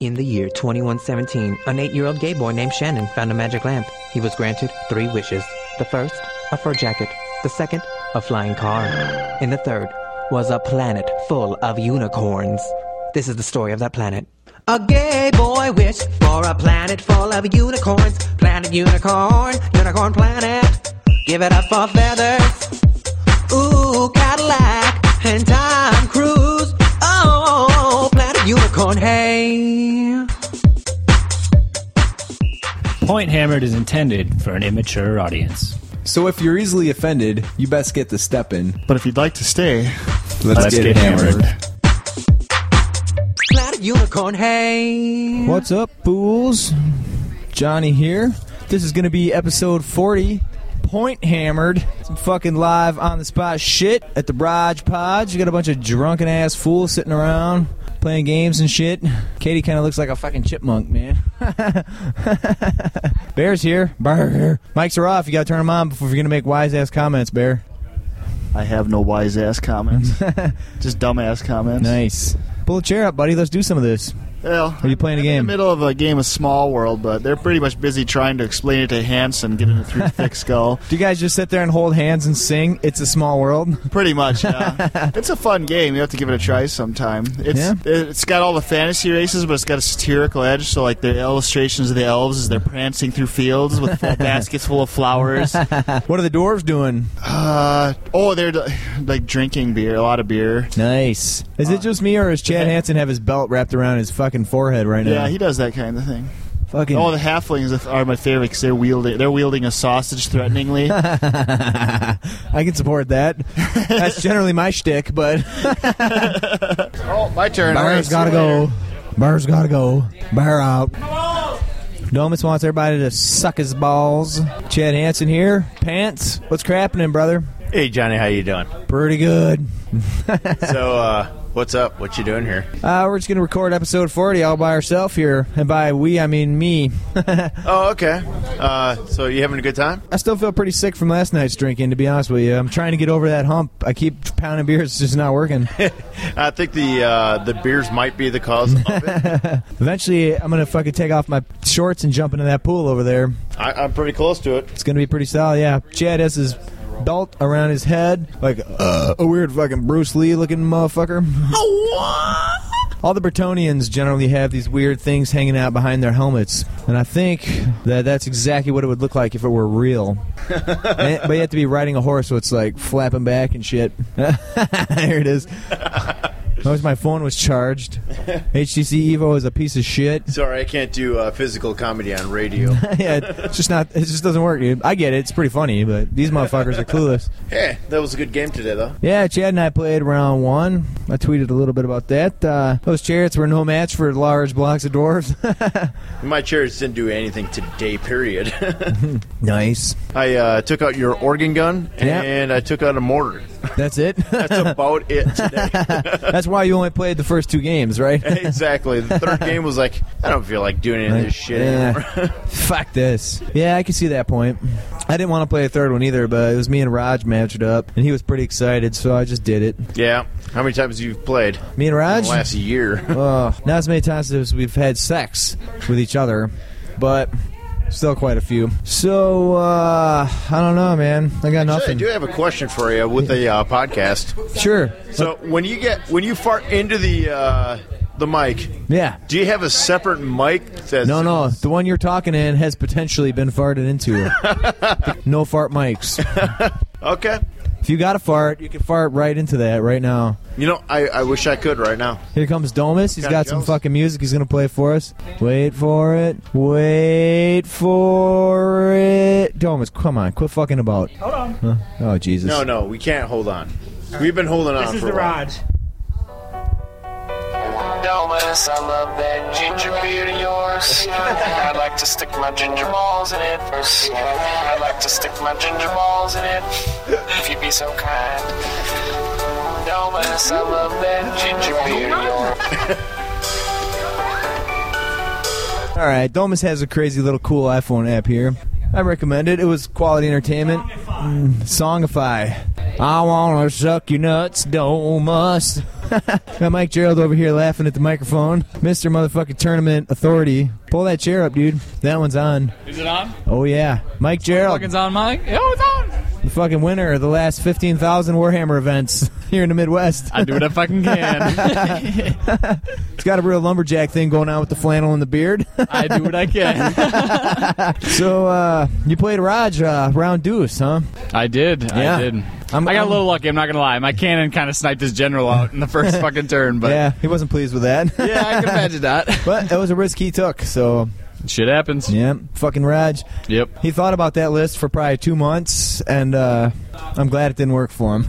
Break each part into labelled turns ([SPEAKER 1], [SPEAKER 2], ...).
[SPEAKER 1] In the year 2117, an eight year old gay boy named Shannon found a magic lamp. He was granted three wishes. The first, a fur jacket. The second, a flying car. And the third was a planet full of unicorns. This is the story of that planet. A gay boy wished for a planet full of unicorns. Planet unicorn, unicorn planet. Give it up for feathers. Ooh, Cadillac and Tom Cruise. Oh, planet unicorn, hey.
[SPEAKER 2] Point Hammered is intended for an immature audience.
[SPEAKER 3] So if you're easily offended, you best get the step in.
[SPEAKER 4] But if you'd like to stay,
[SPEAKER 3] Let's, get, hammered.
[SPEAKER 1] Planet unicorn, hey.
[SPEAKER 3] What's up, fools? Johnny here. This is going to be episode 40, Point Hammered. Some fucking live on the spot shit at the Braj Podge. You got a bunch of drunken ass fools sitting around playing games and shit. Katie kind of looks like a fucking chipmunk, man. Bear's here. Bear. Mics are off. You got to turn them on before you're going to make wise ass comments, Bear.
[SPEAKER 4] I have no wise ass comments. Just dumb ass comments.
[SPEAKER 3] Nice. Pull a chair up, buddy. Let's do some of this.
[SPEAKER 4] Well,
[SPEAKER 3] Are you playing a
[SPEAKER 4] I'm
[SPEAKER 3] game?
[SPEAKER 4] In the middle of a game of Small World, but they're pretty much busy trying to explain it to Hanson, getting it through thick skull.
[SPEAKER 3] Do you guys just sit there and hold hands and sing? It's a small world.
[SPEAKER 4] Pretty much, yeah. it's a fun game. You have to give it a try sometime. It's
[SPEAKER 3] Yeah.
[SPEAKER 4] it's got all the fantasy races, but it's got a satirical edge. So like the illustrations of the elves as they're prancing through fields with full baskets full of flowers.
[SPEAKER 3] What are the dwarves doing?
[SPEAKER 4] Uh, oh, they're like drinking beer, a lot of beer.
[SPEAKER 3] Nice. Is it just me or does Chad Hansen have his belt wrapped around his fucking forehead right now?
[SPEAKER 4] Yeah, he does that kind of thing.
[SPEAKER 3] fucking.
[SPEAKER 4] Oh, the halflings are my favorite because they're wielding they're wielding a sausage threateningly.
[SPEAKER 3] I can support that. That's generally my shtick, but
[SPEAKER 4] oh, my turn.
[SPEAKER 3] Bar's gotta go. Bar's gotta go. Bar out. Domus wants everybody to suck his balls. Chad Hansen here. Pants. What's crappening, brother?
[SPEAKER 5] Hey Johnny, how you doing?
[SPEAKER 3] Pretty good.
[SPEAKER 5] so, uh, what's up? What you doing here?
[SPEAKER 3] Uh, we're just gonna record episode 40 all by ourselves here, and by we I mean me.
[SPEAKER 5] Oh, okay. Uh, so you having a good time?
[SPEAKER 3] I still feel pretty sick from last night's drinking, to be honest with you. I'm trying to get over that hump. I keep pounding beer, it's just not working.
[SPEAKER 5] I think the uh, the beers might be the cause of it.
[SPEAKER 3] Eventually, I'm going to fucking take off my shorts and jump into that pool over there.
[SPEAKER 5] I, I'm pretty close to it.
[SPEAKER 3] It's going to be pretty solid, yeah. Chad has his belt around his head, like uh, a weird fucking Bruce Lee looking motherfucker. All the Bretonians generally have these weird things hanging out behind their helmets, and I think that that's exactly what it would look like if it were real. And- but you have to be riding a horse, so it's like flapping back and shit. Here it is. I wish my phone was charged. HTC Evo is a piece of shit.
[SPEAKER 5] Sorry, I can't do uh, physical comedy on radio.
[SPEAKER 3] yeah, it's just not. It just doesn't work, dude. I get it. It's pretty funny, but these motherfuckers are clueless.
[SPEAKER 5] hey, that was a good game today, though.
[SPEAKER 3] Yeah, Chad and I played round one. I tweeted a little bit about that. Uh, those chariots were no match for large blocks of dwarves.
[SPEAKER 5] My chairs didn't do anything today. Period.
[SPEAKER 3] nice.
[SPEAKER 5] I uh, took out your organ gun
[SPEAKER 3] Yeah.
[SPEAKER 5] and I took out a mortar.
[SPEAKER 3] That's it.
[SPEAKER 5] That's about it today.
[SPEAKER 3] That's why you only played the first two games, right?
[SPEAKER 5] exactly. The third game was like, I don't feel like doing any of this shit anymore.
[SPEAKER 3] Yeah. Fuck this. Yeah, I can see that point. I didn't want to play a third one either, but it was me and Raj matched up, and he was pretty excited, so I just did it.
[SPEAKER 5] yeah. How many times have you played?
[SPEAKER 3] Me and
[SPEAKER 5] In
[SPEAKER 3] Raj.
[SPEAKER 5] the last year.
[SPEAKER 3] Uh, not as many times as we've had sex with each other, but still quite a few. So uh, I don't know, man. I got
[SPEAKER 5] Actually, I
[SPEAKER 3] nothing.
[SPEAKER 5] do have a question for you with the uh, podcast.
[SPEAKER 3] Sure.
[SPEAKER 5] So when you get when you fart into the uh, the mic,
[SPEAKER 3] Yeah.
[SPEAKER 5] do you have a separate mic? That's,
[SPEAKER 3] No, no. The one you're talking in has potentially been farted into. no fart mics.
[SPEAKER 5] Okay.
[SPEAKER 3] If you got a fart, you can fart right into that right now.
[SPEAKER 5] You know, I, I wish I could right now.
[SPEAKER 3] Here comes Domus. He's
[SPEAKER 5] Kinda
[SPEAKER 3] got some
[SPEAKER 5] jealous.
[SPEAKER 3] fucking music he's going to play for us. Wait for it. Wait for it. Domus, come on. Quit fucking about. Hold on. Oh, Jesus.
[SPEAKER 5] No, no, we can't hold on. We've been holding on.
[SPEAKER 6] This is
[SPEAKER 5] for
[SPEAKER 6] the
[SPEAKER 5] a while.
[SPEAKER 6] Raj.
[SPEAKER 7] Domus, I love that ginger beard of yours. I'd like to stick my ginger balls in it first. I'd like to stick my ginger balls in it, if you'd be so kind. Domus, I love that ginger beard of yours.
[SPEAKER 3] All right, Domus has a crazy little cool iPhone app here. I recommend it. It was quality entertainment. Mm, Songify. I wanna suck your nuts, Domus. Got Mike Gerald over here laughing at the microphone. Mr. Motherfucking Tournament Authority. Pull that chair up, dude. That one's on.
[SPEAKER 6] Is it on?
[SPEAKER 3] Oh, yeah. Mike Gerald,
[SPEAKER 6] Fucking's on, Mike. Yeah, it's on.
[SPEAKER 3] the fucking winner of the last 15,000 Warhammer events here in the Midwest.
[SPEAKER 4] I do what I fucking can.
[SPEAKER 3] It's got a real lumberjack thing going on with the flannel and the beard.
[SPEAKER 6] I do what I can.
[SPEAKER 3] so, uh, you played Raj uh, round deuce, huh?
[SPEAKER 6] I did.
[SPEAKER 3] Yeah.
[SPEAKER 6] I did.
[SPEAKER 3] I'm-
[SPEAKER 6] i got
[SPEAKER 3] I'm-
[SPEAKER 6] a little lucky. I'm not gonna lie. My cannon kind of sniped his general out in the first fucking turn, but
[SPEAKER 3] yeah, he wasn't pleased with that.
[SPEAKER 6] yeah, I can imagine that.
[SPEAKER 3] but that was a risk he took, so
[SPEAKER 6] Shit happens.
[SPEAKER 3] yeah, fucking Raj.
[SPEAKER 6] Yep.
[SPEAKER 3] He thought about that list for probably two months, and uh, I'm glad it didn't work for him.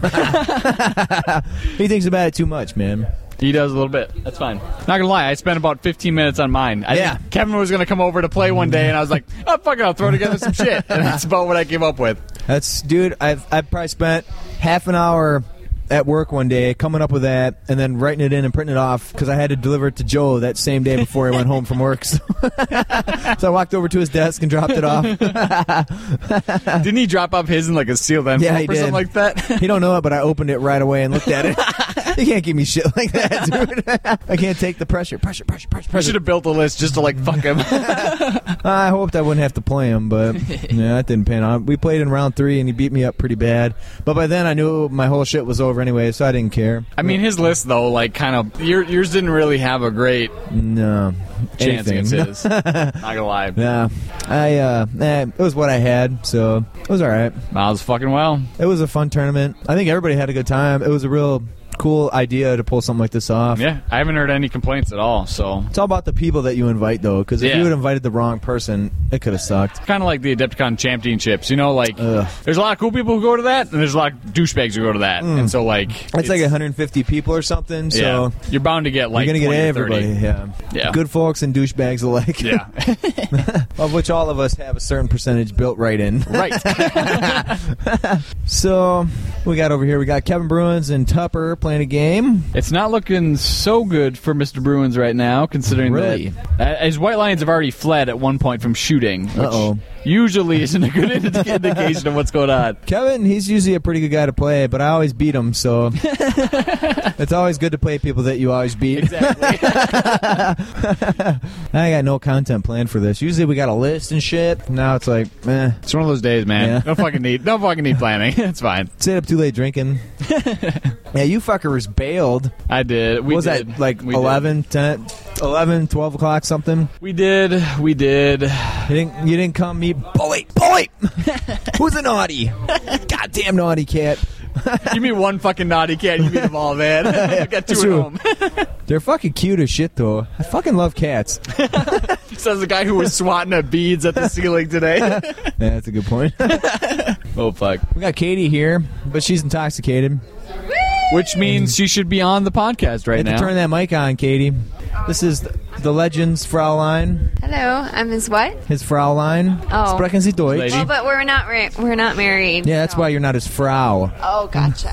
[SPEAKER 3] he thinks about it too much, man.
[SPEAKER 6] He does a little bit. That's fine. Not gonna lie, I spent about 15 minutes on mine. I
[SPEAKER 3] Yeah.
[SPEAKER 6] think Kevin was gonna come over to play one day, and I was like, "Oh fuck it, I'll throw together some shit." And that's about what I came up with.
[SPEAKER 3] That's, dude, I've, I've probably spent half an hour at work one day coming up with that and then writing it in and printing it off because I had to deliver it to Joe that same day before he went home from work. So, so I walked over to his desk and dropped it off.
[SPEAKER 6] Didn't he drop off his in like a sealed envelope
[SPEAKER 3] Yeah, he
[SPEAKER 6] or something
[SPEAKER 3] did.
[SPEAKER 6] like that?
[SPEAKER 3] He don't know it, but I opened it right away and looked at it. you can't give me shit like that, dude. I can't take the pressure. Pressure, pressure, pressure,
[SPEAKER 6] I should
[SPEAKER 3] pressure.
[SPEAKER 6] have built a list just to like fuck him.
[SPEAKER 3] I hoped I wouldn't have to play him, but yeah, that didn't pan out. We played in round three, and he beat me up pretty bad. But by then, I knew my whole shit was over anyway, so I didn't care.
[SPEAKER 6] I mean, his list though, like kind of your, yours didn't really have a great
[SPEAKER 3] No,
[SPEAKER 6] chance
[SPEAKER 3] anything.
[SPEAKER 6] against his. Not gonna lie,
[SPEAKER 3] Yeah, I uh, eh, it was what I had, so it was all right.
[SPEAKER 6] Miles fucking well.
[SPEAKER 3] It was a fun tournament. I think everybody had a good time. It was a real cool idea to pull something like this off.
[SPEAKER 6] Yeah, I haven't heard any complaints at all. So
[SPEAKER 3] It's all about the people that you invite, though, because if
[SPEAKER 6] Yeah.
[SPEAKER 3] you had invited the wrong person, it could have sucked.
[SPEAKER 6] kind of like the Adepticon championships. You know, like
[SPEAKER 3] Ugh.
[SPEAKER 6] there's a lot of cool people who go to that, and there's a lot of douchebags who go to that. And so, like,
[SPEAKER 3] Hmm. It's, like 150 people or something, so
[SPEAKER 6] yeah, you're bound to get like
[SPEAKER 3] you're gonna get
[SPEAKER 6] 20 or 30.
[SPEAKER 3] everybody. Yeah.
[SPEAKER 6] Yeah.
[SPEAKER 3] good folks and douchebags alike.
[SPEAKER 6] Yeah,
[SPEAKER 3] of which all of us have a certain percentage built right in.
[SPEAKER 6] right.
[SPEAKER 3] So we got over here. We got Kevin Bruins and Tupper playing a game.
[SPEAKER 6] it's not looking so good for Mr. Bruins right now, considering
[SPEAKER 3] Really?
[SPEAKER 6] that uh, his White Lions have already fled at one point from shooting, which
[SPEAKER 3] Uh-oh.
[SPEAKER 6] usually isn't a good indi- indication of what's going on.
[SPEAKER 3] Kevin, he's usually a pretty good guy to play, but I always beat him, so it's always good to play people that you always beat.
[SPEAKER 6] Exactly.
[SPEAKER 3] I got no content planned for this. Usually we got a list and shit. Now it's like, eh,
[SPEAKER 6] it's one of those days, man.
[SPEAKER 3] Yeah.
[SPEAKER 6] Don't fucking need. Don't fucking need planning. it's fine.
[SPEAKER 3] stayed up too late drinking. yeah, you fuckers bailed.
[SPEAKER 6] I did. We
[SPEAKER 3] What was
[SPEAKER 6] did.
[SPEAKER 3] that like
[SPEAKER 6] We did.
[SPEAKER 3] 11, 10, 11, 12 o'clock something?
[SPEAKER 6] We did. We did.
[SPEAKER 3] You didn't, you didn't come meet Bully. Bully! Who's a naughty? Goddamn naughty cat.
[SPEAKER 6] Give me one fucking naughty cat. You beat them all, man. I've got two
[SPEAKER 3] That's
[SPEAKER 6] at
[SPEAKER 3] true.
[SPEAKER 6] home.
[SPEAKER 3] They're fucking cute as shit, though. I fucking love cats.
[SPEAKER 6] Says the guy who was swatting at beads at the ceiling today.
[SPEAKER 3] Yeah, that's a good point.
[SPEAKER 6] oh fuck.
[SPEAKER 3] we got Katie here, but she's intoxicated.
[SPEAKER 6] Which means she should be on the podcast right
[SPEAKER 3] Get to
[SPEAKER 6] now.
[SPEAKER 3] turn that mic on, Katie. This is the, the Legends Fraulein.
[SPEAKER 8] Hello, I'm his what?
[SPEAKER 3] His Fraulein.
[SPEAKER 8] Oh.
[SPEAKER 3] Sprechen Sie Deutsch.
[SPEAKER 6] Lady.
[SPEAKER 8] Well, but we're not ra- we're not married.
[SPEAKER 3] Yeah, that's
[SPEAKER 8] so-
[SPEAKER 3] why you're not his Frau.
[SPEAKER 8] Oh, gotcha.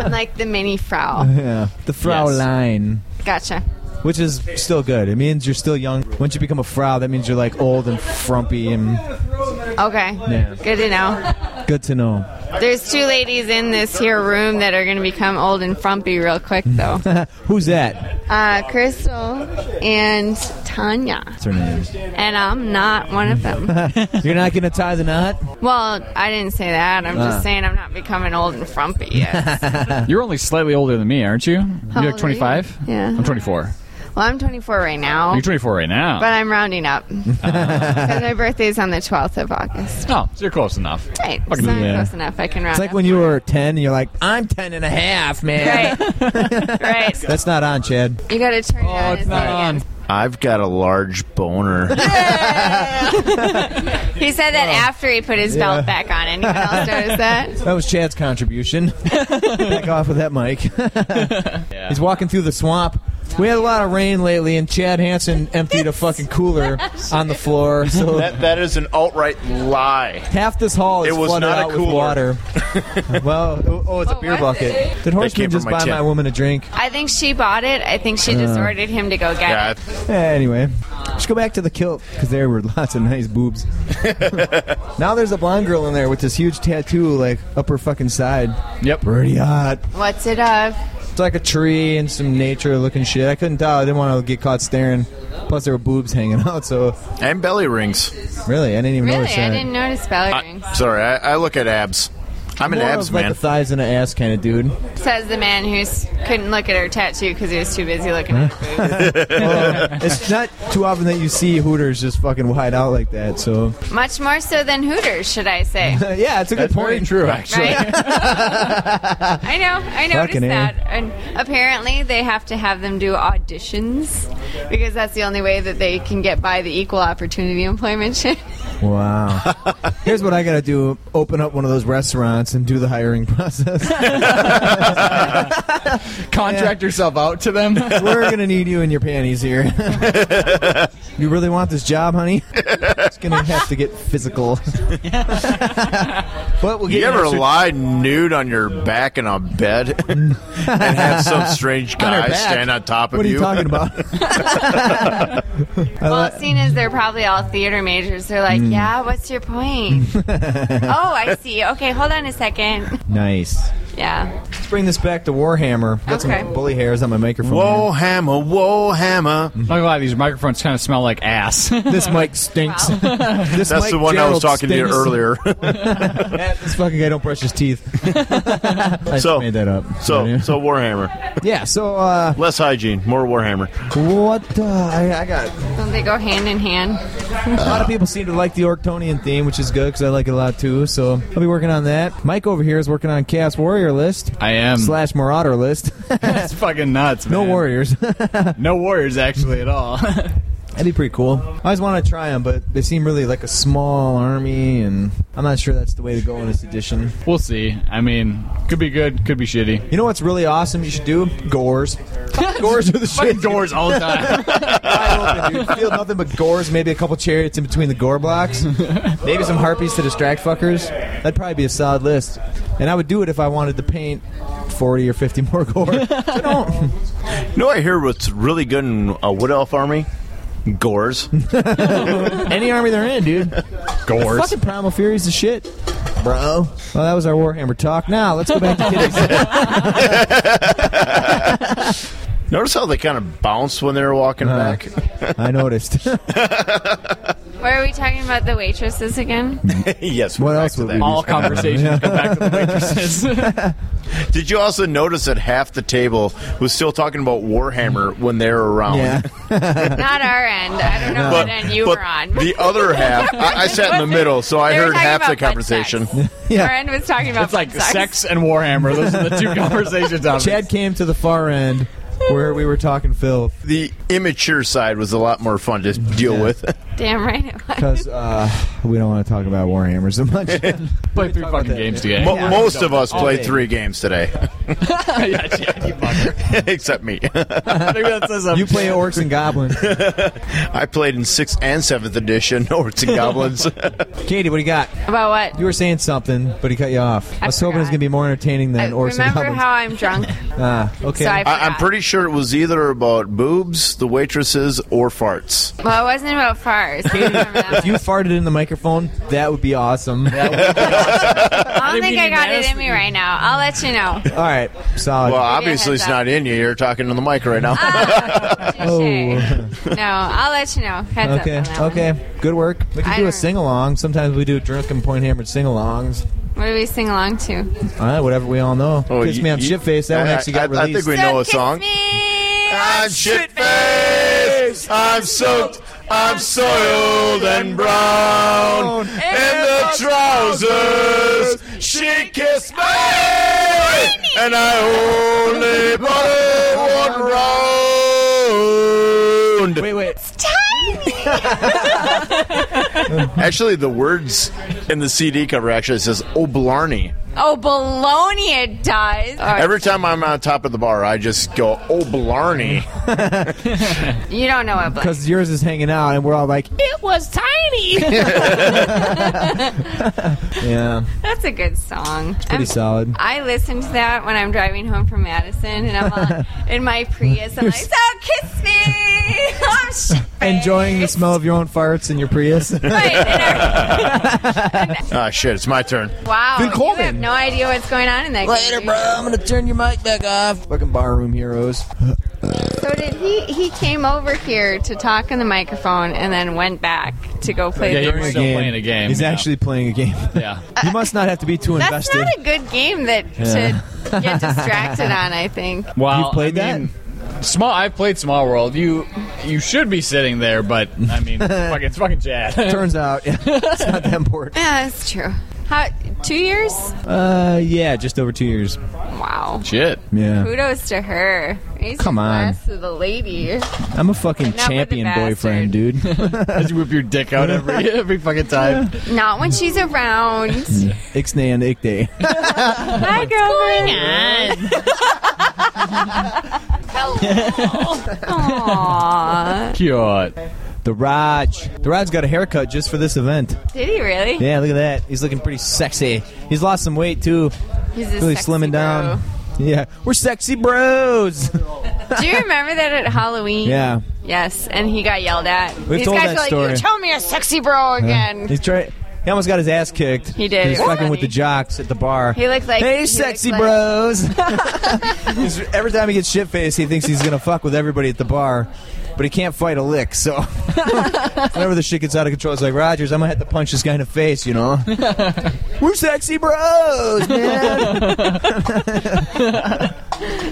[SPEAKER 8] I'm like the mini Frau.
[SPEAKER 3] Yeah. The Fraulein.
[SPEAKER 8] Gotcha.
[SPEAKER 3] Which is still good. It means you're still young. Once you become a Frau, that means you're like old and frumpy and
[SPEAKER 8] Okay.
[SPEAKER 3] Yeah.
[SPEAKER 8] Good to know.
[SPEAKER 3] good to know.
[SPEAKER 8] There's two ladies in this here room that are going to become old and frumpy real quick,
[SPEAKER 3] Mm.
[SPEAKER 8] though.
[SPEAKER 3] Who's that?
[SPEAKER 8] Uh, Crystal and Tanya.
[SPEAKER 3] That's her name.
[SPEAKER 8] And I'm not one of them.
[SPEAKER 3] You're not going to tie the knot?
[SPEAKER 8] Well, I didn't say that. I'm
[SPEAKER 3] Ah.
[SPEAKER 8] just saying I'm not becoming old and frumpy yet.
[SPEAKER 6] You're only slightly older than me, aren't you?
[SPEAKER 8] How
[SPEAKER 6] you're
[SPEAKER 8] old
[SPEAKER 6] like
[SPEAKER 8] are
[SPEAKER 6] 25.
[SPEAKER 8] you? Yeah.
[SPEAKER 6] I'm 24.
[SPEAKER 8] Well, I'm 24 right
[SPEAKER 3] Oh.
[SPEAKER 8] now.
[SPEAKER 6] You're 24 right now.
[SPEAKER 8] But I'm rounding up. Because my birthday's on the 12th of August.
[SPEAKER 6] oh, so you're close enough.
[SPEAKER 8] Right.
[SPEAKER 6] Fucking-
[SPEAKER 8] so I'm
[SPEAKER 6] yeah.
[SPEAKER 8] close enough. I can round
[SPEAKER 3] It's like
[SPEAKER 8] up.
[SPEAKER 3] when you were 10 and you're like, I'm 10 and a half, man.
[SPEAKER 8] Right. right.
[SPEAKER 3] That's not on, Chad.
[SPEAKER 8] You got to turn it on. and say it again.
[SPEAKER 5] I've got a large boner.
[SPEAKER 8] He said that after he put his belt back on. Anyone else notice that?
[SPEAKER 3] That was Chad's contribution. Back off with that mic. He's walking through the swamp. We had a lot of rain lately, and Chad Hansen emptied a fucking cooler on the floor. So
[SPEAKER 5] that that is an outright lie.
[SPEAKER 3] half this hall is
[SPEAKER 5] It was
[SPEAKER 3] flooded
[SPEAKER 5] not a
[SPEAKER 3] out with
[SPEAKER 5] cooler.
[SPEAKER 3] water. well, oh, oh, it's a
[SPEAKER 8] Oh,
[SPEAKER 3] beer
[SPEAKER 8] was
[SPEAKER 3] bucket.
[SPEAKER 8] it?
[SPEAKER 3] Did Horseman
[SPEAKER 5] came from
[SPEAKER 3] just
[SPEAKER 5] my
[SPEAKER 3] buy
[SPEAKER 5] tent.
[SPEAKER 3] my woman a drink?
[SPEAKER 8] I think she bought it. I think she just ordered him to go get
[SPEAKER 5] Yeah,
[SPEAKER 8] it.
[SPEAKER 3] Eh, Anyway, let's go back to the kilt because there were lots of nice boobs. now there's a blonde girl in there with this huge tattoo, like up her fucking side.
[SPEAKER 6] Yep.
[SPEAKER 3] Pretty hot.
[SPEAKER 8] What's it of?
[SPEAKER 3] It's like a tree and some nature-looking shit. I couldn't tell. I didn't want to get caught staring. Plus, there were boobs hanging out. So
[SPEAKER 5] And belly rings.
[SPEAKER 3] really, I didn't even
[SPEAKER 8] Really,
[SPEAKER 3] notice that.
[SPEAKER 8] I didn't notice belly
[SPEAKER 5] I,
[SPEAKER 8] rings.
[SPEAKER 5] sorry, I, I look at abs. I'm an
[SPEAKER 3] More
[SPEAKER 5] abs
[SPEAKER 3] of like
[SPEAKER 5] man.
[SPEAKER 3] a thighs and an ass kind of dude.
[SPEAKER 8] Says the man who couldn't look at her tattoo because he was too busy looking at her boobs.
[SPEAKER 3] it's not too often that you see Hooters just fucking wide out like that. So
[SPEAKER 8] Much more so than Hooters, should I say.
[SPEAKER 3] yeah, it's a good
[SPEAKER 6] That's very
[SPEAKER 3] point.
[SPEAKER 6] true, actually.
[SPEAKER 8] Right? I know. I noticed
[SPEAKER 3] Fucking A.
[SPEAKER 8] that. And apparently, they have to have them do auditions because that's the only way that they can get by the equal opportunity employment shit.
[SPEAKER 3] Wow. Here's what I gotta do: open up one of those restaurants and do the hiring process.
[SPEAKER 6] Contract yourself out to them.
[SPEAKER 3] We're gonna need you in your panties here. you really want this job, honey? It's gonna have to get physical. but we'll get
[SPEAKER 5] You ever
[SPEAKER 3] extra-
[SPEAKER 5] lie nude on your back in a bed and have some strange
[SPEAKER 3] her
[SPEAKER 5] guy
[SPEAKER 3] back?
[SPEAKER 5] stand on top of
[SPEAKER 3] What are you talking about?
[SPEAKER 8] Well, seeing as they're probably all theater majors, they're like,
[SPEAKER 3] Mm.
[SPEAKER 8] "Yeah, what's your point?" oh, I see. Okay, hold on a second.
[SPEAKER 3] nice.
[SPEAKER 8] Yeah,
[SPEAKER 3] Let's bring this back to Warhammer. Got
[SPEAKER 8] Okay.
[SPEAKER 3] some bully hairs on my microphone.
[SPEAKER 5] Whoa hammer, whoa hammer.
[SPEAKER 6] I'm not gonna lie, these microphones kind of smell like ass.
[SPEAKER 3] This mic stinks. This
[SPEAKER 5] That's
[SPEAKER 3] mic
[SPEAKER 5] the one I was
[SPEAKER 3] Gerald
[SPEAKER 5] talking to you
[SPEAKER 3] stinks.
[SPEAKER 5] earlier.
[SPEAKER 3] This fucking guy don't brush his teeth. I
[SPEAKER 5] So-
[SPEAKER 3] made that up.
[SPEAKER 5] so so Warhammer.
[SPEAKER 3] yeah. So uh,
[SPEAKER 5] Less hygiene, more Warhammer.
[SPEAKER 3] what? Uh, I, I got
[SPEAKER 8] don't they go hand in hand?
[SPEAKER 3] a lot of people seem to like the Orktonian theme, which is good because I like it a lot too. So I'll be working on that. Mike over here is working on Chaos Warrior list
[SPEAKER 6] I am.
[SPEAKER 3] slash Marauder list.
[SPEAKER 6] That's fucking nuts.
[SPEAKER 3] no
[SPEAKER 6] man.
[SPEAKER 3] warriors.
[SPEAKER 6] No warriors actually at all.
[SPEAKER 3] That'd be pretty cool. I always want to try them, but they seem really like a small army, and I'm not sure that's the way to go in this edition.
[SPEAKER 6] we'll see. I mean, could be good, could be shitty.
[SPEAKER 3] You know what's really awesome? You should do gores. gores are the shit.
[SPEAKER 6] Fucking doors all the time.
[SPEAKER 3] wide open, dude. Feel nothing but gores, maybe a couple chariots in between the gore blocks, maybe some harpies to distract fuckers. That'd probably be a solid list. And I would do it if I wanted to paint 40 or 50 more gore. I don't.
[SPEAKER 5] You know what I hear what's really good in a wood elf army? Gores.
[SPEAKER 3] Any army they're in, dude. Gores. Fucking Primal Fury's the shit. Bro. Well, that was our Warhammer talk. Now, let's go back to kitties.
[SPEAKER 5] Notice how they kind of bounced when they were walking back.
[SPEAKER 3] Uh-huh. I noticed.
[SPEAKER 8] Where are we talking about the waitresses again?
[SPEAKER 5] yes.
[SPEAKER 3] What
[SPEAKER 5] we're back
[SPEAKER 3] else
[SPEAKER 5] to
[SPEAKER 3] would
[SPEAKER 5] that.
[SPEAKER 3] we
[SPEAKER 6] all conversations come back to the waitresses.
[SPEAKER 5] Did you also notice that half the table was still talking about Warhammer when they were around?
[SPEAKER 3] Yeah.
[SPEAKER 8] Not our end. I don't know what end you
[SPEAKER 5] but
[SPEAKER 8] were on.
[SPEAKER 5] the other half, I, I sat in the middle, so I
[SPEAKER 8] They were
[SPEAKER 5] heard
[SPEAKER 8] talking
[SPEAKER 5] half the
[SPEAKER 8] about butt sex.
[SPEAKER 5] conversation.
[SPEAKER 8] Our
[SPEAKER 3] yeah.
[SPEAKER 8] end was talking about
[SPEAKER 6] it's like
[SPEAKER 8] butt sex.
[SPEAKER 6] sex and Warhammer. Those are the two conversations. on
[SPEAKER 3] Chad came to the far end where we were talking filth.
[SPEAKER 5] The immature side was a lot more fun to deal with.
[SPEAKER 8] Damn right. It was.
[SPEAKER 3] Because uh, we don't want to talk about Warhammer so much.
[SPEAKER 6] play three fucking games together.
[SPEAKER 5] Mo- most of us
[SPEAKER 3] All
[SPEAKER 5] played
[SPEAKER 3] day.
[SPEAKER 5] three games today,
[SPEAKER 6] yeah, Chad, you fucker.
[SPEAKER 5] except me.
[SPEAKER 6] I think that says
[SPEAKER 3] you play orcs and goblins.
[SPEAKER 5] I played in sixth and seventh edition Orcs and Goblins.
[SPEAKER 3] Katie, what do you got?
[SPEAKER 8] About what?
[SPEAKER 3] You were saying something, but he cut you off. I, was hoping it was
[SPEAKER 8] forgot.
[SPEAKER 3] going to be more entertaining
[SPEAKER 8] I
[SPEAKER 3] than Orson
[SPEAKER 8] remember
[SPEAKER 3] Welles.
[SPEAKER 8] how I'm drunk.
[SPEAKER 3] Ah, okay.
[SPEAKER 8] So I
[SPEAKER 5] I- I'm
[SPEAKER 8] forgot.
[SPEAKER 5] pretty sure it was either about boobs, the waitresses, or farts.
[SPEAKER 8] Well, it wasn't about farts. I don't remember that
[SPEAKER 3] if you
[SPEAKER 8] much.
[SPEAKER 3] farted in the microphone, that would be awesome.
[SPEAKER 8] I don't think
[SPEAKER 6] mean
[SPEAKER 8] I
[SPEAKER 6] to
[SPEAKER 8] got it
[SPEAKER 6] ask
[SPEAKER 8] in me right now. I'll let you know.
[SPEAKER 3] All right, solid.
[SPEAKER 8] Give me a
[SPEAKER 5] Well, obviously
[SPEAKER 8] heads up.
[SPEAKER 5] it's
[SPEAKER 8] Ah,
[SPEAKER 5] not in you. You're talking to the mic right now.
[SPEAKER 8] Touche. No, I'll let you know. Heads
[SPEAKER 3] okay,
[SPEAKER 8] up on that one.
[SPEAKER 3] okay, good work. We can
[SPEAKER 8] I
[SPEAKER 3] do a
[SPEAKER 8] don't-
[SPEAKER 3] sing along. Sometimes we do drunken point hammered sing alongs.
[SPEAKER 8] What do we sing along to?
[SPEAKER 3] All right, whatever we all know.
[SPEAKER 5] Oh,
[SPEAKER 3] Kiss
[SPEAKER 5] you-
[SPEAKER 3] me, I'm
[SPEAKER 5] you-
[SPEAKER 3] shit face. That one
[SPEAKER 5] I-
[SPEAKER 3] actually got
[SPEAKER 5] I- I
[SPEAKER 3] released.
[SPEAKER 5] think we know
[SPEAKER 8] Don't
[SPEAKER 5] a
[SPEAKER 8] kiss
[SPEAKER 5] song.
[SPEAKER 8] me.
[SPEAKER 5] I'm shit faced. I'm soaked. I'm soiled and brown. In the trousers, she kissed me, and I only bought it one round.
[SPEAKER 3] Wait, wait. Oh.
[SPEAKER 5] Actually, the words in the CD cover actually says "Oh Blarney."
[SPEAKER 8] Oh, baloney it does. Or
[SPEAKER 5] Every time I'm on top of the bar, I just go "Oh Blarney."
[SPEAKER 8] you don't know what black.
[SPEAKER 3] Because yours is hanging out, and we're all like,
[SPEAKER 8] It was tiny.
[SPEAKER 3] yeah,
[SPEAKER 8] That's a good song.
[SPEAKER 3] pretty
[SPEAKER 8] I'm-
[SPEAKER 3] solid.
[SPEAKER 8] I listen to that when I'm driving home from Madison, and I'm on, in my Prius, and I'm like, "So kiss me, I'm shit
[SPEAKER 3] enjoying the smell of your own farts in your Prius.
[SPEAKER 8] Right, and our-
[SPEAKER 5] Ah, shit, it's my turn.
[SPEAKER 8] wow.
[SPEAKER 3] Phil
[SPEAKER 8] You have
[SPEAKER 3] Coleman.
[SPEAKER 8] no idea what's going on in that
[SPEAKER 3] Later,
[SPEAKER 8] game.
[SPEAKER 3] bro. I'm gonna turn your mic back off. Fucking barroom heroes.
[SPEAKER 8] So did he? He came over here to talk in the microphone and then went back to go play
[SPEAKER 6] Yeah,
[SPEAKER 8] the
[SPEAKER 6] you're
[SPEAKER 8] board
[SPEAKER 6] still playing a game.
[SPEAKER 3] He's
[SPEAKER 6] yeah.
[SPEAKER 3] actually playing a game.
[SPEAKER 6] Yeah.
[SPEAKER 3] you must not have to be too
[SPEAKER 8] That's
[SPEAKER 3] invested.
[SPEAKER 8] not a good game that to get distracted on. I think.
[SPEAKER 6] Well,
[SPEAKER 3] You've played
[SPEAKER 6] I mean, Small. I've played Small World. You you should be sitting there, but I mean, fucking, it's fucking Chad.
[SPEAKER 3] Turns out, yeah, it's not that important.
[SPEAKER 8] Yeah, that's true. How two years?
[SPEAKER 3] Uh, yeah, just over two years.
[SPEAKER 8] Wow.
[SPEAKER 6] Shit.
[SPEAKER 3] Yeah,
[SPEAKER 8] Kudos to her. Raise
[SPEAKER 3] Come
[SPEAKER 8] your
[SPEAKER 3] on.
[SPEAKER 8] glass to the lady.
[SPEAKER 3] I'm a fucking
[SPEAKER 8] Not with the
[SPEAKER 3] champion boyfriend,
[SPEAKER 8] bastard.
[SPEAKER 3] dude.
[SPEAKER 6] As you whip your dick out every every fucking time.
[SPEAKER 8] Not when she's around.
[SPEAKER 3] Ixnay and Ickday.
[SPEAKER 8] Hi, girlfriend. What's Aww.
[SPEAKER 6] Cute.
[SPEAKER 3] The Raj. The Raj got a haircut just for this event.
[SPEAKER 8] Did he really?
[SPEAKER 3] Yeah, look at that. He's looking pretty sexy. He's lost some weight too.
[SPEAKER 8] He's a
[SPEAKER 3] Really
[SPEAKER 8] sexy
[SPEAKER 3] slimming down. Yeah, we're sexy bros.
[SPEAKER 8] bro. Do you remember that at Halloween?
[SPEAKER 3] yeah,
[SPEAKER 8] Yes, and he got yelled at.
[SPEAKER 3] We've
[SPEAKER 8] These
[SPEAKER 3] told
[SPEAKER 8] guys
[SPEAKER 3] that
[SPEAKER 8] were like,
[SPEAKER 3] story. Uh-huh.
[SPEAKER 8] "You tell me a sexy bro again."
[SPEAKER 3] he's trying. He almost got his ass kicked.
[SPEAKER 8] He did.
[SPEAKER 3] He's
[SPEAKER 8] It was
[SPEAKER 3] fucking with
[SPEAKER 8] funny.
[SPEAKER 3] the jocks at the bar.
[SPEAKER 8] He looked like-
[SPEAKER 3] hey,
[SPEAKER 8] he
[SPEAKER 3] sexy
[SPEAKER 8] looked
[SPEAKER 3] bros. He's- every time he gets shit faced, he thinks he's gonna fuck with everybody at the bar, but he can't fight a lick. So whenever the shit gets out of control, it's like Rogers. I'm gonna have to punch this guy in the face. You know, we're sexy bros, man.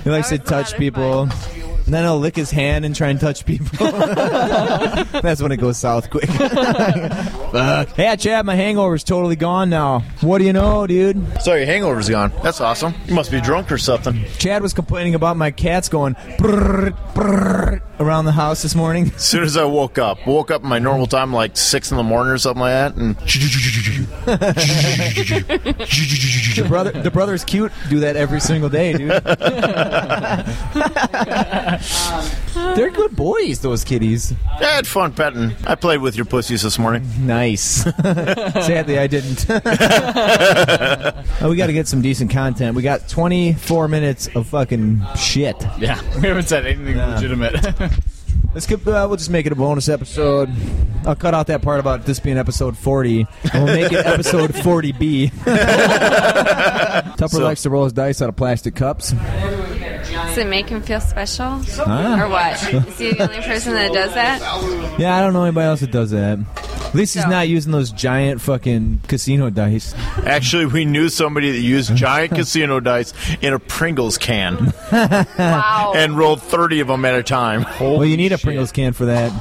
[SPEAKER 3] he likes to
[SPEAKER 8] That was a lot
[SPEAKER 3] touch
[SPEAKER 8] of
[SPEAKER 3] people. And then he'll lick his hand and try and touch people. That's when it goes south quick. Fuck. Hey, Chad, my hangover's totally gone now. What do you know, dude?
[SPEAKER 5] So your hangover's gone. That's awesome. You must be drunk or something.
[SPEAKER 3] Chad was complaining about my cats going brrr, brrr, around the house this morning.
[SPEAKER 5] As soon as I woke up, woke up my normal time, like six in the morning or something like that, and
[SPEAKER 3] The brother, the brother's cute. Do that every single day, dude. They're good boys, those kitties.
[SPEAKER 5] I had fun petting. I played with your pussies this morning.
[SPEAKER 3] Nice. Sadly, I didn't. Oh, we got to get some decent content. We got 24 minutes of fucking shit.
[SPEAKER 6] Yeah, we haven't said anything legitimate.
[SPEAKER 3] Let's get, uh, we'll just make it a bonus episode. I'll cut out that part about this being episode 40. And we'll make it episode 40B. Tupper likes to roll his dice out of plastic cups.
[SPEAKER 8] Does it make him feel special,
[SPEAKER 3] Ah.
[SPEAKER 8] or what? Is he the only person that does that?
[SPEAKER 3] Yeah, I don't know anybody else that does that. At least he's
[SPEAKER 8] No.
[SPEAKER 3] not using those giant fucking casino dice.
[SPEAKER 5] Actually, we knew somebody that used giant casino dice in a Pringles can
[SPEAKER 8] Wow.
[SPEAKER 5] and rolled 30 of them at a time.
[SPEAKER 3] well, you need a Pringles can for that.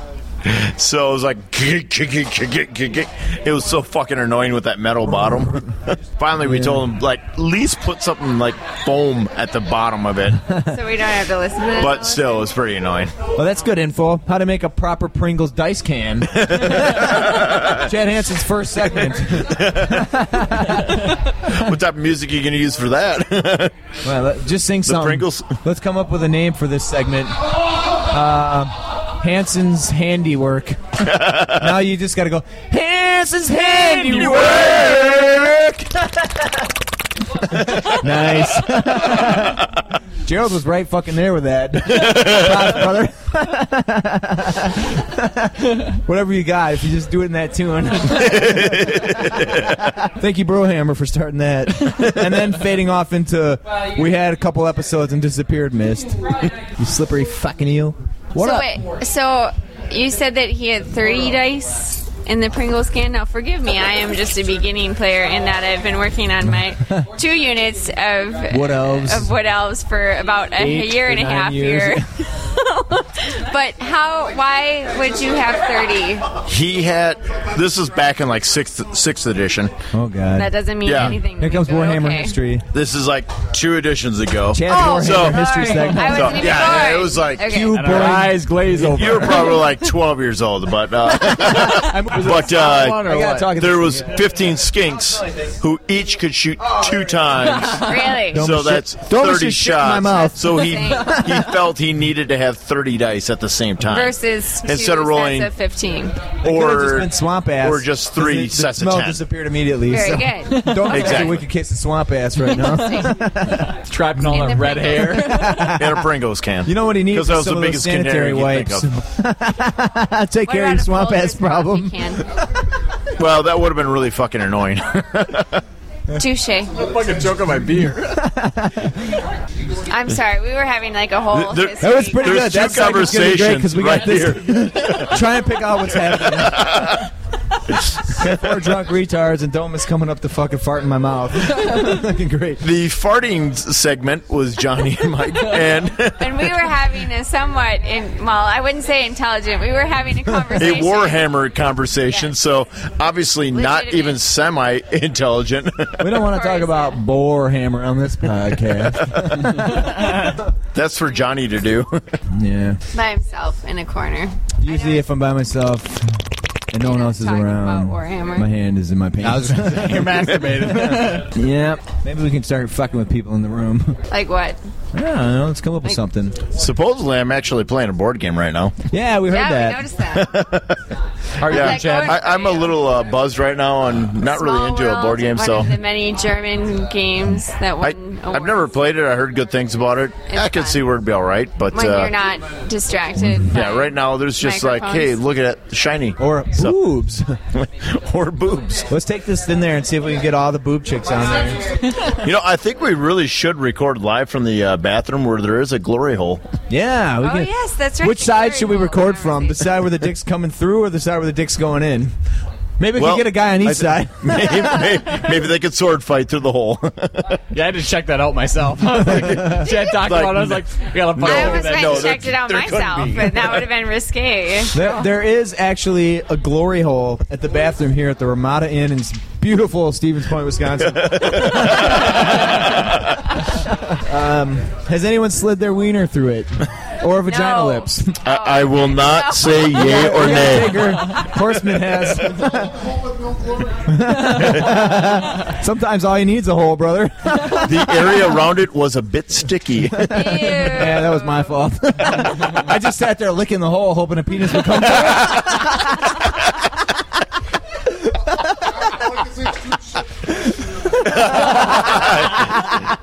[SPEAKER 5] So it was like, "Gig, gig, gig, gig, gig, gig, gig." it was so fucking annoying with that metal bottom. Finally, we told him, like, at least put something like foam at the bottom of it.
[SPEAKER 8] so we don't have to listen to that.
[SPEAKER 5] But still, it's pretty annoying.
[SPEAKER 3] Well, that's good info. How to make a proper Pringles dice can. Chad Hansen's first segment.
[SPEAKER 5] What type of music are you going to use for that?
[SPEAKER 3] Well, let- just sing something.
[SPEAKER 5] Pringles.
[SPEAKER 3] Let's come up with a name for this segment. Uh, Hanson's handiwork. now you just got to go. Hanson's handiwork. nice. Gerald was right fucking there with that. Props, brother. Whatever you got, if you just do it in that tune. Thank you, Brohammer, for starting that. and then fading off into we had a couple episodes and disappeared mist. you slippery fucking eel. What
[SPEAKER 8] so
[SPEAKER 3] up?
[SPEAKER 8] wait, so you said that he had 30 dice in the Pringles can. Now, forgive me, I am just a beginning player in that I've been working on my two units of
[SPEAKER 3] Wood elves.
[SPEAKER 8] of wood elves for about a
[SPEAKER 3] Eight
[SPEAKER 8] year
[SPEAKER 3] or
[SPEAKER 8] and a
[SPEAKER 3] nine
[SPEAKER 8] half
[SPEAKER 3] years.
[SPEAKER 8] year. but how? Why would you have 30?
[SPEAKER 5] he had, this is back in like sixth, sixth edition.
[SPEAKER 3] Oh god.
[SPEAKER 8] That doesn't mean
[SPEAKER 5] Yeah.
[SPEAKER 8] anything. to
[SPEAKER 3] Here
[SPEAKER 8] me,
[SPEAKER 3] comes
[SPEAKER 8] but
[SPEAKER 3] Warhammer
[SPEAKER 8] okay.
[SPEAKER 3] history.
[SPEAKER 5] This is like two editions ago.
[SPEAKER 3] Chad's
[SPEAKER 8] Oh,
[SPEAKER 3] Warhammer
[SPEAKER 5] so-
[SPEAKER 3] history
[SPEAKER 8] Sorry. I
[SPEAKER 3] segment.
[SPEAKER 8] wasn't even
[SPEAKER 5] yeah,
[SPEAKER 8] born.
[SPEAKER 5] it was like-
[SPEAKER 8] Okay.
[SPEAKER 3] You
[SPEAKER 6] and our
[SPEAKER 3] boy.
[SPEAKER 6] eyes glaze over.
[SPEAKER 5] You were probably like 12 years old, but uh,
[SPEAKER 3] I'm
[SPEAKER 5] But
[SPEAKER 6] one
[SPEAKER 5] uh,
[SPEAKER 6] or
[SPEAKER 3] I gotta
[SPEAKER 6] what?
[SPEAKER 3] talk.
[SPEAKER 5] there was 15 skinks who each could shoot two times.
[SPEAKER 8] Really?
[SPEAKER 3] Don't
[SPEAKER 5] so
[SPEAKER 3] shit-
[SPEAKER 5] that's
[SPEAKER 3] don't
[SPEAKER 5] 30
[SPEAKER 3] shit shit in
[SPEAKER 5] shots.
[SPEAKER 3] my mouth.
[SPEAKER 5] So he
[SPEAKER 8] Thanks.
[SPEAKER 5] he felt he needed to have 30 dice at the same time.
[SPEAKER 8] Versus two
[SPEAKER 5] Instead of rolling-
[SPEAKER 8] sets of 15.
[SPEAKER 5] or
[SPEAKER 3] just been swamp ass,
[SPEAKER 5] or just three
[SPEAKER 3] The- the
[SPEAKER 5] sets of
[SPEAKER 3] smell
[SPEAKER 5] 10.
[SPEAKER 3] disappeared immediately. so.
[SPEAKER 8] Very good.
[SPEAKER 3] Don't exactly.
[SPEAKER 5] Exactly.
[SPEAKER 3] expect a wicked case of swamp ass right now.
[SPEAKER 6] Trapping all
[SPEAKER 8] In
[SPEAKER 6] that
[SPEAKER 8] the
[SPEAKER 6] red
[SPEAKER 8] Pringles.
[SPEAKER 6] hair.
[SPEAKER 5] and a Pringles can.
[SPEAKER 3] You know what he needs?
[SPEAKER 5] Because that was
[SPEAKER 3] Some
[SPEAKER 5] the
[SPEAKER 3] of those
[SPEAKER 5] biggest
[SPEAKER 3] sanitary
[SPEAKER 5] canary you
[SPEAKER 3] wipes.
[SPEAKER 5] can think
[SPEAKER 3] Take care of
[SPEAKER 8] What about
[SPEAKER 3] your
[SPEAKER 8] a
[SPEAKER 3] swamp
[SPEAKER 8] Folgers
[SPEAKER 3] ass problem.
[SPEAKER 8] coffee
[SPEAKER 5] of. Well, that would have been really fucking annoying.
[SPEAKER 8] can? Touche.
[SPEAKER 6] Fucking joke on my beer.
[SPEAKER 8] I'm sorry. We were having like a whole.
[SPEAKER 5] There-
[SPEAKER 8] history.
[SPEAKER 3] That was pretty
[SPEAKER 5] There's
[SPEAKER 3] good.
[SPEAKER 5] two
[SPEAKER 3] That segment's gonna be great because we got
[SPEAKER 5] conversations
[SPEAKER 3] this. Try and pick out what's happening. Four drunk retards and Domus coming up to fucking fart in my mouth. Fucking great.
[SPEAKER 5] the farting segment was Johnny and Mike, and
[SPEAKER 8] and we were having a somewhat, in, well, I wouldn't say intelligent. We were having a
[SPEAKER 5] a
[SPEAKER 8] conversation.
[SPEAKER 5] Warhammer conversation. So obviously not
[SPEAKER 8] Legitimate.
[SPEAKER 5] even semi-intelligent.
[SPEAKER 3] We don't want to talk
[SPEAKER 8] Sorry,
[SPEAKER 3] about Boarhammer on this podcast.
[SPEAKER 5] That's for Johnny to do.
[SPEAKER 3] yeah.
[SPEAKER 8] by himself in a corner.
[SPEAKER 3] Usually, if I'm by myself and no one else is
[SPEAKER 8] Talking
[SPEAKER 3] around,
[SPEAKER 8] about Warhammer.
[SPEAKER 3] my hand is in my pants.
[SPEAKER 6] You're masturbating.
[SPEAKER 3] yeah. Maybe we can start fucking with people in the room.
[SPEAKER 8] Like what?
[SPEAKER 3] I don't know. Let's come up with something.
[SPEAKER 5] Supposedly, I'm actually playing a board game right now.
[SPEAKER 3] Yeah, we heard
[SPEAKER 8] yeah,
[SPEAKER 3] that.
[SPEAKER 8] we noticed that.
[SPEAKER 6] Are you
[SPEAKER 5] Yeah,
[SPEAKER 8] Like
[SPEAKER 6] Chad?
[SPEAKER 5] I, I'm a little uh, buzzed right now, and not really
[SPEAKER 8] Small
[SPEAKER 5] into a
[SPEAKER 8] World,
[SPEAKER 5] board game.
[SPEAKER 8] One
[SPEAKER 5] So
[SPEAKER 8] of the many German games that
[SPEAKER 5] I,
[SPEAKER 8] won.
[SPEAKER 5] I've
[SPEAKER 8] awards.
[SPEAKER 5] never played it. I heard good things about it. I could
[SPEAKER 8] fun.
[SPEAKER 5] see where it'd be all right, but
[SPEAKER 8] When
[SPEAKER 5] uh,
[SPEAKER 8] you're not distracted.
[SPEAKER 5] yeah, right now there's just like, hey,
[SPEAKER 8] Microphones.
[SPEAKER 5] look at that shiny
[SPEAKER 3] Or
[SPEAKER 5] So-
[SPEAKER 3] boobs.
[SPEAKER 5] or boobs.
[SPEAKER 3] Let's take this in there and see if we can get all the boob chicks on there.
[SPEAKER 5] You know, I think we really should record live from the uh, bathroom where there is a glory hole.
[SPEAKER 3] Yeah. We
[SPEAKER 8] Oh,
[SPEAKER 3] can,
[SPEAKER 8] yes, that's right.
[SPEAKER 3] Which
[SPEAKER 8] The
[SPEAKER 3] side
[SPEAKER 8] glory
[SPEAKER 3] should we
[SPEAKER 8] hole
[SPEAKER 3] record from? The
[SPEAKER 8] conversation.
[SPEAKER 3] side where the dick's coming through or the side where the dick's going in? Maybe we
[SPEAKER 5] Well,
[SPEAKER 3] can get a guy on each
[SPEAKER 5] I-
[SPEAKER 3] side.
[SPEAKER 5] maybe, maybe, maybe they could sword fight through the hole.
[SPEAKER 6] Yeah, I had to check that out myself. I was like, Chad talked
[SPEAKER 5] Like,
[SPEAKER 6] about it. I was like, I gotta
[SPEAKER 5] no.
[SPEAKER 6] fucking
[SPEAKER 8] I
[SPEAKER 6] look at
[SPEAKER 8] was
[SPEAKER 6] that.
[SPEAKER 8] going
[SPEAKER 5] No,
[SPEAKER 8] to
[SPEAKER 5] there-
[SPEAKER 8] check it out
[SPEAKER 5] there couldn't
[SPEAKER 8] myself,
[SPEAKER 5] be.
[SPEAKER 8] but that would have been risque.
[SPEAKER 3] There, there is actually a glory hole at the bathroom here at the Ramada Inn in s- beautiful Stevens Point, Wisconsin. um, Um, has anyone slid their wiener through it? Or vagina
[SPEAKER 8] No. Oh,
[SPEAKER 3] lips?
[SPEAKER 5] I, I will not say yay or nay.
[SPEAKER 3] Bigger. Horseman has. Sometimes all you need's a hole, brother.
[SPEAKER 5] The area around it was a bit sticky.
[SPEAKER 3] yeah, that was my fault. I just sat there licking the hole, hoping a penis would come. out.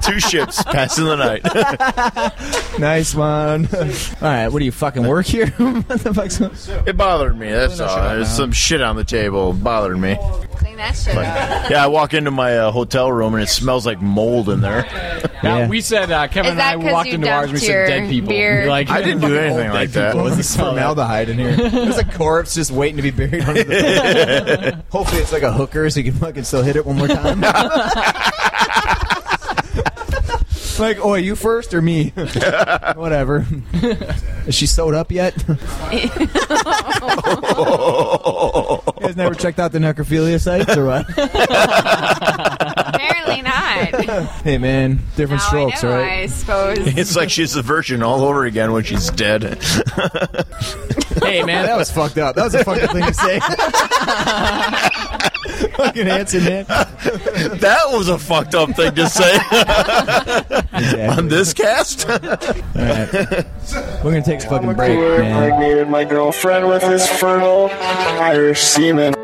[SPEAKER 5] Two ships passing the night.
[SPEAKER 3] nice one. all right, what do you fucking work here? what the fuck's going?
[SPEAKER 5] It bothered me. That's all. There's some shit on the table. Bothered me.
[SPEAKER 8] Clean that shit up.
[SPEAKER 5] Yeah, I walk into my uh, hotel room and it smells like mold in there.
[SPEAKER 6] Now,
[SPEAKER 3] Yeah.
[SPEAKER 6] we said uh, Kevin
[SPEAKER 8] Is
[SPEAKER 6] and I
[SPEAKER 8] that 'cause
[SPEAKER 6] walked
[SPEAKER 8] you
[SPEAKER 6] into ours. and We
[SPEAKER 8] dumped
[SPEAKER 6] said
[SPEAKER 8] your
[SPEAKER 6] dead people.
[SPEAKER 8] beer?
[SPEAKER 6] You're Like,
[SPEAKER 5] I didn't do anything
[SPEAKER 6] Dead
[SPEAKER 5] like that.
[SPEAKER 6] people.
[SPEAKER 3] What was this formaldehyde in here? There's a corpse just waiting to be buried. Under the Hopefully, it's like a hooker, so you can fucking still hit it one more time. like, oh, you first or me? Whatever. Is she sewed up yet? you guys never checked out the necrophilia sites or what?
[SPEAKER 8] Apparently not.
[SPEAKER 3] hey, man, different
[SPEAKER 8] Now
[SPEAKER 3] strokes,
[SPEAKER 8] I know,
[SPEAKER 3] right?
[SPEAKER 8] I suppose.
[SPEAKER 5] It's like she's a virgin all over again when she's dead.
[SPEAKER 6] Hey man,
[SPEAKER 3] That was fucked up. That was a fucking thing to say. fucking Hanson, man.
[SPEAKER 5] that was a fucked up thing to say on this cast.
[SPEAKER 3] We're gonna take a fucking break, man.
[SPEAKER 7] me and my girlfriend with this fertile Irish semen.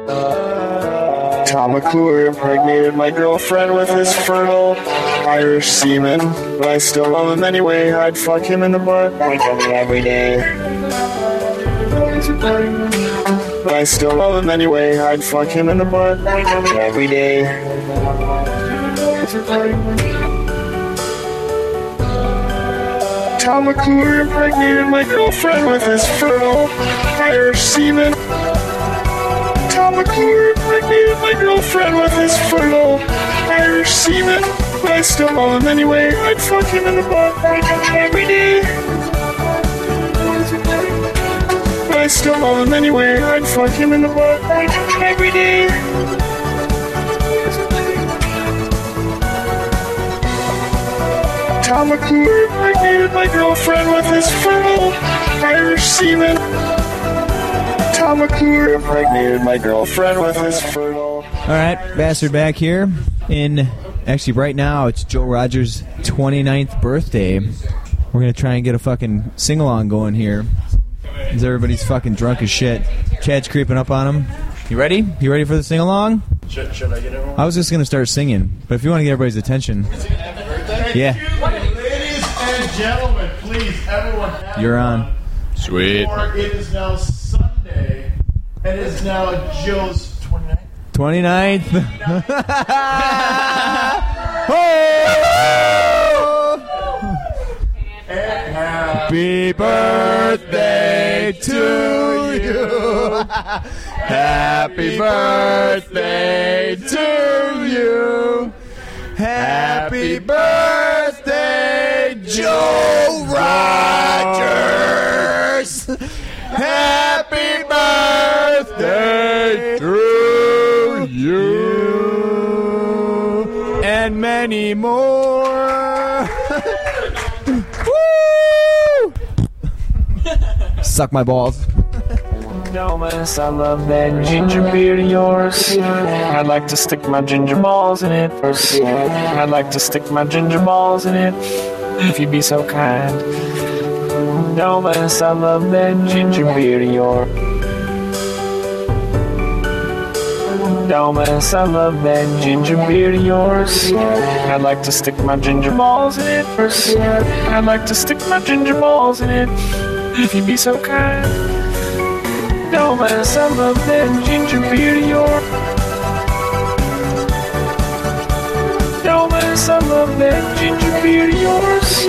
[SPEAKER 7] Tom McClure impregnated my girlfriend with his fertile Irish semen. But I still love him anyway. I'd fuck him in the butt like every day. But I still love him anyway. I'd fuck him in the butt like every day. Tom McClure impregnated my girlfriend with his fertile Irish semen. Tom McClure impregnated my girlfriend with his fertile Irish semen. But I still love him anyway. I'd fuck him in the butt every day. But I still love him anyway. I'd fuck him in the butt every day. Tom McClure impregnated my girlfriend with his fertile Irish semen. Tom
[SPEAKER 4] McClure impregnated my girlfriend with his fertile.
[SPEAKER 3] All right, Bastard back here. In actually, right now it's Joe Rogers' 29th birthday. We're gonna try and get a fucking sing along going here. 'Cause Everybody's fucking drunk as shit. Chad's creeping up on him. You ready? You ready for the sing along?
[SPEAKER 9] Should, should I get everyone?
[SPEAKER 3] I was just gonna start singing, but if you want to get everybody's attention, yeah,
[SPEAKER 5] Ladies and gentlemen, please, everyone. have
[SPEAKER 3] you're on.
[SPEAKER 6] Sweet.
[SPEAKER 5] fun. It is now Sunday, and it is now Joe's 29th.
[SPEAKER 3] 29th. oh! Happy birthday to you. Happy birthday to you. Happy birthday, Joe Rogers. Happy birthday to you and many more. Woo! Suck my balls.
[SPEAKER 7] Domus, I love that ginger beer of yours. I'd like to stick my ginger balls in it. I'd like to stick my ginger balls in it, if you'd be so kind. Domus, I love that ginger beer of yours. Domus, I love that ginger beer of yours. I'd like to stick my ginger balls in it. I'd like to stick my ginger balls in it, if you'd be so kind. Domas, I love that ginger beer of yours. Domas, I love that ginger beer of yours.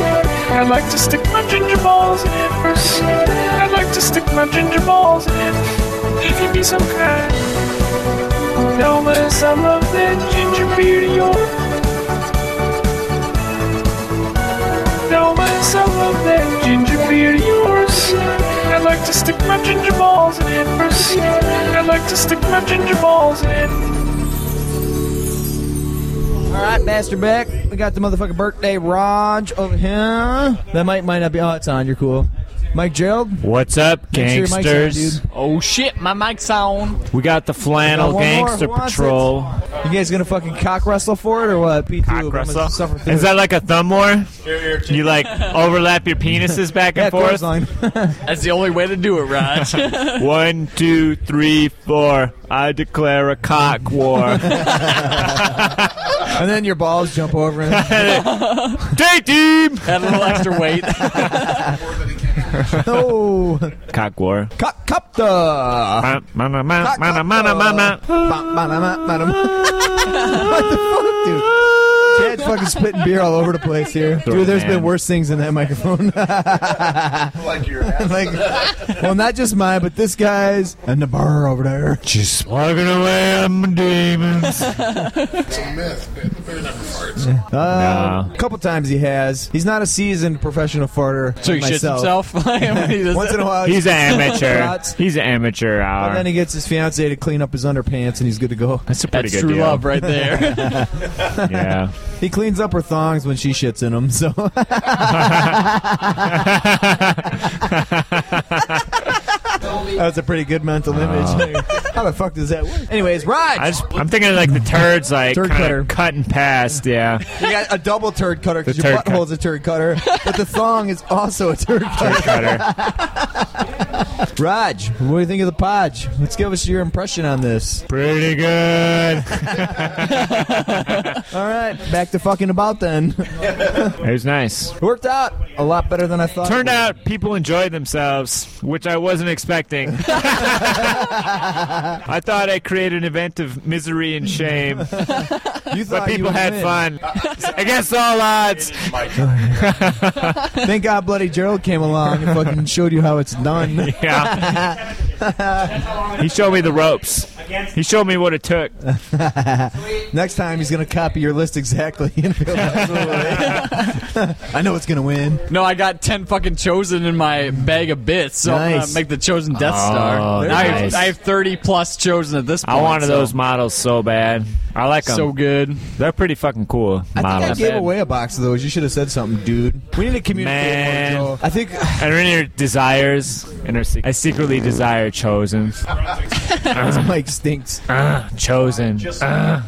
[SPEAKER 7] I'd like to stick my ginger balls in it first. I'd like to stick my ginger balls in it, if you'd be so kind. Domas, I love that ginger beer of yours. Domas, I love that ginger beer of yours. I'd like to stick my ginger balls in it first. I'd like to stick my ginger balls in it.
[SPEAKER 3] All right, Master Beck. We got the motherfucking birthday Raj over here. That might might not be. Oh, it's on. You're cool. Mike Gerald.
[SPEAKER 2] What's up,
[SPEAKER 3] Make sure your mic's on,
[SPEAKER 2] gangsters?
[SPEAKER 6] Oh shit, my mic's on.
[SPEAKER 2] we got the flannel
[SPEAKER 3] We got one more.
[SPEAKER 2] gangster
[SPEAKER 3] Who wants
[SPEAKER 2] patrol.
[SPEAKER 3] You guys gonna fucking cock wrestle for it or what? P2, cock
[SPEAKER 9] wrestle?
[SPEAKER 2] Is that like a thumb war? You like overlap your penises back
[SPEAKER 3] yeah,
[SPEAKER 2] and forth?
[SPEAKER 3] clothesline.
[SPEAKER 6] That's the only way to do it, Raj.
[SPEAKER 2] One, two, three, four. I declare a cock war.
[SPEAKER 3] and then your balls jump over. And,
[SPEAKER 2] Day team.
[SPEAKER 6] Had a little extra weight.
[SPEAKER 3] oh,
[SPEAKER 2] Cock war.
[SPEAKER 3] cock cup the.
[SPEAKER 2] Ma- ma- ma- ma-
[SPEAKER 3] Cock
[SPEAKER 2] ma-
[SPEAKER 3] up
[SPEAKER 2] ma- ma- ma- ma.
[SPEAKER 3] the- ba- ba- ma- ma- ma- ma- What the fuck, dude? Chad's fucking spitting beer all over the place here.
[SPEAKER 2] Throw it,
[SPEAKER 3] Dude, there's
[SPEAKER 2] man.
[SPEAKER 3] been worse things in that microphone.
[SPEAKER 9] Like your ass.
[SPEAKER 3] like, well, not just mine, but this guy's and the bar over there.
[SPEAKER 2] Just plugging away at my demons.
[SPEAKER 3] A
[SPEAKER 2] Nah.
[SPEAKER 3] Uh, couple times he has. He's not a seasoned professional farter.
[SPEAKER 6] so he
[SPEAKER 3] like
[SPEAKER 6] shits
[SPEAKER 3] myself.
[SPEAKER 6] himself.
[SPEAKER 3] Once in a while,
[SPEAKER 2] He's an amateur.
[SPEAKER 3] Shots.
[SPEAKER 2] He's an amateur
[SPEAKER 3] And
[SPEAKER 2] uh,
[SPEAKER 3] then
[SPEAKER 2] hour.
[SPEAKER 3] he gets his fiancee to clean up his underpants, and he's good to go.
[SPEAKER 2] That's a pretty
[SPEAKER 6] That's
[SPEAKER 2] good
[SPEAKER 6] true
[SPEAKER 2] deal.
[SPEAKER 6] love right there.
[SPEAKER 2] Yeah.
[SPEAKER 3] He cleans up her thongs when she shits in them. So that's a pretty good mental
[SPEAKER 2] Oh.
[SPEAKER 3] image. How the fuck does that work? Anyways, Raj,
[SPEAKER 2] I just, I'm thinking like the turds, like
[SPEAKER 3] Turd
[SPEAKER 2] kind
[SPEAKER 3] cutter.
[SPEAKER 2] of cutting past. Yeah.
[SPEAKER 3] you got a double turd cutter because
[SPEAKER 2] The
[SPEAKER 3] your
[SPEAKER 2] turd cut-
[SPEAKER 3] butthole's a turd cutter, but the thong is also a turd cutter.
[SPEAKER 2] Cutter.
[SPEAKER 3] Raj, what do you think of the podge? Let's give us your impression on this.
[SPEAKER 2] Pretty good.
[SPEAKER 3] All right, back to fucking about then.
[SPEAKER 2] It was nice.
[SPEAKER 3] Worked out a lot better than I thought.
[SPEAKER 2] Turned out people enjoyed themselves, which I wasn't expecting. I thought I created an event of misery and shame,
[SPEAKER 3] you
[SPEAKER 2] but
[SPEAKER 3] thought you
[SPEAKER 2] people
[SPEAKER 3] would
[SPEAKER 2] had
[SPEAKER 3] win.
[SPEAKER 2] fun. Against all odds.
[SPEAKER 3] Thank God, bloody Gerald came along and fucking showed you how it's done.
[SPEAKER 2] Yeah. he showed me the ropes. He showed me what it took.
[SPEAKER 3] Next time he's gonna copy your list exactly. and be like, "Absolutely." I know it's gonna win.
[SPEAKER 6] no, I got ten fucking chosen in my bag of bits, so I'm
[SPEAKER 3] Nice.
[SPEAKER 6] gonna make the chosen Death Star.
[SPEAKER 2] very
[SPEAKER 6] Now I, have,
[SPEAKER 2] Oh, nice.
[SPEAKER 6] I have thirty plus chosen at this point.
[SPEAKER 2] I wanted
[SPEAKER 6] so-
[SPEAKER 2] those models so bad. I like them.
[SPEAKER 6] So good.
[SPEAKER 2] They're pretty fucking cool
[SPEAKER 3] I think I
[SPEAKER 2] models.
[SPEAKER 3] gave
[SPEAKER 6] bad.
[SPEAKER 3] away a box of those. You should have said something, dude. We need to communicate
[SPEAKER 2] Man.
[SPEAKER 3] more, Joe. I think
[SPEAKER 2] And in your desires and her secret. I secretly desire chosen.
[SPEAKER 3] This mic stinks.
[SPEAKER 2] Ah, chosen. Ah.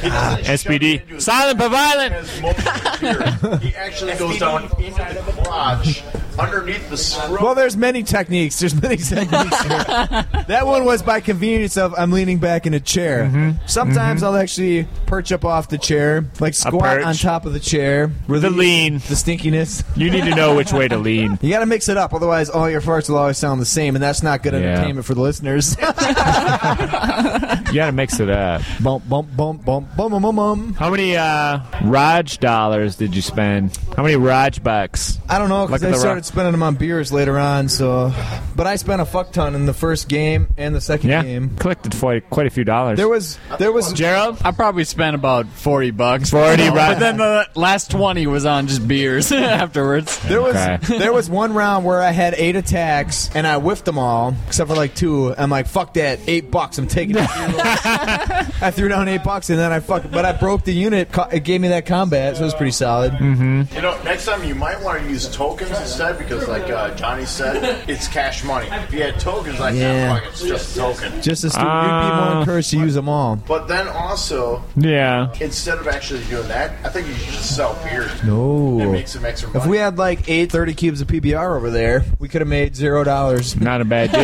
[SPEAKER 2] SPD. Silent but violent.
[SPEAKER 5] he actually goes down inside the garage, underneath the scroll.
[SPEAKER 3] Well, there's many techniques. There's many techniques. here. that one was by convenience of I'm leaning back in a chair.
[SPEAKER 2] Mm-hmm.
[SPEAKER 3] Sometimes I'll actually perch up off the chair, like squat
[SPEAKER 2] perch.
[SPEAKER 3] on top of the chair.
[SPEAKER 2] The
[SPEAKER 3] Release
[SPEAKER 2] lean.
[SPEAKER 3] the stinkiness.
[SPEAKER 2] You need to know which way to lean.
[SPEAKER 3] You got to mix it up, otherwise all your farts will always sound the same, and that's not good
[SPEAKER 2] Yeah.
[SPEAKER 3] entertainment for the listeners.
[SPEAKER 2] You gotta mix it up.
[SPEAKER 3] bump, bump, bump, bump, bum, bum, bum, bum.
[SPEAKER 2] How many uh, Raj dollars did you spend? How many Raj bucks?
[SPEAKER 3] I don't know because
[SPEAKER 2] Look at
[SPEAKER 3] I
[SPEAKER 2] the
[SPEAKER 3] started
[SPEAKER 2] rock.
[SPEAKER 3] spending them on beers later on. So, but I spent a fuck ton in the first game and the second
[SPEAKER 2] Yeah,
[SPEAKER 3] game.
[SPEAKER 2] collected quite quite a few dollars.
[SPEAKER 3] There was there was
[SPEAKER 2] Gerald.
[SPEAKER 6] I probably spent about forty bucks.
[SPEAKER 2] 40, right.
[SPEAKER 6] But then the last twenty was on just beers afterwards.
[SPEAKER 3] There was
[SPEAKER 2] Okay.
[SPEAKER 3] there was one round where I had eight attacks and I whiffed them all except for like two. I'm like, fuck that, eight bucks. I'm taking it. I threw down eight bucks and then I fuck, but I broke the unit. Co- It gave me that combat, so it was pretty solid.
[SPEAKER 2] Mm-hmm.
[SPEAKER 5] You know, next time you might want to use tokens instead because, like uh, Johnny said, it's cash money. If you had tokens like
[SPEAKER 3] Yeah.
[SPEAKER 5] that, fuck, it's just a token.
[SPEAKER 3] Just as stupid, you'd be more
[SPEAKER 2] Ah.
[SPEAKER 3] encouraged to use them all.
[SPEAKER 5] But then also,
[SPEAKER 2] Yeah.
[SPEAKER 5] instead of actually doing that, I think you should just sell beers. And
[SPEAKER 3] No.
[SPEAKER 5] make some extra money.
[SPEAKER 3] If we had like eight 30 cubes of PBR over there, we could have made zero dollars.
[SPEAKER 2] Not a bad deal.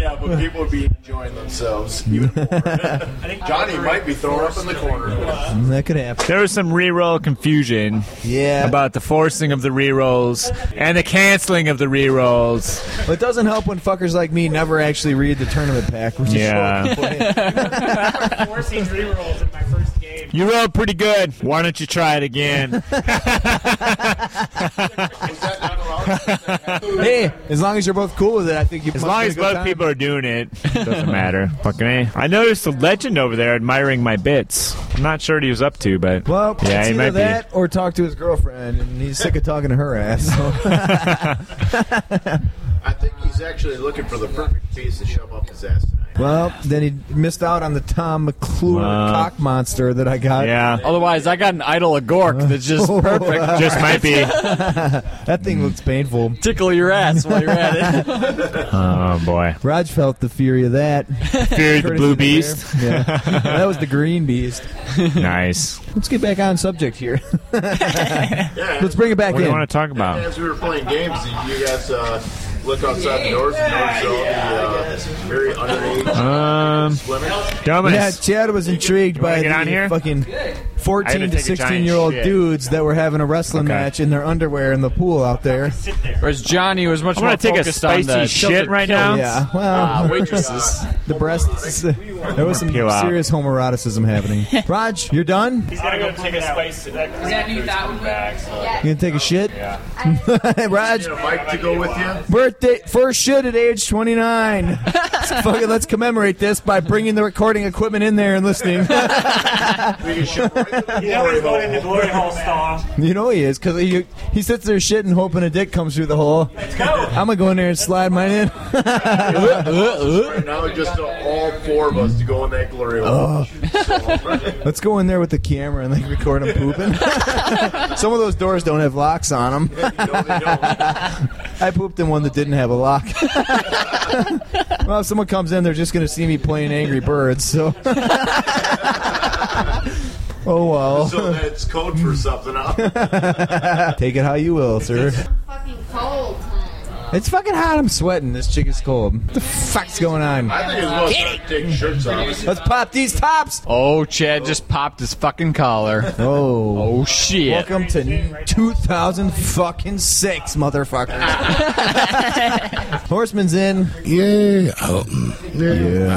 [SPEAKER 5] yeah, but people would be enjoying themselves even more. Johnny might be thrown up in the corner.
[SPEAKER 3] That could happen.
[SPEAKER 2] there was some reroll confusion
[SPEAKER 3] Yeah.
[SPEAKER 2] about the forcing of the rerolls and the canceling of the rerolls.
[SPEAKER 3] But it doesn't help when fuckers like me never actually read the tournament pack. Which
[SPEAKER 2] Yeah.
[SPEAKER 3] Is short.
[SPEAKER 10] forcing rerolls in my first game.
[SPEAKER 2] You rolled pretty good. Why don't you try it again?
[SPEAKER 3] hey, as long as you're both cool with it, I think you.
[SPEAKER 2] As long as both people are doing it, doesn't matter. Fucking a. I noticed the legend over there admiring my bits. I'm not sure what he was up to, but
[SPEAKER 3] Well,
[SPEAKER 2] yeah,
[SPEAKER 3] it's
[SPEAKER 2] he
[SPEAKER 3] either
[SPEAKER 2] might
[SPEAKER 3] that or talk to his girlfriend, and he's sick of talking to her ass. So.
[SPEAKER 5] I think he's actually looking for the perfect piece to shove up his ass tonight.
[SPEAKER 3] well, then he missed out on the Tom McClure
[SPEAKER 2] Wow.
[SPEAKER 3] cock monster that I got.
[SPEAKER 2] be. Yeah,
[SPEAKER 6] Otherwise, I got an idol of Gork that's just
[SPEAKER 3] Oh,
[SPEAKER 6] perfect.
[SPEAKER 2] just might be.
[SPEAKER 3] That thing looks painful.
[SPEAKER 6] Tickle your ass while you're at it.
[SPEAKER 2] Oh boy,
[SPEAKER 3] Raj felt the fury of that.
[SPEAKER 2] feared the
[SPEAKER 3] Courtesy
[SPEAKER 2] blue
[SPEAKER 3] of the
[SPEAKER 2] beast.
[SPEAKER 3] bear. Yeah. that was the green beast.
[SPEAKER 2] Nice.
[SPEAKER 3] Let's get back on subject here. Let's bring it back
[SPEAKER 2] What do
[SPEAKER 3] in.
[SPEAKER 2] you want to talk about?
[SPEAKER 5] As we were playing games, you guys uh, look outside the doors and notice all the uh, very underage
[SPEAKER 2] Um,
[SPEAKER 5] women.
[SPEAKER 3] yeah,
[SPEAKER 2] dumbest.
[SPEAKER 3] Chad was intrigued
[SPEAKER 2] wanna
[SPEAKER 3] by
[SPEAKER 2] get
[SPEAKER 3] the
[SPEAKER 2] on here?
[SPEAKER 3] fucking
[SPEAKER 2] I gotta
[SPEAKER 3] fourteen to
[SPEAKER 2] take a giant
[SPEAKER 3] sixteen year old
[SPEAKER 2] shit.
[SPEAKER 3] dudes that were having a wrestling
[SPEAKER 2] Okay.
[SPEAKER 3] match in their underwear in the pool out there.
[SPEAKER 6] Whereas Johnny was much
[SPEAKER 2] I'm
[SPEAKER 6] more
[SPEAKER 2] gonna take a
[SPEAKER 6] focused on
[SPEAKER 2] spicy
[SPEAKER 6] the
[SPEAKER 2] shit right now.
[SPEAKER 3] Yeah, well,
[SPEAKER 6] Ah, waitresses.
[SPEAKER 3] The breasts. There was some
[SPEAKER 2] Peel out.
[SPEAKER 3] serious homoeroticism happening. Raj, you're done? You
[SPEAKER 10] He's gonna go take a spice. That
[SPEAKER 3] gonna take a shit? Raj,
[SPEAKER 5] A bike to go with you?
[SPEAKER 3] birthday, first shit at age 29. So fucking let's commemorate this by bringing the recording equipment in there and listening.
[SPEAKER 5] We can shove right in the
[SPEAKER 10] You know he's going in the
[SPEAKER 5] glory hole.
[SPEAKER 10] glory hole stall.
[SPEAKER 3] you know he is, because he, he sits there shitting, hoping a dick comes through the hole. I'm gonna go in there and slide mine in.
[SPEAKER 5] Right now, just uh, all four of us to go in that glory
[SPEAKER 3] Oh.
[SPEAKER 5] hole.
[SPEAKER 3] Let's go in there with the camera and like record him pooping. Some of those doors don't have locks on them.
[SPEAKER 5] You know they don't.
[SPEAKER 3] I pooped in one that didn't have a lock. well, if someone comes in, they're just going to see me playing Angry Birds. So, oh well.
[SPEAKER 5] So that's code for something. huh?
[SPEAKER 3] Take it how you will, sir.
[SPEAKER 8] Fucking cold.
[SPEAKER 3] It's fucking hot. I'm sweating. This chick is cold. What the fuck's going on?
[SPEAKER 5] I think it's well start taking shirts off.
[SPEAKER 3] Let's pop these tops.
[SPEAKER 6] Oh, Chad just popped his fucking collar.
[SPEAKER 3] Oh.
[SPEAKER 6] Oh shit.
[SPEAKER 3] Welcome to 2000 fucking six, motherfuckers. Horseman's in.
[SPEAKER 11] Yeah. Oh, I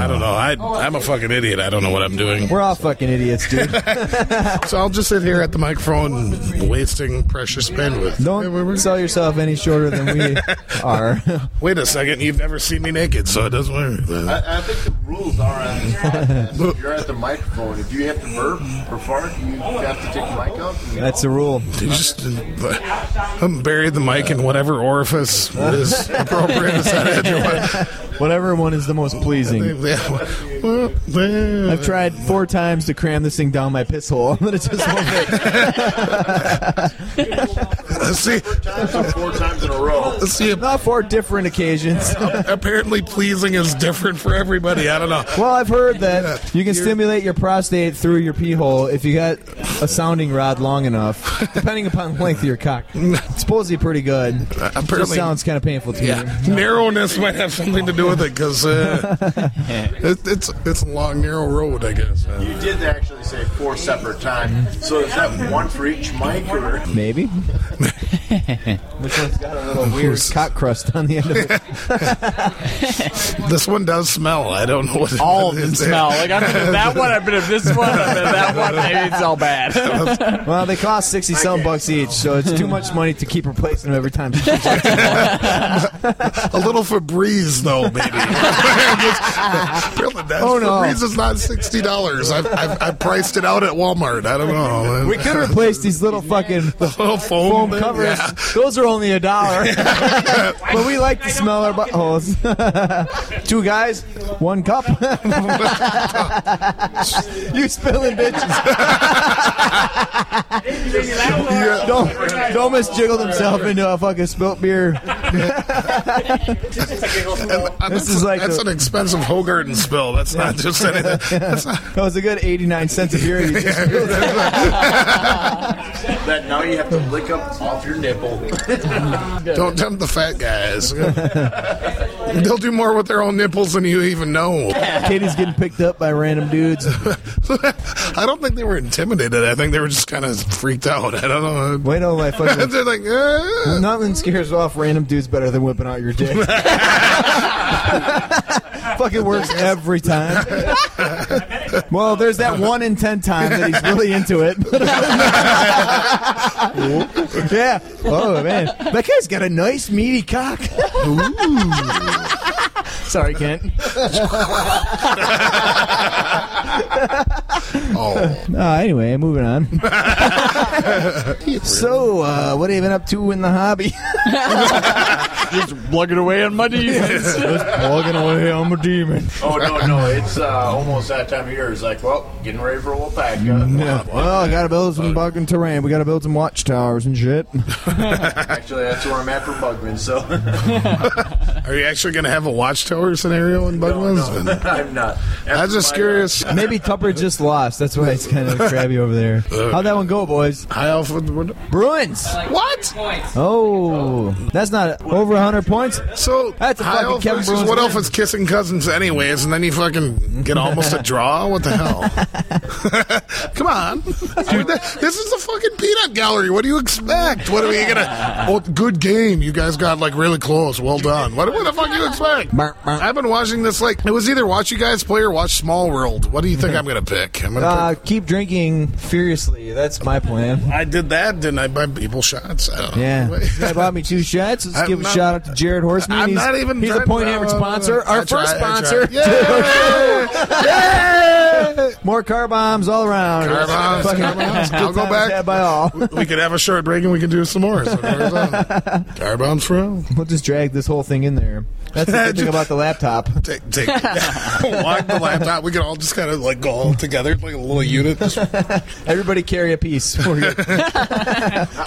[SPEAKER 11] don't know. I, I'm a fucking idiot. I don't know what I'm doing.
[SPEAKER 3] We're all fucking idiots, dude.
[SPEAKER 11] So I'll just sit here at the microphone, wasting precious bandwidth. Wait, wait,
[SPEAKER 3] Don't
[SPEAKER 11] wait.
[SPEAKER 3] sell yourself any shorter than we are.
[SPEAKER 11] Wait a second. You've never seen me naked, so it doesn't matter.
[SPEAKER 5] I, I think the rules are on this podcast. If you're at the microphone, if you have to burp or fart, you have to take the mic out. And
[SPEAKER 3] That's the rule.
[SPEAKER 11] You just uh, bury the mic in whatever orifice is appropriate. Is that it?
[SPEAKER 3] Whatever one is the most pleasing. I've
[SPEAKER 11] I've
[SPEAKER 3] tried four times to cram this thing down my piss hole. I'm gonna just
[SPEAKER 11] see
[SPEAKER 5] four times in a row.
[SPEAKER 11] see
[SPEAKER 3] not four different occasions.
[SPEAKER 11] Apparently, pleasing is different for everybody. I don't know.
[SPEAKER 3] Well, I've heard that you can stimulate your prostate through your pee hole if you got a sounding rod long enough, depending upon the length of your cock. It's supposedly pretty good. Just
[SPEAKER 11] apparently-
[SPEAKER 3] sounds kind of painful to me.
[SPEAKER 11] Yeah, narrowness might have something to do with it because uh, it, it's it's a long, narrow road, I guess. Uh,
[SPEAKER 5] You did actually say four separate times. So is that one for each mic or?
[SPEAKER 3] Maybe. Which one's got a little weird cock crust on the end of it?
[SPEAKER 11] this one does smell. I don't know what it
[SPEAKER 6] All of
[SPEAKER 11] it
[SPEAKER 6] them
[SPEAKER 11] is.
[SPEAKER 6] smell. Like I've been in that one, I've been in this one, I've been in that one. Maybe it's all bad.
[SPEAKER 3] Well, they cost sixty some bucks each, so it's too much money to keep replacing them every time.
[SPEAKER 11] a little Febreze, though, maybe. Apparently, that's,
[SPEAKER 3] Oh, no.
[SPEAKER 11] Febreze is not sixty dollars. I've, I've I priced it out at Walmart. I don't know.
[SPEAKER 3] We could replace these little fucking
[SPEAKER 11] little
[SPEAKER 3] foam,
[SPEAKER 11] foam thing,
[SPEAKER 3] covers.
[SPEAKER 11] yeah.
[SPEAKER 3] Those are only a dollar, but we like to smell our buttholes. Two guys, one cup. you spilling bitches. don't, don't miss jiggled himself into a fucking spilt beer.
[SPEAKER 11] this
[SPEAKER 3] is like
[SPEAKER 11] uh, that's
[SPEAKER 3] the-
[SPEAKER 11] an expensive Hogarden spill. That's not just anything. That's not,
[SPEAKER 3] That was a good eighty-nine cents of beer. You just spilled.
[SPEAKER 5] That now you have to lick up off your nipple.
[SPEAKER 11] Don't tempt the fat guys. They'll do more with their own nipples than you even know.
[SPEAKER 3] Katie's getting picked up by random dudes.
[SPEAKER 11] I don't think they were intimidated. I think they were just kind of freaked out. I don't know.
[SPEAKER 3] Wait till I fucking.
[SPEAKER 11] They're like, eh.
[SPEAKER 3] Nothing scares off random dudes better than whipping out your dick. Fucking works every time. well, there's that one in ten time that he's really into it. yeah. Oh man, that guy's got a nice meaty cock. Sorry, Kent.
[SPEAKER 11] oh.
[SPEAKER 3] Uh, anyway, moving on. so, uh, what have you been up to in the hobby?
[SPEAKER 6] Just plugging away on my demons.
[SPEAKER 3] plugging away. I'm a demon.
[SPEAKER 5] Oh no, no, it's uh, almost that time of year. It's like, well, getting ready for Wolfpack.
[SPEAKER 3] Yeah. Well, I gotta build some fucking terrain. We gotta build some watchtowers and shit.
[SPEAKER 5] Actually, that's where I'm at for Bugman. So
[SPEAKER 11] Are you actually going to have a watchtower scenario in Bugman's?
[SPEAKER 5] I'm not. uh,
[SPEAKER 11] I was just curious.
[SPEAKER 3] Maybe Tupper just lost. That's why it's kind of crabby over there. How'd that one go, boys?
[SPEAKER 11] High off with the window.
[SPEAKER 3] Bruins.
[SPEAKER 11] What?
[SPEAKER 3] Oh, that's not over 100 points.
[SPEAKER 11] So
[SPEAKER 3] That's a
[SPEAKER 11] high
[SPEAKER 3] fucking
[SPEAKER 11] elf
[SPEAKER 3] Kevin
[SPEAKER 11] versus
[SPEAKER 3] Bruins
[SPEAKER 11] what
[SPEAKER 3] win.
[SPEAKER 11] elf is kissing cousins anyways, and then you fucking get almost a draw? What the hell? Come on. Dude, that- this is a fucking peanut gallery. What do you expect? What are we gonna Oh good game. You guys got like really close. Well done. What, what the fuck do you expect? I've been watching this like it was either watch you guys play or watch Small World. What do you think I'm gonna pick? I'm gonna
[SPEAKER 3] Uh, keep drinking furiously. That's my plan.
[SPEAKER 11] pick I did that, didn't I buy people shots? I don't know.
[SPEAKER 3] Yeah, this guy bought me two shots. Let's
[SPEAKER 11] I'm
[SPEAKER 3] give a
[SPEAKER 11] not-
[SPEAKER 3] shout out to Jared Horseman.
[SPEAKER 11] I'm
[SPEAKER 3] he's,
[SPEAKER 11] not even
[SPEAKER 3] He's a
[SPEAKER 11] trying-
[SPEAKER 3] Point Hammered sponsor.
[SPEAKER 11] I
[SPEAKER 3] Our first
[SPEAKER 11] tried, I
[SPEAKER 3] sponsor.
[SPEAKER 11] tried. Yeah! Yeah!
[SPEAKER 3] More car bombs all around.
[SPEAKER 11] Car bombs,
[SPEAKER 3] Fucking
[SPEAKER 11] car bombs.
[SPEAKER 3] good
[SPEAKER 11] I'll go
[SPEAKER 3] times
[SPEAKER 11] back.
[SPEAKER 3] had by all.
[SPEAKER 11] we could have a short break and we can do some more. So there's, uh, Car bombs for real.
[SPEAKER 3] We'll just drag this whole thing in there. That's the good thing about the laptop.
[SPEAKER 11] Take, take, walk the laptop. We can all just kind of like go all together like a little unit. Just,
[SPEAKER 3] Everybody carry a piece for you.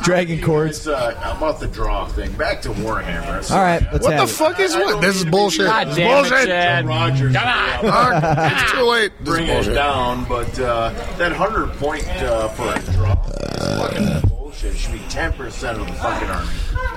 [SPEAKER 3] Dragon cords.
[SPEAKER 5] It's uh, about the draw thing. Back to Warhammer. So,
[SPEAKER 3] All right, let's
[SPEAKER 11] what the
[SPEAKER 3] have it.
[SPEAKER 11] fuck is what? This is bullshit.
[SPEAKER 6] God
[SPEAKER 11] This is
[SPEAKER 6] damn it,
[SPEAKER 11] bullshit.
[SPEAKER 6] Chad.
[SPEAKER 5] Rogers. Come on.
[SPEAKER 11] Fuck, it's too late. This is
[SPEAKER 5] bring it
[SPEAKER 11] bullshit.
[SPEAKER 5] down, but uh, that hundred point uh, for a draw is fucking bullshit. It should be ten percent of the fucking army.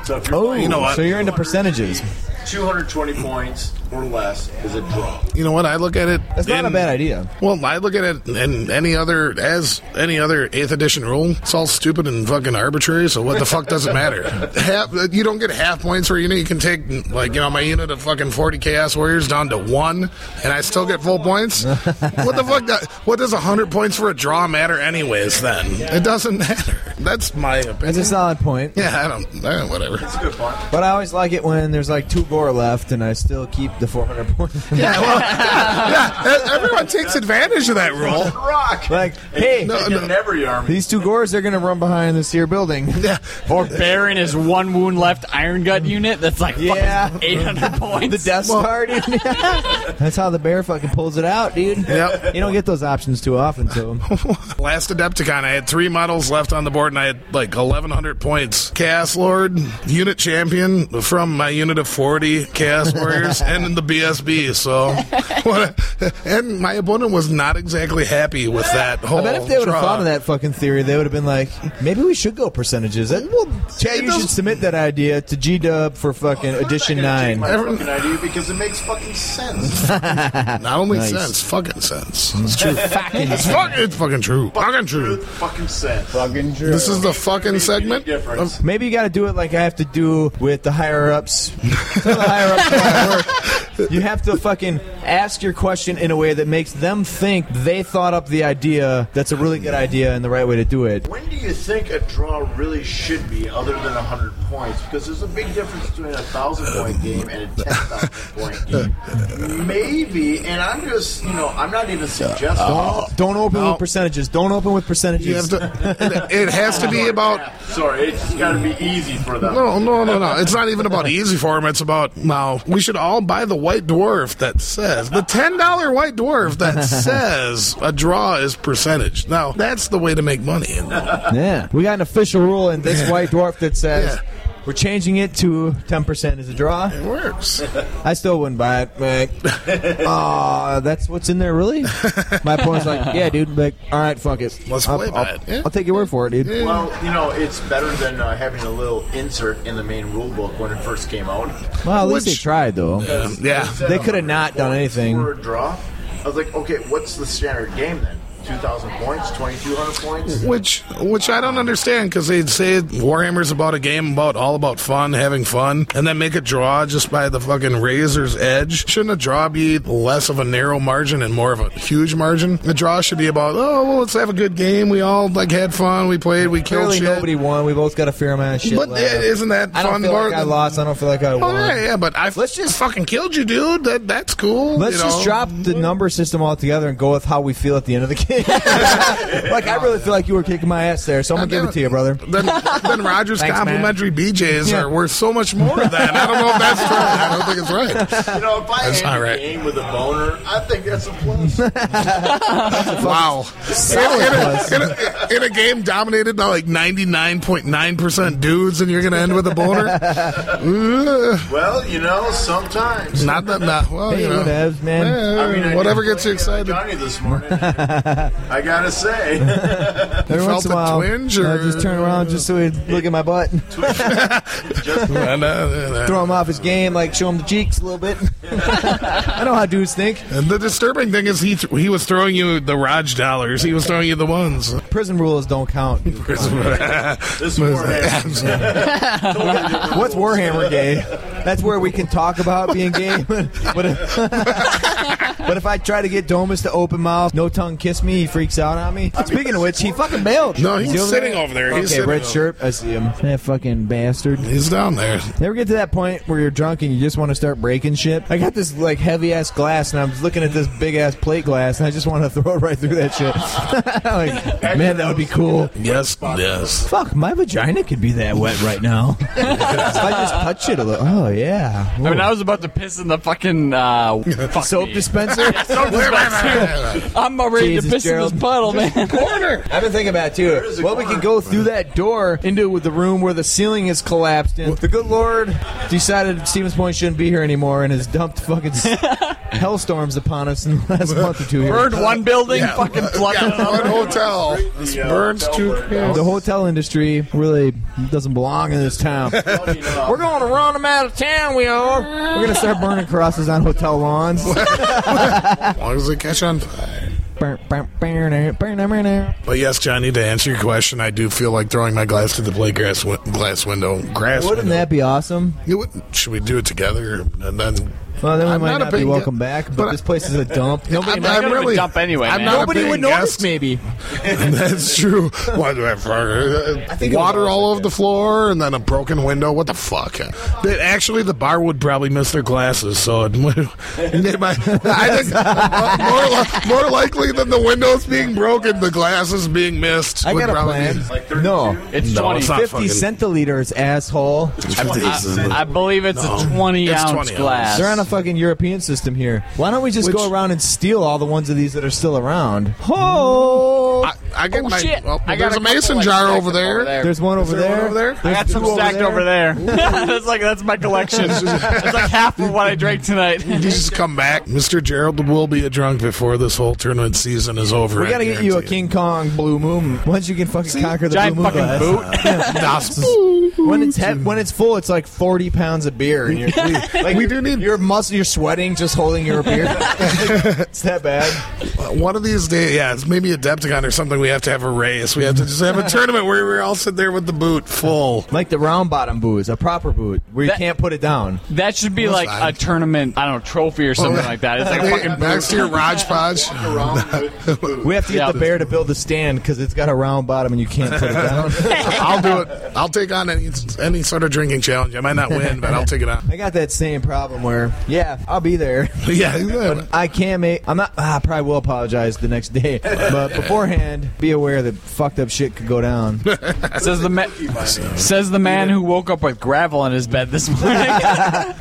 [SPEAKER 5] So if you're
[SPEAKER 3] Oh,
[SPEAKER 5] playing
[SPEAKER 3] so you're into percentages.
[SPEAKER 5] two hundred twenty points or less is a draw.
[SPEAKER 11] You know what? I look at it.
[SPEAKER 3] That's not a
[SPEAKER 11] in-
[SPEAKER 3] bad idea.
[SPEAKER 11] Well, I look at it in any other as any other eighth edition rule. It's all stupid and fucking arbitrary. So what the fuck does it matter? Half, you don't get half points for a unit. You can take like you know my unit of fucking forty chaos warriors down to one, and I still get full points. what the fuck? That, what does hundred points for a draw matter anyways? Then it doesn't matter. That's my
[SPEAKER 3] That's
[SPEAKER 11] opinion.
[SPEAKER 3] a solid point.
[SPEAKER 11] Yeah, I don't. eh, whatever.
[SPEAKER 5] That's a good point.
[SPEAKER 3] But I always like it when there's like two gore left and I still keep the 400 points.
[SPEAKER 11] Yeah, well, yeah, e- everyone takes advantage of that rule.
[SPEAKER 5] Rock.
[SPEAKER 3] Like, hey,
[SPEAKER 11] No,
[SPEAKER 5] You're never your army.
[SPEAKER 3] these two gores are going to run behind this here building.
[SPEAKER 6] Or Baron is one wound left Iron Gut unit that's like
[SPEAKER 3] Yeah.
[SPEAKER 6] fucking 800 points.
[SPEAKER 3] The Death Star, dude. That's how the bear fucking pulls it out, dude.
[SPEAKER 11] Yep.
[SPEAKER 3] You don't get those options too often, so.
[SPEAKER 11] Last Adepticon, I had three models left on the board, and I had like 1,100 points. Chaos Lord, unit champion from my unit of 40 Chaos Warriors, and in the BSB. So, and my opponent was not exactly happy with that whole.
[SPEAKER 3] I bet if they would have
[SPEAKER 11] draw.
[SPEAKER 3] thought of that fucking theory, they would have been like, maybe we should go percentages. That, well, Chad, you should submit that idea to G Dub for fucking edition nine.
[SPEAKER 5] My fucking idea because it makes fucking sense.
[SPEAKER 11] Not only
[SPEAKER 3] Nice. Hmm.
[SPEAKER 11] sense, fucking sense. It's true.
[SPEAKER 3] Fucking
[SPEAKER 11] it's, fuck, it's fucking true. Fucking true.
[SPEAKER 5] fucking sense.
[SPEAKER 6] Fucking true.
[SPEAKER 11] uh, This is the fucking segment. Um,
[SPEAKER 5] Difference.
[SPEAKER 3] Maybe you got to do it like I have to do with the higher ups. the higher ups at work. you have to fucking ask your question in a way that makes them think they thought up the idea. That's a really good idea and the right way to do it.
[SPEAKER 5] When do you think a draw really should be other than 100 points? Because there's a big difference between a 1,000 point game and a 10,000 point game. Maybe, and I'm just, you know, I'm not even suggesting.
[SPEAKER 3] Don't, don't open with percentages. Don't open with percentages.
[SPEAKER 11] Uh, You have to, it, it has to be about.
[SPEAKER 5] Sorry, it's got to be easy for them.
[SPEAKER 11] No, no, no, no. It's not even about easy for him. It's about now. We should all buy the white dwarf that says the ten dollar white dwarf that says a draw is percentage. Now that's the way to make money.
[SPEAKER 3] Yeah. We got an official rule in this white dwarf that says
[SPEAKER 11] Yeah.
[SPEAKER 3] we're changing it to 10% as a draw.
[SPEAKER 11] It works.
[SPEAKER 3] I still wouldn't buy it. Like, oh, that's what's in there, really? My opponent's like, yeah, dude. Like, all right, fuck it.
[SPEAKER 11] Let's
[SPEAKER 3] I'll,
[SPEAKER 11] play by
[SPEAKER 3] I'll,
[SPEAKER 11] it. Yeah.
[SPEAKER 3] I'll take your word for it, dude.
[SPEAKER 5] Well, you know, it's better than uh, having a little insert in the main rule book when it first came out.
[SPEAKER 3] Well, at least
[SPEAKER 11] Which-
[SPEAKER 3] they tried, though.
[SPEAKER 11] Um, yeah.
[SPEAKER 5] Said
[SPEAKER 3] They could have not done
[SPEAKER 5] 100 points
[SPEAKER 3] anything.
[SPEAKER 5] For a draw, I was like, okay, what's the standard game then? 2,000 points, 2,200 points?
[SPEAKER 11] Which, which I don't understand because they'd say Warhammer's about a game about all about fun, having fun, and then make a draw just by the fucking razor's edge. Shouldn't a draw be less of a narrow margin and more of a huge margin? A draw should be about oh well, let's have a good game. We all like had fun. We played. We killed
[SPEAKER 3] Clearly,
[SPEAKER 11] shit.
[SPEAKER 3] nobody won. We both got a fair amount of shit.
[SPEAKER 11] But
[SPEAKER 3] left.
[SPEAKER 11] it- isn't that
[SPEAKER 3] I don't
[SPEAKER 11] fun
[SPEAKER 3] feel
[SPEAKER 11] more
[SPEAKER 3] like I
[SPEAKER 11] than-
[SPEAKER 3] lost. I don't feel like I
[SPEAKER 11] Oh
[SPEAKER 3] won.
[SPEAKER 11] yeah, yeah, but I
[SPEAKER 3] Let's
[SPEAKER 11] let's
[SPEAKER 3] just-
[SPEAKER 11] just fucking killed you, dude. That that's cool.
[SPEAKER 3] Let's
[SPEAKER 11] you
[SPEAKER 3] just
[SPEAKER 11] know?
[SPEAKER 3] drop the number system altogether and go with how we feel at the end of the game. like, I really feel like you were kicking my ass there, so I'm going to
[SPEAKER 11] Damn
[SPEAKER 3] give it to you, brother.
[SPEAKER 11] Then, then Rogers
[SPEAKER 3] Thanks, man.
[SPEAKER 11] complimentary BJ's
[SPEAKER 3] Yeah.
[SPEAKER 11] are worth so much more than. I don't know if that's true. I don't think it's right.
[SPEAKER 5] You know, if I
[SPEAKER 11] That's
[SPEAKER 5] end
[SPEAKER 11] not
[SPEAKER 5] a
[SPEAKER 11] right.
[SPEAKER 5] game with a boner, I think that's a plus.
[SPEAKER 11] Wow.
[SPEAKER 3] Solid plus.
[SPEAKER 11] In a, in a game dominated by like 99.9% dudes, and you're going to end with a boner? Ugh.
[SPEAKER 5] well, you know, sometimes.
[SPEAKER 11] Not that, not, well,
[SPEAKER 3] Hey,
[SPEAKER 11] you know.
[SPEAKER 3] whatevs, man.
[SPEAKER 11] Eh,
[SPEAKER 5] I mean, I
[SPEAKER 11] whatever
[SPEAKER 5] did
[SPEAKER 11] gets you
[SPEAKER 5] blink at, uh,
[SPEAKER 11] excited.
[SPEAKER 5] Johnny this morning. I gotta say,
[SPEAKER 3] Every once
[SPEAKER 11] felt
[SPEAKER 3] in a
[SPEAKER 11] a
[SPEAKER 3] while,
[SPEAKER 11] twinge,
[SPEAKER 3] I
[SPEAKER 11] or-
[SPEAKER 3] just turn around just so he'd look at my butt,
[SPEAKER 5] just
[SPEAKER 11] Nah, nah, nah, nah.
[SPEAKER 3] throw him off his game, like show him the cheeks a little bit. I know how dudes think.
[SPEAKER 11] And the disturbing thing is he th- he was throwing you the Raj dollars. He was throwing you the ones.
[SPEAKER 3] Prison rules don't count.
[SPEAKER 5] this morning.
[SPEAKER 3] What's Warhammer gay? That's where we can talk about being gay. but, if, but if I try to get Domus to open mouth, no tongue kiss me, he freaks out on me. Speaking of which, he fucking bailed.
[SPEAKER 11] No, he's
[SPEAKER 3] Is he
[SPEAKER 11] sitting over there.
[SPEAKER 3] Okay,
[SPEAKER 11] He's sitting
[SPEAKER 3] red
[SPEAKER 11] over-
[SPEAKER 3] shirt. I see him. That fucking bastard.
[SPEAKER 11] He's down there.
[SPEAKER 3] Never get to that point where you're drunk and you just want to start breaking shit. I got this like heavy ass glass and I'm looking at this big ass plate glass and I just want to throw it right through that shit. like, man, that would be cool.
[SPEAKER 11] Yes, yes.
[SPEAKER 3] Fuck, my vagina could be that wet right now. if I just touch it a little. Oh yeah.
[SPEAKER 6] I mean, I was about to piss in the fucking uh, fuck
[SPEAKER 3] soap
[SPEAKER 6] me. Uh,
[SPEAKER 3] dispenser.
[SPEAKER 6] I'm already
[SPEAKER 3] Jesus,
[SPEAKER 6] to piss
[SPEAKER 3] Gerald.
[SPEAKER 6] in this puddle, man.
[SPEAKER 3] corner. I've been thinking about it, too. Well, we could go through that door into the room where the ceiling is collapsed, and the good Lord decided Stevens Point shouldn't be here anymore, and has dumped fucking s- hellstorms upon us in the last month or two. here.
[SPEAKER 6] Burned one building, fucking flooded
[SPEAKER 11] One
[SPEAKER 6] another.
[SPEAKER 11] hotel. This burns too
[SPEAKER 3] The hotel industry really doesn't belong in this town. We're going to run them out of town. We are. We're gonna start burning crosses on hotel lawns.
[SPEAKER 11] As long as they catch on fire.
[SPEAKER 3] Burn, burn, burn, burn, burn, burn.
[SPEAKER 11] But yes, Johnny, to answer your question, I do feel like throwing my glass to the play grass, wi- glass window. Grass
[SPEAKER 3] Wouldn't
[SPEAKER 11] window.
[SPEAKER 3] that be awesome?
[SPEAKER 11] You would- should we do it together? And then
[SPEAKER 3] Well, then we
[SPEAKER 11] I'm
[SPEAKER 3] might
[SPEAKER 11] not
[SPEAKER 3] not,
[SPEAKER 11] a
[SPEAKER 3] be
[SPEAKER 11] big-
[SPEAKER 3] welcome back, but, this place is a dump. Nobody
[SPEAKER 11] I'm-
[SPEAKER 3] might
[SPEAKER 11] I'm
[SPEAKER 3] go to a
[SPEAKER 11] really-
[SPEAKER 3] dump anyway.
[SPEAKER 11] I'm
[SPEAKER 3] man.
[SPEAKER 11] not a
[SPEAKER 3] Nobody
[SPEAKER 11] big
[SPEAKER 3] would notice,
[SPEAKER 11] guest.
[SPEAKER 3] maybe.
[SPEAKER 11] That's true. Why do I have uh,
[SPEAKER 3] think it
[SPEAKER 11] water
[SPEAKER 3] was
[SPEAKER 11] all over the floor and then a broken window? What the fuck? That- actually, the bar would probably miss their glasses, so it, would- they might- I think uh, more, li- more likely than the windows being broken, the glasses being missed.
[SPEAKER 3] I
[SPEAKER 11] would
[SPEAKER 3] got a
[SPEAKER 11] probably
[SPEAKER 3] plan.
[SPEAKER 11] be-
[SPEAKER 3] no,
[SPEAKER 11] It's No, 20. it's not
[SPEAKER 3] 50
[SPEAKER 11] fucking-
[SPEAKER 3] centiliters, asshole.
[SPEAKER 6] I, I believe it's a 20
[SPEAKER 3] It's
[SPEAKER 6] ounce
[SPEAKER 3] 20
[SPEAKER 6] glass.
[SPEAKER 3] They're on a fucking European system here. Why don't we just go around and steal all the ones of these that are still around? Oh,
[SPEAKER 11] I, I get
[SPEAKER 6] Oh,
[SPEAKER 11] my.
[SPEAKER 6] shit.
[SPEAKER 11] Well,
[SPEAKER 6] I got
[SPEAKER 11] there's
[SPEAKER 6] a
[SPEAKER 11] a
[SPEAKER 6] couple,
[SPEAKER 11] mason
[SPEAKER 6] like,
[SPEAKER 11] jar
[SPEAKER 6] stacked
[SPEAKER 11] over
[SPEAKER 6] up
[SPEAKER 11] there.
[SPEAKER 6] over there.
[SPEAKER 3] There's one
[SPEAKER 11] Is
[SPEAKER 3] over
[SPEAKER 11] there one
[SPEAKER 3] there.
[SPEAKER 11] over there?
[SPEAKER 6] I
[SPEAKER 3] There's
[SPEAKER 6] got some
[SPEAKER 3] two over
[SPEAKER 6] stacked
[SPEAKER 3] there.
[SPEAKER 6] over there. that's like that's my collection. that's like half of what I drank tonight.
[SPEAKER 11] You just come back. Mr. Gerald will be a drunk before this whole tournament season is over.
[SPEAKER 3] We
[SPEAKER 11] I
[SPEAKER 3] gotta get you a
[SPEAKER 11] guarantee
[SPEAKER 3] King Kong Blue Moon. Once you can fucking conquer the
[SPEAKER 6] Giant
[SPEAKER 3] Blue Moon
[SPEAKER 6] fucking
[SPEAKER 3] glass.
[SPEAKER 6] boot.
[SPEAKER 3] Yeah. when it's he- when it's full, it's like forty pounds of beer, and you're, like we do need your muscle. You're sweating just holding your beer. it's that bad.
[SPEAKER 11] Uh, One of these days, yeah, it's maybe Adepticon or something. We have to have a race. We have to just have a tournament where we're all sitting there with the boot full.
[SPEAKER 3] Like the round bottom booze, a proper boot where you
[SPEAKER 6] That-
[SPEAKER 3] can't put it down.
[SPEAKER 6] That should be like a tournament, I don't know, trophy or something like that. It's like a
[SPEAKER 11] Hey,
[SPEAKER 6] fucking
[SPEAKER 11] Back to your Raj
[SPEAKER 3] We have to get
[SPEAKER 6] Yeah.
[SPEAKER 3] the bear to build a stand because it's got a round bottom and you can't put it down.
[SPEAKER 11] I'll do it. I'll take on any any sort of drinking challenge. I might not win, but I'll take it on.
[SPEAKER 3] I got that same problem where, yeah, I'll be there.
[SPEAKER 11] Yeah, yeah.
[SPEAKER 3] but I can't make. I'm not. ah, I probably will apologize the next day, but beforehand, be aware that fucked up shit could go down.
[SPEAKER 6] says the man says the man who woke up with gravel in his bed this morning.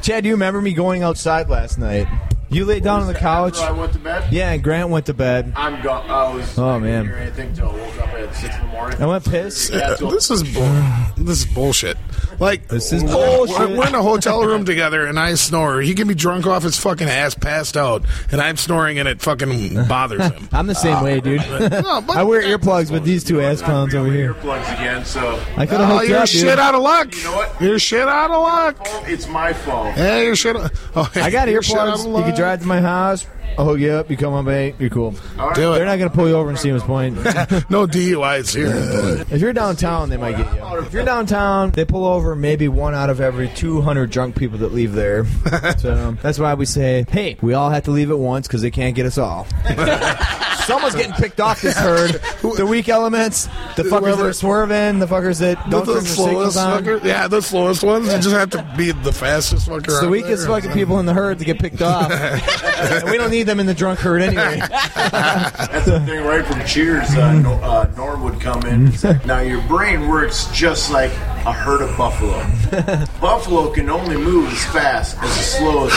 [SPEAKER 3] Chad, do you remember me going outside last night? You laid down on the couch.
[SPEAKER 5] After I went to bed.
[SPEAKER 3] Yeah, and Grant went to bed.
[SPEAKER 5] I'm gone. I was.
[SPEAKER 3] Oh,
[SPEAKER 5] I didn't
[SPEAKER 3] man.
[SPEAKER 5] Hear anything till I woke up at six in the morning.
[SPEAKER 3] I went piss.
[SPEAKER 5] Yeah, till-
[SPEAKER 11] This is bull. This is bullshit. Like
[SPEAKER 3] This is
[SPEAKER 11] we're-
[SPEAKER 3] bullshit.
[SPEAKER 11] We're in a hotel room together, and I snore. He can be drunk off his fucking ass, passed out, and I'm snoring, and it fucking bothers him.
[SPEAKER 3] I'm the same way, dude.
[SPEAKER 11] No, but-
[SPEAKER 3] I wear earplugs, but these two ass clowns over here.
[SPEAKER 5] Earplugs again. So
[SPEAKER 3] I could have
[SPEAKER 11] Oh,
[SPEAKER 3] hooked
[SPEAKER 11] you're
[SPEAKER 3] up,
[SPEAKER 11] shit
[SPEAKER 3] dude.
[SPEAKER 11] out of luck.
[SPEAKER 5] You know what?
[SPEAKER 11] You're shit out of luck.
[SPEAKER 5] it's my fault.
[SPEAKER 11] Hey, you're shit. out- Oh,
[SPEAKER 3] I got
[SPEAKER 11] you're shit out
[SPEAKER 3] earplugs.
[SPEAKER 11] of
[SPEAKER 3] You
[SPEAKER 11] luck.
[SPEAKER 3] can drive to my house. I'll hook you up. You come on, babe. You're cool.
[SPEAKER 11] Do
[SPEAKER 3] They're
[SPEAKER 11] it.
[SPEAKER 3] not gonna pull you over in Stevens Point.
[SPEAKER 11] No DUIs here.
[SPEAKER 3] If you're downtown, they might get you. If you're downtown, they pull over maybe one out of every 200 drunk people that leave there. So that's why we say, hey, we all have to leave at once because they can't get us all. Someone's getting picked off this herd. The weak elements, the fuckers that
[SPEAKER 11] Whoever-
[SPEAKER 3] are swerving, the fuckers that don't
[SPEAKER 11] the
[SPEAKER 3] turn their signals
[SPEAKER 11] slowest
[SPEAKER 3] on.
[SPEAKER 11] fucker. Yeah, the slowest ones. You just have to be the fastest fucker.
[SPEAKER 3] It's the
[SPEAKER 11] out
[SPEAKER 3] weakest
[SPEAKER 11] there.
[SPEAKER 3] fucking people in the herd to get picked off. and we don't need them in the drunk herd anyway.
[SPEAKER 5] That's the thing, right? From Cheers, uh, Nor- uh, Norm would come in. He's like, now your brain works just like a herd of buffalo. buffalo can only move as fast as slow as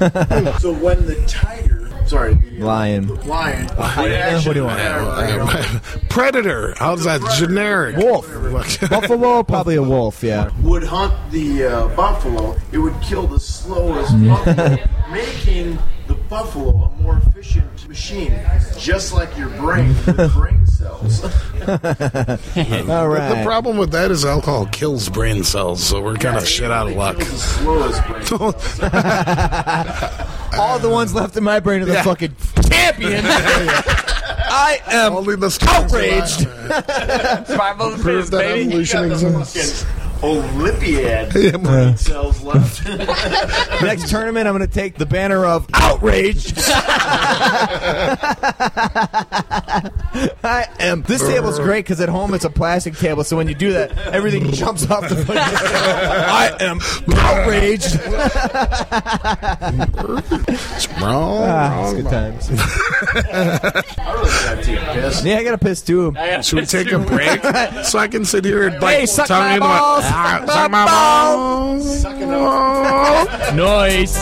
[SPEAKER 5] a buffalo. so when the tiger, sorry, the, uh,
[SPEAKER 3] Lion.
[SPEAKER 5] the lion,
[SPEAKER 3] hyena? What do you want?
[SPEAKER 11] Predator. How's that generic?
[SPEAKER 3] Wolf. Buffalo, probably a wolf, yeah.
[SPEAKER 5] would hunt the uh, buffalo, it would kill the slowest buffalo, making the buffalo a more efficient machine, just like your brain, the brain cells.
[SPEAKER 3] All
[SPEAKER 11] But The
[SPEAKER 3] right.
[SPEAKER 11] problem with that is alcohol kills brain cells, so we're kind of shit out of luck.
[SPEAKER 5] Kills the slowest brain. cells.
[SPEAKER 3] All the ones left in my brain are the
[SPEAKER 11] Yeah.
[SPEAKER 3] fucking champion. I am
[SPEAKER 11] Only the
[SPEAKER 3] outraged.
[SPEAKER 6] Survival of the
[SPEAKER 11] Prove
[SPEAKER 6] fittest,
[SPEAKER 11] that
[SPEAKER 6] baby.
[SPEAKER 11] evolution
[SPEAKER 5] Got the
[SPEAKER 11] exists.
[SPEAKER 5] fucking Olympiad brain cells left.
[SPEAKER 3] Next tournament, I'm going to take the banner of outrage. I am. This table's great because at home it's a plastic table, so when you do that, everything jumps off the fucking table. I am outraged.
[SPEAKER 11] It's wrong.
[SPEAKER 3] Ah, it's good times.
[SPEAKER 5] I really got to take a piss.
[SPEAKER 3] Yeah, I got to piss too.
[SPEAKER 11] Should we take a break so I can sit here and bite
[SPEAKER 3] Hey, suck
[SPEAKER 11] tongue
[SPEAKER 3] my
[SPEAKER 11] into
[SPEAKER 3] balls,
[SPEAKER 11] Ah,
[SPEAKER 3] suck
[SPEAKER 11] suck
[SPEAKER 3] my
[SPEAKER 11] my balls.
[SPEAKER 6] Noise.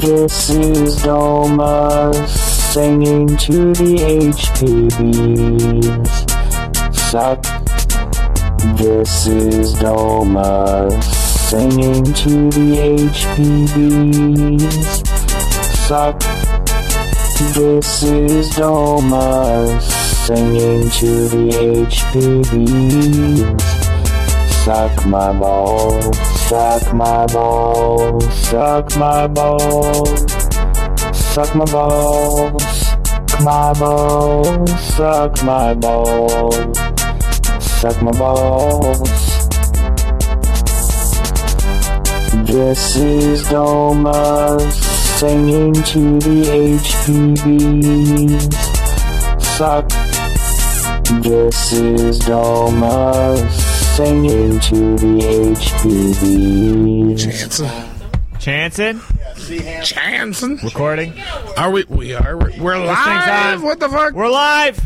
[SPEAKER 12] This is Doma singing to the HPVs. Suck. This is Doma singing to the HPVs. Suck. This is Doma singing to the HPVs. Suck my ball, suck my ball, suck my ball, suck my ball, suck my ball, suck my ball, suck my balls. This is Doma singing to the HPV. Suck. This is Doma singing to the HPV.
[SPEAKER 2] Chanson?
[SPEAKER 11] Chanson?
[SPEAKER 2] Recording?
[SPEAKER 11] Are we? We are. We're, we're live. What the fuck?
[SPEAKER 2] We're live.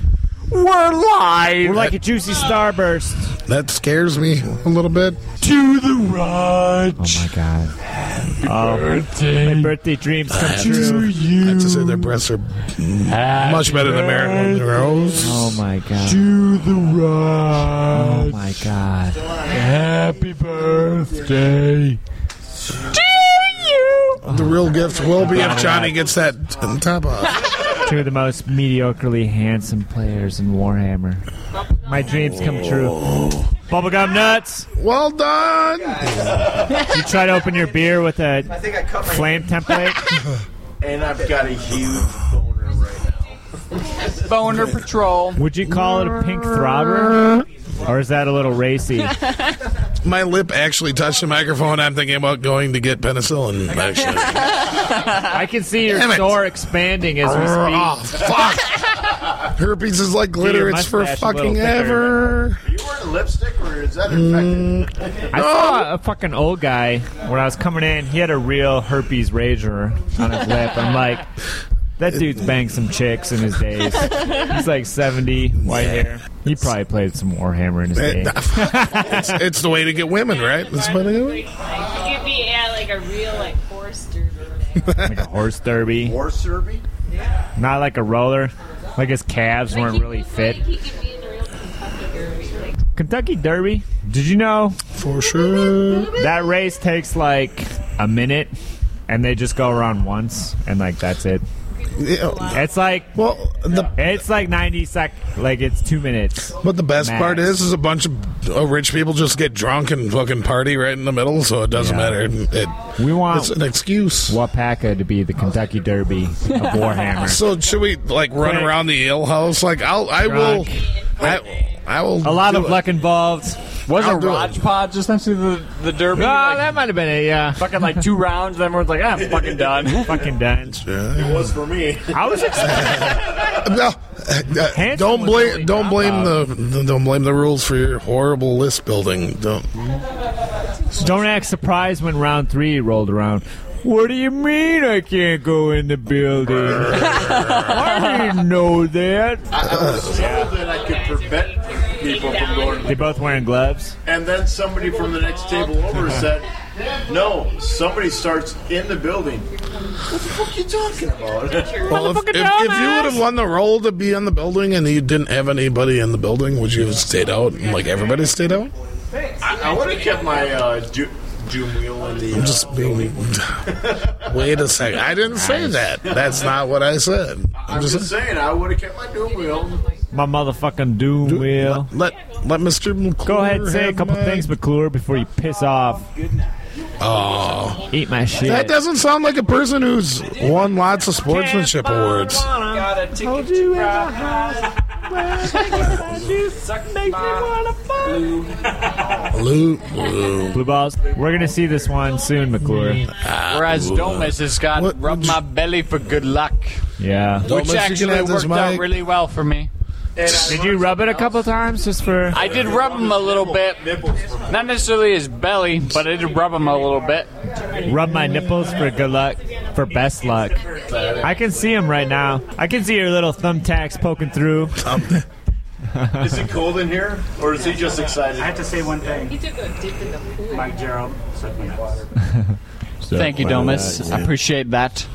[SPEAKER 11] We're live.
[SPEAKER 2] We're like a juicy starburst.
[SPEAKER 11] That scares me a little bit.
[SPEAKER 2] To the right. Oh my god. birthday. My birthday dreams come true.
[SPEAKER 11] I have to say their breasts are much better than American girls.
[SPEAKER 2] Oh my god.
[SPEAKER 7] To the right.
[SPEAKER 2] Oh my god.
[SPEAKER 7] Happy birthday.
[SPEAKER 11] The real gift will be
[SPEAKER 3] Oh.
[SPEAKER 11] if Johnny gets that t- top off.
[SPEAKER 2] Two of the most mediocrely handsome players in Warhammer. My dreams come true. Bubblegum nuts.
[SPEAKER 11] Well done.
[SPEAKER 2] You try to open your beer with a flame template.
[SPEAKER 5] And I've got a huge boner right
[SPEAKER 6] Boner Patrol.
[SPEAKER 2] Would you call it a pink throbber? Or is that a little racy?
[SPEAKER 11] My lip actually touched the microphone. I'm thinking about going to get penicillin. Actually,
[SPEAKER 2] I can see your
[SPEAKER 11] Damn it.
[SPEAKER 2] store expanding as we
[SPEAKER 11] oh
[SPEAKER 2] speak.
[SPEAKER 11] fuck! Herpes is like glitter.
[SPEAKER 2] your
[SPEAKER 11] It's for
[SPEAKER 2] mustache a little
[SPEAKER 11] fucking
[SPEAKER 2] thicker.
[SPEAKER 11] ever.
[SPEAKER 5] now. Are you wearing lipstick or is that infected?
[SPEAKER 11] Mm,
[SPEAKER 2] I saw a fucking old guy when I was coming in. He had a real herpes rager on his lip. I'm like, that dude's banged some chicks in his days. He's like 70, white hair. He probably played some Warhammer in his day.
[SPEAKER 11] Eh, it's, it's the way to get women, right? That's the way to get women.
[SPEAKER 8] You could be at like a real like horse derby.
[SPEAKER 2] Like a horse derby,
[SPEAKER 5] Or Serby?
[SPEAKER 2] not like a roller. Like his calves weren't really fit.
[SPEAKER 8] He could be in a real Kentucky derby. Like,
[SPEAKER 2] Kentucky Derby. Did you know
[SPEAKER 11] For sure.
[SPEAKER 2] that race takes like a minute, and they just go around once, and like that's it.
[SPEAKER 11] Yeah.
[SPEAKER 2] It's like
[SPEAKER 11] Well, the
[SPEAKER 2] It's like 90 sec, like it's two minutes.
[SPEAKER 11] but the best
[SPEAKER 2] Max.
[SPEAKER 11] part is, is a bunch of uh, rich people just get drunk and fucking party right in the middle, so it doesn't
[SPEAKER 2] Yeah.
[SPEAKER 11] matter. It,
[SPEAKER 2] We want
[SPEAKER 11] it's an excuse.
[SPEAKER 2] Wapaka to be the Kentucky Derby of Warhammer.
[SPEAKER 11] So should we like run
[SPEAKER 2] Quick.
[SPEAKER 11] around the ale house? Like I'll, I will,
[SPEAKER 2] Drunk.
[SPEAKER 11] I, I will.
[SPEAKER 2] A lot
[SPEAKER 11] do
[SPEAKER 2] of
[SPEAKER 11] it.
[SPEAKER 2] luck involved.
[SPEAKER 10] Was
[SPEAKER 11] I'll
[SPEAKER 10] a
[SPEAKER 11] do it.
[SPEAKER 10] Rajpod just essentially the, the derby?
[SPEAKER 2] Ah,
[SPEAKER 10] Like,
[SPEAKER 2] that might have been it, yeah.
[SPEAKER 10] fucking like two rounds, and everyone's like, ah, I'm fucking done.
[SPEAKER 2] Fucking done.
[SPEAKER 11] Yeah.
[SPEAKER 5] It was for me.
[SPEAKER 2] I was expecting.
[SPEAKER 11] No, uh, don't
[SPEAKER 2] was really
[SPEAKER 11] blame don't blame
[SPEAKER 2] dropout.
[SPEAKER 11] the don't blame the rules for your horrible list building. Don't.
[SPEAKER 2] Don't act surprised when round three rolled around. What do you mean I can't go in the building? I didn't know that.
[SPEAKER 5] I, I was told that I could prevent people from going.
[SPEAKER 2] They both wearing gloves.
[SPEAKER 5] And then somebody from the next table over said, "No, somebody starts in the building." What the fuck you talking about?
[SPEAKER 11] Well, if, if, if you would have won the role to be on the building and you didn't have anybody in the building, would you have stayed out? And, like everybody stayed out?
[SPEAKER 5] I, I would have kept my uh, do- doom wheel in the.
[SPEAKER 11] I'm
[SPEAKER 5] uh,
[SPEAKER 11] just being. Wait a second. I didn't say that. That's not what I said.
[SPEAKER 5] I'm
[SPEAKER 11] I'm
[SPEAKER 5] just
[SPEAKER 11] just
[SPEAKER 5] saying, I would have kept my doom wheel.
[SPEAKER 2] My motherfucking doom wheel.
[SPEAKER 11] let let Mr. McClure
[SPEAKER 2] Go ahead, say a
[SPEAKER 11] have
[SPEAKER 2] couple
[SPEAKER 11] my-
[SPEAKER 2] things, McClure, before you piss off.
[SPEAKER 11] Oh,
[SPEAKER 2] Eat my shit.
[SPEAKER 11] that doesn't sound like a person who's won lots of sportsmanship awards.
[SPEAKER 10] Got a ticket to
[SPEAKER 11] Lou, Lou.
[SPEAKER 2] Blue balls. We're gonna see this one soon, McClure.
[SPEAKER 6] Ah, Whereas don't miss has got
[SPEAKER 11] What-
[SPEAKER 6] rub my belly for good luck,
[SPEAKER 2] Yeah.
[SPEAKER 11] Don't miss, you
[SPEAKER 6] which
[SPEAKER 11] can
[SPEAKER 6] actually
[SPEAKER 11] have this
[SPEAKER 6] worked out
[SPEAKER 11] mic.
[SPEAKER 6] really well for me.
[SPEAKER 2] Did you rub it a couple times just for?
[SPEAKER 6] I did rub him a little bit, not necessarily his belly, but I did rub him a little bit.
[SPEAKER 2] Rub my nipples for good luck, for best luck. I can see him right now. I can see your little thumbtacks poking through.
[SPEAKER 5] Is it cold in here, or is he just excited?
[SPEAKER 13] I have to say one thing.
[SPEAKER 8] he took a dip in the pool.
[SPEAKER 13] Mike Gerald sucked my nuts.
[SPEAKER 6] Thank you, Domus. I appreciate that.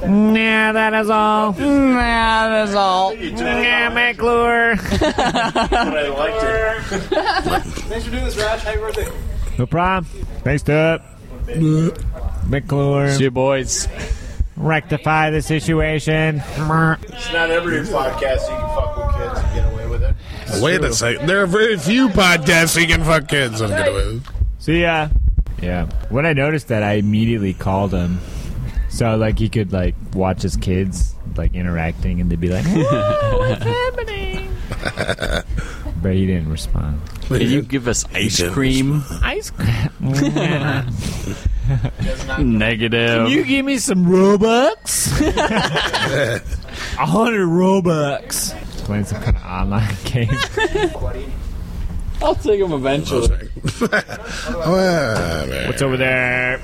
[SPEAKER 2] Nah, that is all.
[SPEAKER 6] Nah, that's all.
[SPEAKER 2] Nah, McClure.
[SPEAKER 5] But I liked it.
[SPEAKER 10] Thanks for doing this, Raj. Happy birthday.
[SPEAKER 2] No problem. Thanks, Dub. McClure,
[SPEAKER 6] See you, boys.
[SPEAKER 2] rectify the situation.
[SPEAKER 5] It's not every podcast you can fuck with kids and get away with it.
[SPEAKER 11] Wait a second. There are very few podcasts you can fuck kids and get away with.
[SPEAKER 2] See ya. Yeah. When I noticed that, I immediately called him, so like he could like watch his kids like interacting, and they'd be like, "Whoa, what's happening?" but he didn't respond.
[SPEAKER 6] Did you give us ice cream?
[SPEAKER 2] Ice cream.
[SPEAKER 6] Negative.
[SPEAKER 2] Can you give me some Robux? A hundred Robux. Playing some kind of online game.
[SPEAKER 6] I'll take them eventually.
[SPEAKER 11] Oh,
[SPEAKER 2] What's over there?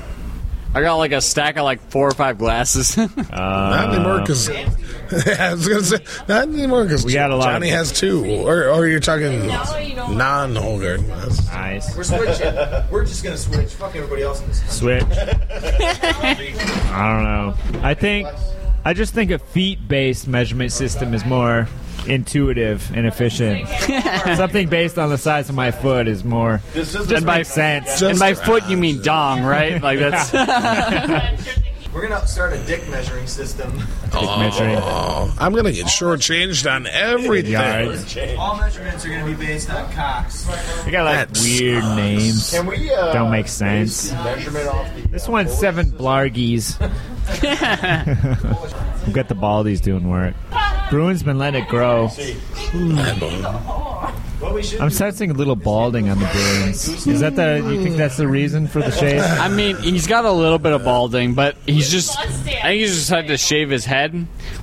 [SPEAKER 6] I got like a stack of like four or five glasses.
[SPEAKER 2] Uh,
[SPEAKER 11] Not anymore because I was gonna say not anymore because
[SPEAKER 6] We had a lot of-
[SPEAKER 11] Johnny has two, or, or you're talking non Holgard.
[SPEAKER 2] Nice.
[SPEAKER 3] We're switching. We're just gonna switch. Fuck everybody else in this.
[SPEAKER 2] Switch. I don't know. I think I just think a feet-based measurement system is more intuitive and efficient. Something based on the size of my foot is more.
[SPEAKER 6] This is-
[SPEAKER 2] and by
[SPEAKER 6] Just-
[SPEAKER 2] sense.
[SPEAKER 6] and by foot you mean dong, right? Like that's.
[SPEAKER 3] We're gonna start a dick measuring system.
[SPEAKER 11] Oh, I'm gonna get shortchanged on everything.
[SPEAKER 2] Yards.
[SPEAKER 3] All measurements are gonna be based on cocks.
[SPEAKER 2] They got like
[SPEAKER 11] That
[SPEAKER 2] weird
[SPEAKER 11] sucks.
[SPEAKER 2] names.
[SPEAKER 3] Can we, uh,
[SPEAKER 2] Don't make sense.
[SPEAKER 5] Measurement off the
[SPEAKER 2] This one's seven blargies. we got the Baldies doing work. Bruin's been letting it grow. I'm sensing a little balding on the Bruins. Is that the? You think that's the reason for the shave?
[SPEAKER 6] I mean, he's got a little bit of balding, but he's just. I think he's just had to shave his head,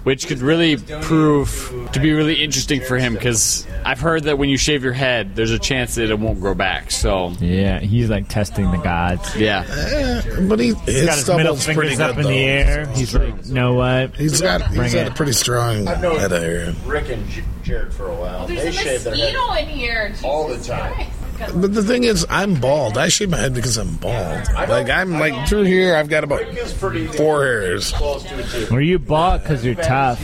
[SPEAKER 6] which could really prove to be really interesting for him because I've heard that when you shave your head, there's a chance that it won't grow back. So,
[SPEAKER 2] Yeah, he's like testing the gods.
[SPEAKER 6] yeah.
[SPEAKER 11] Eh, but he,
[SPEAKER 2] He's
[SPEAKER 11] his
[SPEAKER 2] got his middle
[SPEAKER 11] stubble's pretty
[SPEAKER 2] fingers
[SPEAKER 11] good,
[SPEAKER 2] up in
[SPEAKER 11] though.
[SPEAKER 2] the air. He's like, you know what?
[SPEAKER 11] He's got
[SPEAKER 2] Bring
[SPEAKER 11] he's got
[SPEAKER 2] it.
[SPEAKER 11] a pretty strong
[SPEAKER 5] I've known
[SPEAKER 11] head area.
[SPEAKER 5] Rick and J- Jared for a while.
[SPEAKER 8] There's
[SPEAKER 5] they
[SPEAKER 8] a
[SPEAKER 5] shave their head
[SPEAKER 8] mosquito in here. Jesus
[SPEAKER 5] all the time.
[SPEAKER 8] Christ.
[SPEAKER 11] But the thing is, I'm bald. I shave my head because I'm bald. Like I'm like through here. I've got about four hairs.
[SPEAKER 5] Close to it too.
[SPEAKER 2] Were you bald because you're tough?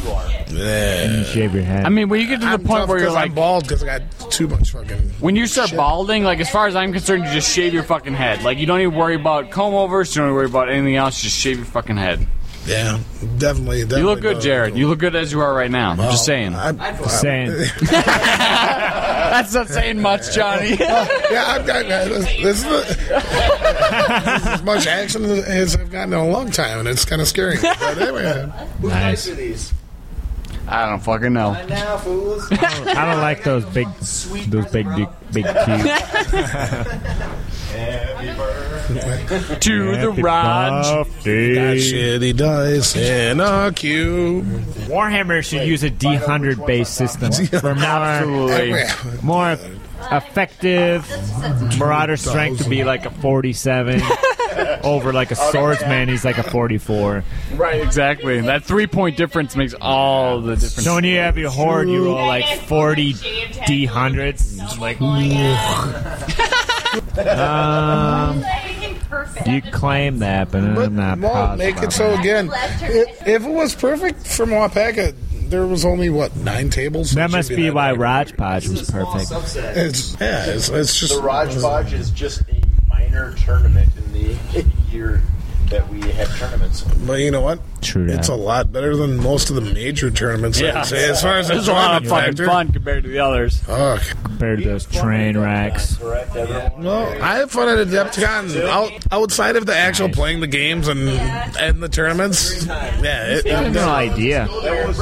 [SPEAKER 11] Yeah.
[SPEAKER 2] You shave your head.
[SPEAKER 6] I mean, when you get to the
[SPEAKER 11] I'm
[SPEAKER 6] point
[SPEAKER 11] tough
[SPEAKER 6] where you're
[SPEAKER 11] 'cause
[SPEAKER 6] like,
[SPEAKER 11] I'm bald because I got too much fucking.
[SPEAKER 6] when you start balding, like as far as I'm concerned, you just shave your fucking head. Like you don't even worry about comb overs, you don't worry about anything else. Just shave your fucking head.
[SPEAKER 11] Yeah, definitely. definitely
[SPEAKER 6] You look good,
[SPEAKER 11] does.
[SPEAKER 6] Jared. You look good as you are right now. I'm just saying.
[SPEAKER 11] I,
[SPEAKER 2] Just saying.
[SPEAKER 6] That's not saying much, Johnny.
[SPEAKER 11] yeah, I've got this, this, is the, this is as much action as I've gotten in a long time, and it's kind of scary. But anyway,
[SPEAKER 5] Who
[SPEAKER 2] Nice.
[SPEAKER 5] nice. these?
[SPEAKER 6] I don't fucking know.
[SPEAKER 5] And now, fools.
[SPEAKER 2] I don't like those big, those big, big, big teeth.
[SPEAKER 6] To the Raj.
[SPEAKER 11] that shitty dice in a cube.
[SPEAKER 2] Warhammer should use a D100 based system for
[SPEAKER 11] Absolutely.
[SPEAKER 2] more, more effective marauder strength to be like a 47 over like a swordsman he's like a 44
[SPEAKER 6] Right, exactly. That three point difference makes all the difference.
[SPEAKER 2] so when you have your horde you roll like 40 d100s like um, you claim that but
[SPEAKER 11] But
[SPEAKER 2] i'm not
[SPEAKER 11] Walt,
[SPEAKER 2] positive
[SPEAKER 11] make
[SPEAKER 2] on
[SPEAKER 11] it so
[SPEAKER 2] that.
[SPEAKER 11] again. If, if it was perfect from Wapaka, there was only what nine tables.
[SPEAKER 2] that
[SPEAKER 11] It
[SPEAKER 2] must
[SPEAKER 11] should
[SPEAKER 2] be
[SPEAKER 11] that
[SPEAKER 2] why
[SPEAKER 11] big.
[SPEAKER 2] Raj Podge was perfect
[SPEAKER 11] It's yeah, it's, it's just
[SPEAKER 5] The Raj Bodge is just a minor tournament in the year that we have tournaments.
[SPEAKER 11] But you know what?
[SPEAKER 2] True that.
[SPEAKER 11] It's a lot better than most of the major tournaments.
[SPEAKER 6] yeah,
[SPEAKER 11] I'd say, as far as
[SPEAKER 6] there's
[SPEAKER 11] it's
[SPEAKER 6] a lot of Oh, fucking fun compared to the others.
[SPEAKER 11] Fuck.
[SPEAKER 2] compared to those train wrecks
[SPEAKER 5] Correct, everyone?
[SPEAKER 11] Well, I had fun at Adepticon out, outside of the actual playing the games and and the tournaments. Yeah, it,
[SPEAKER 2] I have
[SPEAKER 11] it,
[SPEAKER 2] no idea.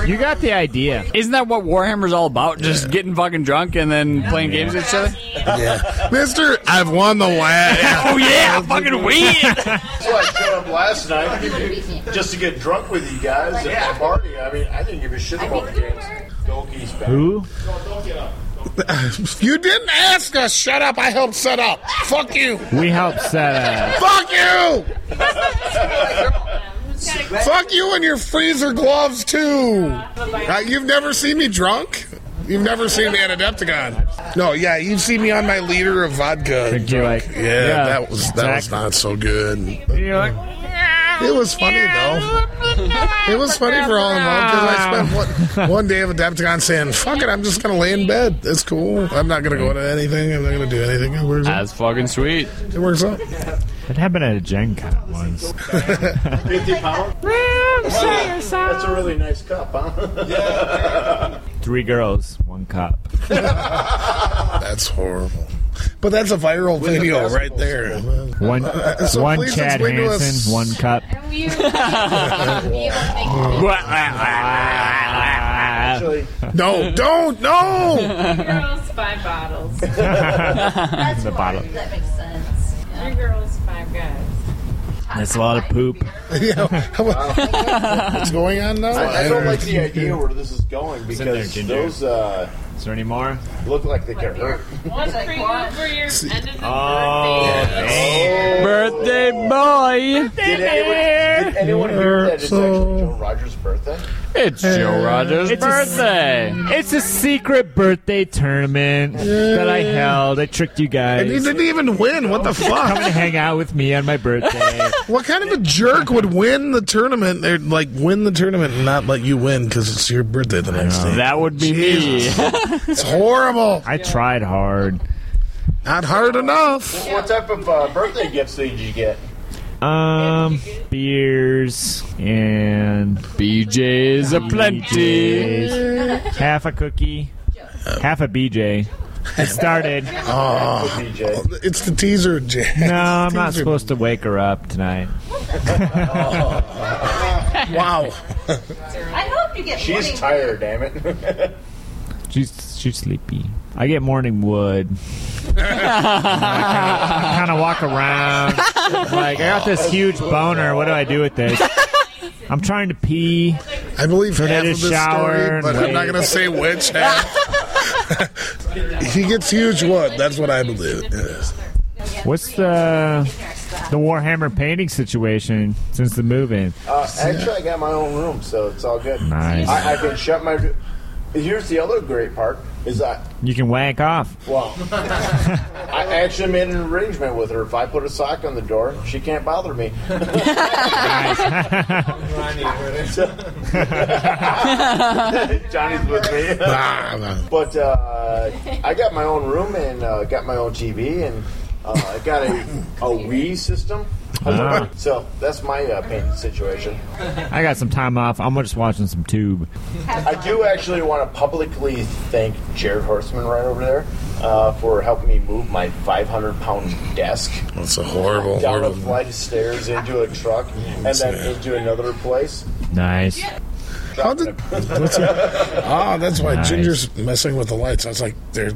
[SPEAKER 2] You got the idea.
[SPEAKER 6] Isn't that what Warhammer's all about? Just getting fucking drunk and then playing games with each other?
[SPEAKER 11] yeah. Mister, I've won the last.
[SPEAKER 6] Oh yeah, fucking weed!
[SPEAKER 5] That's why I showed up last night just to get drunk with you guys and party. I mean, I didn't give a shit about the games. Doki's back.
[SPEAKER 2] Who?
[SPEAKER 11] You didn't ask us. Shut up. I helped set up. Fuck you.
[SPEAKER 2] We helped set up.
[SPEAKER 11] Fuck you.
[SPEAKER 8] Who's got a
[SPEAKER 11] Fuck you and your freezer gloves too. Uh, you've never seen me drunk. You've never seen me at Adepticon. No, yeah, you've seen me on my liter of vodka.
[SPEAKER 2] You're like,
[SPEAKER 11] Yeah, that was that was not so good.
[SPEAKER 2] You're like,
[SPEAKER 11] It was funny though. It was funny for all involved because I spent one, one day of Adepticon saying, "Fuck it, I'm just gonna lay in bed. It's cool. I'm not gonna go to anything. I'm not gonna do anything. It works out.
[SPEAKER 6] That's fucking sweet.
[SPEAKER 11] It works out.
[SPEAKER 2] that happened at a Gen Con once.
[SPEAKER 5] 50 pounds? That's a really nice cup, huh?
[SPEAKER 2] Three girls, one cup.
[SPEAKER 11] That's horrible. But that's a viral video right there.
[SPEAKER 2] One,
[SPEAKER 11] So
[SPEAKER 2] one
[SPEAKER 11] please
[SPEAKER 2] Chad
[SPEAKER 11] explain to us-
[SPEAKER 2] Hansen, one cup.
[SPEAKER 8] Are you- Be able to make-
[SPEAKER 6] Wah, wah, wah, wah, wah, wah.
[SPEAKER 5] actually.
[SPEAKER 11] No, don't,
[SPEAKER 5] Oh.
[SPEAKER 8] Your
[SPEAKER 11] no.
[SPEAKER 8] girls five bottles.
[SPEAKER 11] That's
[SPEAKER 2] The why. bottle.
[SPEAKER 8] That makes sense. Your girls five guys.
[SPEAKER 2] That's a lot of poop.
[SPEAKER 11] What's going on now?
[SPEAKER 5] I, I don't like the idea where this is going
[SPEAKER 2] It's in there,
[SPEAKER 5] because
[SPEAKER 2] Ginger.
[SPEAKER 5] those uh,
[SPEAKER 2] Is there any more?
[SPEAKER 5] look like they could hurt.
[SPEAKER 8] One free for your end of the
[SPEAKER 11] Oh,
[SPEAKER 6] Birthday boy.
[SPEAKER 5] Did anyone, did anyone hear that it's actually Joe Rogers' birthday?
[SPEAKER 6] It's Joe Rogers'
[SPEAKER 2] It's a-
[SPEAKER 6] birthday.
[SPEAKER 2] It's a secret birthday tournament that I held. I tricked you guys.
[SPEAKER 11] And he didn't even win. What the
[SPEAKER 2] Come and
[SPEAKER 11] fuck?
[SPEAKER 2] hang out with me on my birthday.
[SPEAKER 11] What kind of a jerk would win the tournament? They're like win the tournament and not let you win because it's your birthday the next day.
[SPEAKER 6] That would be me.
[SPEAKER 11] It's horrible.
[SPEAKER 2] I tried hard.
[SPEAKER 11] Not hard enough.
[SPEAKER 5] What type of uh, birthday gifts did you get?
[SPEAKER 2] Um, beers and
[SPEAKER 6] BJ's a plenty.
[SPEAKER 2] BJ's. half a cookie, half a BJ. It started.
[SPEAKER 11] Oh,
[SPEAKER 5] DJ.
[SPEAKER 11] it's the teaser, Jack.
[SPEAKER 2] No, I'm not supposed to wake her up tonight.
[SPEAKER 11] Wow.
[SPEAKER 14] I hope you get
[SPEAKER 5] She's
[SPEAKER 14] morning
[SPEAKER 5] tired, damn it.
[SPEAKER 2] She's she's sleepy. I get morning wood. I kind of walk around. Like I got this huge boner. What do I do with this? I'm trying to pee.
[SPEAKER 11] I believe half
[SPEAKER 2] in
[SPEAKER 11] of
[SPEAKER 2] a
[SPEAKER 11] this
[SPEAKER 2] shower
[SPEAKER 11] story,
[SPEAKER 2] and
[SPEAKER 11] but I'm not
[SPEAKER 2] wait.
[SPEAKER 11] going to say which half. he gets huge wood. That's what I believe. Yes.
[SPEAKER 2] What's the the Warhammer painting situation since the move-in?
[SPEAKER 5] Uh, actually, I got my own room, so it's all good.
[SPEAKER 2] Nice.
[SPEAKER 5] I, I can shut my. Here's the other great part: is that
[SPEAKER 2] You can wank off.
[SPEAKER 5] well, I actually made an arrangement with her. If I put a sock on the door, she can't bother me. Johnny's with me.
[SPEAKER 11] Ah, no.
[SPEAKER 5] But uh, I got my own room and uh, got my own TV and uh, I got a, a Wii system.
[SPEAKER 2] Ah.
[SPEAKER 5] So that's my uh, painting situation.
[SPEAKER 2] I got some time off. I'm just watching some tube.
[SPEAKER 5] I do actually want to publicly thank Jared Horseman right over there uh, for helping me move my 500 pound desk
[SPEAKER 11] That's a horrible,
[SPEAKER 5] down a
[SPEAKER 11] horrible.
[SPEAKER 5] flight of stairs into a truck and then into another place.
[SPEAKER 2] Nice.
[SPEAKER 11] How did, that's a- ah, that's why
[SPEAKER 2] Nice.
[SPEAKER 11] Ginger's messing with the lights. I was like, they're,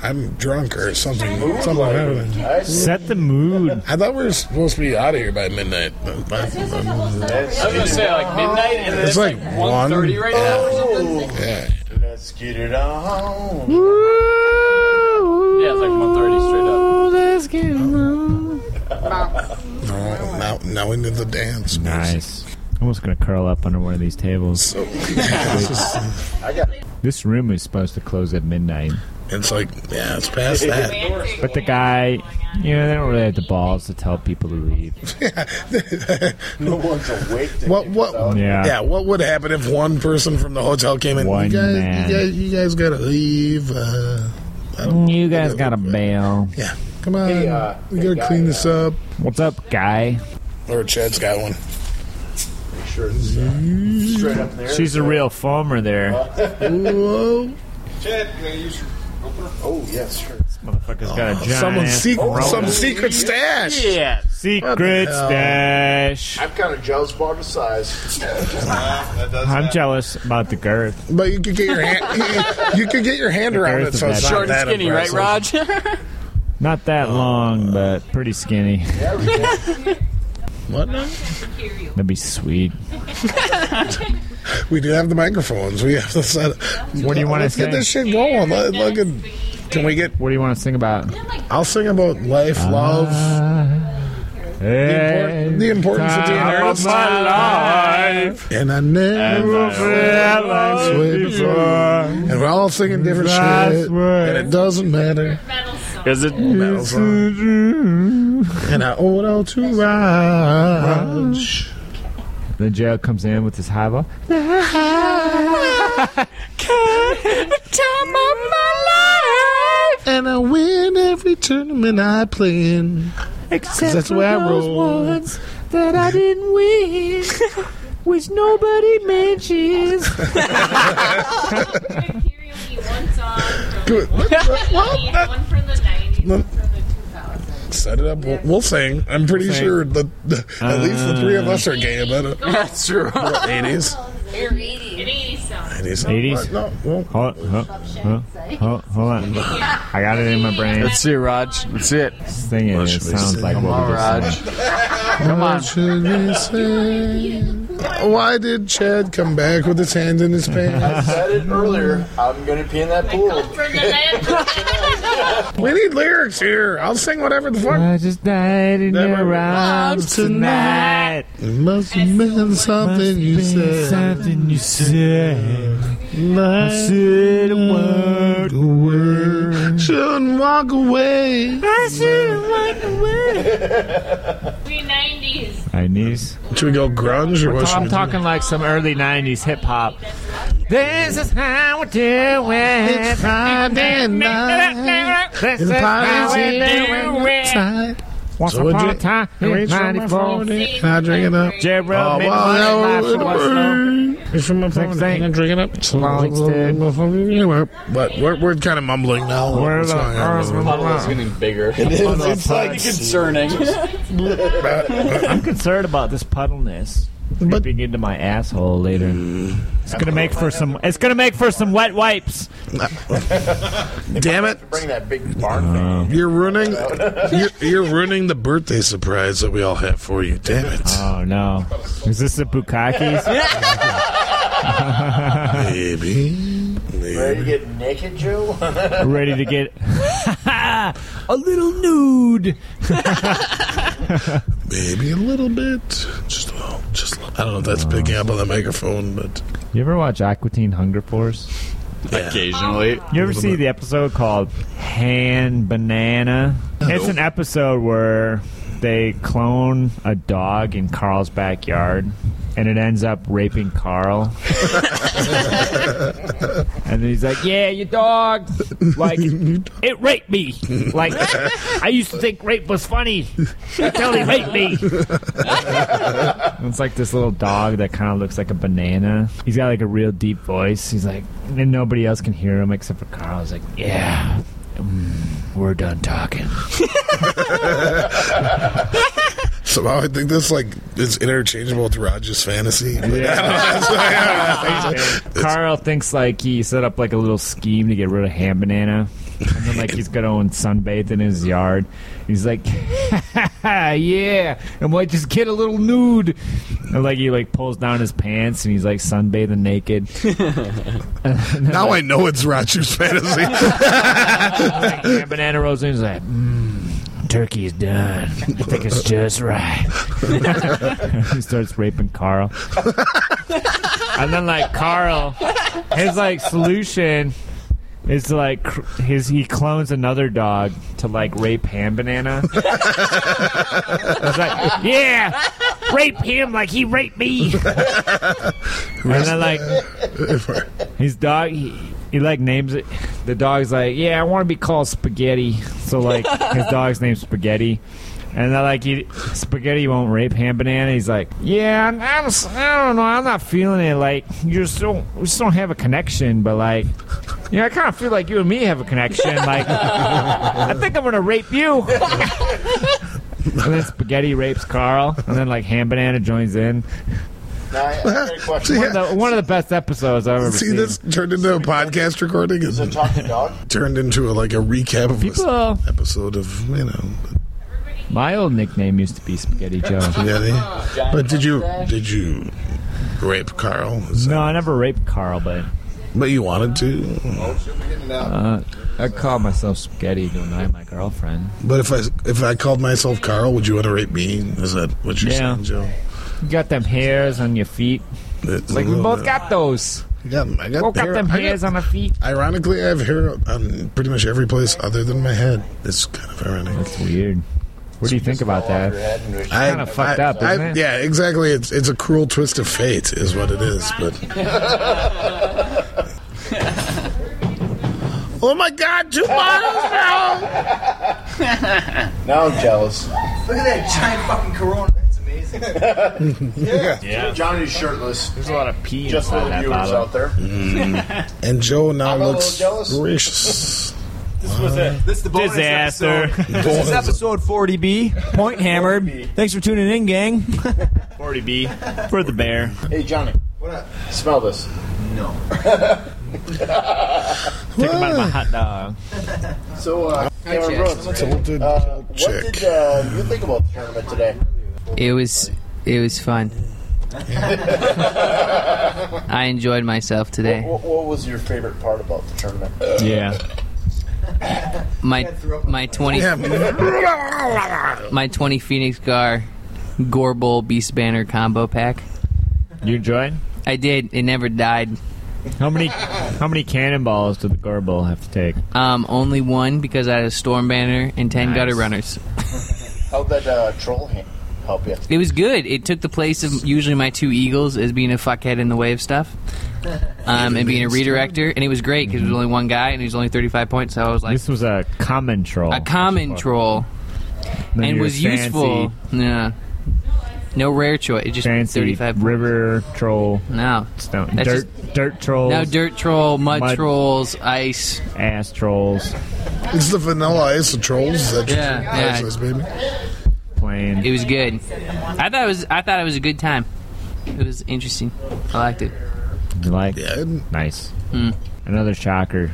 [SPEAKER 11] I'm drunk or something. Something happened.
[SPEAKER 5] I
[SPEAKER 2] Set the mood.
[SPEAKER 11] I thought we were supposed to be out of here by midnight. but- but-
[SPEAKER 6] I was gonna say like midnight, and then
[SPEAKER 11] It's
[SPEAKER 6] it's like
[SPEAKER 11] like Oh.
[SPEAKER 6] 1.30 right now.
[SPEAKER 11] yeah.
[SPEAKER 5] Let's get it on.
[SPEAKER 6] Yeah, it's like 1.30 straight up.
[SPEAKER 11] No, now, now we need the dance.
[SPEAKER 2] Nice. I'm almost gonna curl up under one of these tables.
[SPEAKER 11] So, it's, just-
[SPEAKER 5] I got
[SPEAKER 2] This room is supposed to close at midnight,
[SPEAKER 11] it's like, yeah, it's past that.
[SPEAKER 2] but the guy, you know, they don't really have the balls to tell people to leave.
[SPEAKER 5] no one's awake. To
[SPEAKER 11] What what
[SPEAKER 2] Yeah.
[SPEAKER 11] yeah. what would happen if one person from the hotel came in
[SPEAKER 2] One
[SPEAKER 11] you
[SPEAKER 2] man.
[SPEAKER 11] guys you guys, you guys gotta leave uh, I don't-
[SPEAKER 2] Mm, You guys got a bail.
[SPEAKER 11] yeah come on
[SPEAKER 5] Hey, uh,
[SPEAKER 11] we
[SPEAKER 5] hey,
[SPEAKER 11] gotta
[SPEAKER 5] guy,
[SPEAKER 11] clean this up
[SPEAKER 2] What's up, guy?
[SPEAKER 11] or Chad's got one
[SPEAKER 5] Make sure it's uh, straight up there.
[SPEAKER 2] She's a real foamer there.
[SPEAKER 11] Whoa.
[SPEAKER 5] Oh yes, sure.
[SPEAKER 2] Motherfucker's got a giant
[SPEAKER 11] someone
[SPEAKER 2] ass
[SPEAKER 11] sec-
[SPEAKER 2] corona.
[SPEAKER 11] some secret stash
[SPEAKER 6] Yeah.
[SPEAKER 11] What the
[SPEAKER 2] secret
[SPEAKER 11] hell?
[SPEAKER 2] stash.
[SPEAKER 5] I'm kind of jealous about the size.
[SPEAKER 2] I'm jealous about the girth.
[SPEAKER 11] but you could get your hand you could get your hand around it
[SPEAKER 2] girth
[SPEAKER 11] so
[SPEAKER 2] of
[SPEAKER 11] it's
[SPEAKER 2] that.
[SPEAKER 11] not
[SPEAKER 6] Short and
[SPEAKER 11] that
[SPEAKER 6] skinny,
[SPEAKER 11] impressive.
[SPEAKER 6] right, Raj?
[SPEAKER 2] Not
[SPEAKER 11] Uh,
[SPEAKER 2] that long, but pretty skinny.
[SPEAKER 11] what now?
[SPEAKER 2] That'd be sweet.
[SPEAKER 11] we do have the microphones we have the set
[SPEAKER 2] What do you wanna
[SPEAKER 11] let's get
[SPEAKER 2] say?
[SPEAKER 11] this shit going Let, look at, can we get
[SPEAKER 2] What do you want to sing about? Ah.
[SPEAKER 11] I'll sing about life love
[SPEAKER 2] Hey,
[SPEAKER 11] the importance of being
[SPEAKER 2] time
[SPEAKER 11] earnest.
[SPEAKER 2] my life.
[SPEAKER 11] And I never felt like sweat before. And we're all singing different
[SPEAKER 2] That's
[SPEAKER 11] shit.
[SPEAKER 2] right.
[SPEAKER 11] And it doesn't matter.
[SPEAKER 6] Is it?
[SPEAKER 11] Metal song. And I owe it all to Raj.
[SPEAKER 2] Then Joe comes in with his high ball.
[SPEAKER 11] And I win every tournament I play in. Because that's where I roll.
[SPEAKER 2] that I didn't win, which nobody mentions.
[SPEAKER 11] Good.
[SPEAKER 8] One from the 90s,
[SPEAKER 11] Well,
[SPEAKER 8] one from the 2000s.
[SPEAKER 11] Set it up. We'll, we'll sing. I'm pretty
[SPEAKER 2] We'll sing.
[SPEAKER 11] sure the, the at least the three of us are gay about it.
[SPEAKER 6] That's true.
[SPEAKER 11] 80s.
[SPEAKER 8] An 80s song.
[SPEAKER 11] seventies.
[SPEAKER 2] 80s?
[SPEAKER 11] No, well,
[SPEAKER 2] Hold, hold, hold, hold, hold on. I got it in my brain.
[SPEAKER 6] Let's see it, Raj. Let's see it.
[SPEAKER 2] Sing it. It sounds like
[SPEAKER 6] Come
[SPEAKER 2] what
[SPEAKER 6] on,
[SPEAKER 2] we
[SPEAKER 6] Raj.
[SPEAKER 2] just
[SPEAKER 6] Come on.
[SPEAKER 11] should we say? Why did Chad come back with his hand in his
[SPEAKER 5] I
[SPEAKER 11] pants?
[SPEAKER 5] said it earlier. I'm gonna pee in that pool.
[SPEAKER 11] we need lyrics here. I'll sing whatever the fuck.
[SPEAKER 2] I just died in
[SPEAKER 11] Never
[SPEAKER 2] your arms tonight.
[SPEAKER 11] It must have been something you said.
[SPEAKER 2] Something you said. I said a word.
[SPEAKER 11] Shouldn't walk away.
[SPEAKER 2] I shouldn't walk
[SPEAKER 11] away.
[SPEAKER 8] We 90s.
[SPEAKER 2] Nineties.
[SPEAKER 11] Should we go grunge or what? should
[SPEAKER 2] I'm
[SPEAKER 11] we
[SPEAKER 2] talking like some early '90s hip hop. This is how we do it.
[SPEAKER 11] It's Friday night.
[SPEAKER 2] This is
[SPEAKER 11] And the
[SPEAKER 2] how
[SPEAKER 11] party's
[SPEAKER 2] we
[SPEAKER 11] here
[SPEAKER 2] do it.
[SPEAKER 11] inside.
[SPEAKER 2] Once
[SPEAKER 11] So
[SPEAKER 2] upon a
[SPEAKER 11] would you-
[SPEAKER 2] time Uh,
[SPEAKER 11] you
[SPEAKER 2] in
[SPEAKER 11] reach for my
[SPEAKER 2] 94.
[SPEAKER 11] phone and I drink it up.
[SPEAKER 2] Jabril
[SPEAKER 11] Oh,
[SPEAKER 2] made
[SPEAKER 11] wow,
[SPEAKER 2] money
[SPEAKER 11] now
[SPEAKER 2] live for
[SPEAKER 11] it'll
[SPEAKER 2] what's
[SPEAKER 11] burn. It's from my phone.
[SPEAKER 2] thing.
[SPEAKER 11] and I drink it up. So-
[SPEAKER 2] Long extend.
[SPEAKER 11] But we're, we're kind of mumbling now.
[SPEAKER 2] We're
[SPEAKER 11] What's
[SPEAKER 2] the
[SPEAKER 11] going on?
[SPEAKER 2] Earth Mama.
[SPEAKER 6] Puddle is getting bigger.
[SPEAKER 11] It is.
[SPEAKER 6] Puddle
[SPEAKER 11] It's like-
[SPEAKER 6] is concerning.
[SPEAKER 2] I'm concerned about this puddleness creeping into my asshole later. It's gonna make for some. It's gonna make for some wet wipes.
[SPEAKER 11] Damn it!
[SPEAKER 5] Bring that big barn.
[SPEAKER 11] Uh-huh. You're ruining, you're, you're ruining the birthday surprise that we all have for you. Damn it!
[SPEAKER 2] Oh no! Is this the Bukakis?
[SPEAKER 11] Maybe.
[SPEAKER 5] Ready to get naked, Joe?
[SPEAKER 2] Ready to get a little nude.
[SPEAKER 11] Maybe a little bit. Just a little. Just a little. I don't know if that's picking up on the microphone, but
[SPEAKER 2] You ever watch Aquatine Hunger Force?
[SPEAKER 6] Occasionally.
[SPEAKER 2] You ever see the episode called Hand Banana? It's an episode where they clone a dog in Carl's backyard and it ends up raping Carl. and he's like, Yeah, your dog like it raped me. Like I used to think rape was funny until he raped me. It's like this little dog that kind of looks like a banana. He's got like a real deep voice. He's like, and nobody else can hear him except for Carl. He's like, yeah, mm, we're done talking.
[SPEAKER 11] somehow I think this like is interchangeable with Rogers' fantasy. But
[SPEAKER 2] Carl thinks like he set up like a little scheme to get rid of ham banana. And then like he's gonna own sunbathe in his yard. He's like, yeah, and like just get a little nude. And like he like pulls down his pants and he's like sunbathing naked.
[SPEAKER 11] now I know it's Rogers' fantasy.
[SPEAKER 2] And banana rolls in and is like, mm, turkey is done. I think it's just right. he starts raping Carl. and then, like, Carl, his, like, solution is to, like, cr- his he clones another dog to, like, rape Ham Banana. It's like, yeah, rape him like he raped me. and then, like, his dog, he, he like names it. The dog's like, yeah, I want to be called Spaghetti. So like, his dog's name's Spaghetti. And they're like, he, Spaghetti won't rape Ham Banana. He's like, yeah, I'm, I'm, s- I don't know, I'm not feeling it. Like, you just don't, we just don't have a connection. But like, you know, I kind of feel like you and me have a connection. Like, I think I'm gonna rape you. and then Spaghetti rapes Carl, and then like Ham Banana joins in.
[SPEAKER 5] Now, I, I got a question.
[SPEAKER 2] One of the, one of the best episodes I've ever
[SPEAKER 11] See,
[SPEAKER 2] seen.
[SPEAKER 11] this turned into a podcast recording.
[SPEAKER 5] Is it
[SPEAKER 11] It
[SPEAKER 5] talking dog?
[SPEAKER 11] turned into a, like a recap of this
[SPEAKER 2] People.
[SPEAKER 11] episode of you know.
[SPEAKER 2] My old nickname used to be Spaghetti Joe.
[SPEAKER 11] Yeah, they, but did you did you rape Carl? Is that-
[SPEAKER 2] No, I never raped Carl, but
[SPEAKER 11] But you wanted to.
[SPEAKER 2] uh, I called myself Spaghetti to annoy my girlfriend.
[SPEAKER 11] But if I if I called myself Carl, would you want to rape me? Is that what you're
[SPEAKER 2] Yeah.
[SPEAKER 11] saying, Joe?
[SPEAKER 2] You got them hairs on your feet.
[SPEAKER 11] It's
[SPEAKER 2] Like,
[SPEAKER 11] a
[SPEAKER 2] we
[SPEAKER 11] little
[SPEAKER 2] both
[SPEAKER 11] bit-
[SPEAKER 2] got those.
[SPEAKER 11] I got, I got
[SPEAKER 2] Both got
[SPEAKER 11] hair-
[SPEAKER 2] them
[SPEAKER 11] I got-
[SPEAKER 2] hairs on our feet.
[SPEAKER 11] Ironically, I have hair on pretty much every place other than my head. It's kind of ironic.
[SPEAKER 2] That's weird. What do you think about that?
[SPEAKER 11] I-
[SPEAKER 2] kinda fucked
[SPEAKER 11] I-
[SPEAKER 2] up,
[SPEAKER 11] I-
[SPEAKER 2] isn't it?
[SPEAKER 11] Yeah, exactly. It's it's a cruel twist of fate, is what it is. But oh my god, two bottles now.
[SPEAKER 5] Now I'm jealous.
[SPEAKER 13] Look at that giant fucking corona. That's amazing.
[SPEAKER 5] Yeah. Johnny's shirtless.
[SPEAKER 2] There's a lot of pee
[SPEAKER 5] Just for
[SPEAKER 2] inside
[SPEAKER 5] the
[SPEAKER 2] that
[SPEAKER 5] viewers
[SPEAKER 2] bottle.
[SPEAKER 5] out there.
[SPEAKER 11] and Joe now
[SPEAKER 5] I'm a little
[SPEAKER 11] looks
[SPEAKER 5] jealous.
[SPEAKER 11] gracious.
[SPEAKER 13] This was it. This is the bonus
[SPEAKER 2] Disaster.
[SPEAKER 13] episode.
[SPEAKER 3] This is episode 40B, Point Hammered. Thanks for tuning in, gang.
[SPEAKER 2] 40B for the bear.
[SPEAKER 5] Hey, Johnny. What up? Smell this. No.
[SPEAKER 2] Take him out of my hot dog.
[SPEAKER 5] So, uh, Cameron Brooks, uh, what did uh, you think about the tournament today?
[SPEAKER 15] It was it was fun. I enjoyed myself today.
[SPEAKER 5] What, what was your favorite part about the tournament?
[SPEAKER 2] Yeah.
[SPEAKER 15] My my twenty my twenty Phoenix Gar Gorble Beast Banner combo pack.
[SPEAKER 2] You enjoyed?
[SPEAKER 15] I did. It never died.
[SPEAKER 2] How many how many cannonballs did the garble have to take?
[SPEAKER 15] Um, only one because I had a storm banner and ten
[SPEAKER 5] Nice.
[SPEAKER 15] gutter runners.
[SPEAKER 5] How'd that uh, troll hand help you?
[SPEAKER 15] It was good. It took the place of usually my two eagles as being a fuckhead in the way of stuff, um, and being a redirector. And it was great because there was only one guy and he was only thirty-five points. So I was like,
[SPEAKER 2] This was Oh, a common troll.
[SPEAKER 15] a common troll,
[SPEAKER 2] Then
[SPEAKER 15] and
[SPEAKER 2] your
[SPEAKER 15] was useful. Yeah, no rare choice. It just
[SPEAKER 2] Fancy
[SPEAKER 15] thirty-five
[SPEAKER 2] river troll.
[SPEAKER 15] No
[SPEAKER 2] stone
[SPEAKER 15] That's
[SPEAKER 2] dirt dirt trolls.
[SPEAKER 15] No dirt troll, mud,
[SPEAKER 2] Mud-
[SPEAKER 15] trolls, ice,
[SPEAKER 2] ass trolls,
[SPEAKER 11] It's the vanilla ice of trolls. That's
[SPEAKER 15] Yeah, yeah.
[SPEAKER 11] Ice, baby.
[SPEAKER 2] plain.
[SPEAKER 15] It was good. I thought it was. I thought it was a good time. It was interesting. I liked it.
[SPEAKER 2] You like? Nice. Another shocker.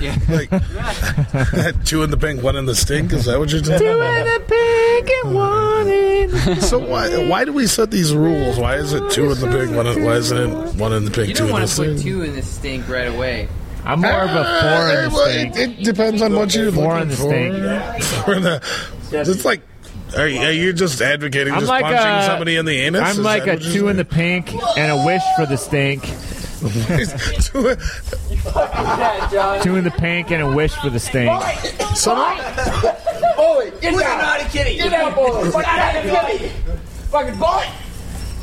[SPEAKER 11] Yeah. Like, two in the pink, one in the stink. Is that what you're doing? So why why do we set these rules? Why is it two in the pink? One in, why isn't it one in the pink?
[SPEAKER 15] You
[SPEAKER 11] two
[SPEAKER 15] don't
[SPEAKER 11] in the
[SPEAKER 15] want to
[SPEAKER 11] stink?
[SPEAKER 15] put
[SPEAKER 11] Ah,
[SPEAKER 15] two in this stink right away.
[SPEAKER 2] I'm more of a four in the
[SPEAKER 11] well,
[SPEAKER 2] stink.
[SPEAKER 11] It, it depends on what you're
[SPEAKER 2] Four in
[SPEAKER 11] looking
[SPEAKER 2] the
[SPEAKER 11] for. Four in the- It's like, are you, are you just advocating
[SPEAKER 2] I'm
[SPEAKER 11] just
[SPEAKER 2] like
[SPEAKER 11] punching
[SPEAKER 2] a,
[SPEAKER 11] somebody in the anus?
[SPEAKER 2] I'm
[SPEAKER 11] Is
[SPEAKER 2] like
[SPEAKER 11] that
[SPEAKER 2] a
[SPEAKER 11] what you're
[SPEAKER 2] two in the pink and a wish for the stink. two in the pink and a wish for the stink.
[SPEAKER 10] Bully, get We're down. not a kitty. Get down, bully. We're not a kitty. Fucking bully.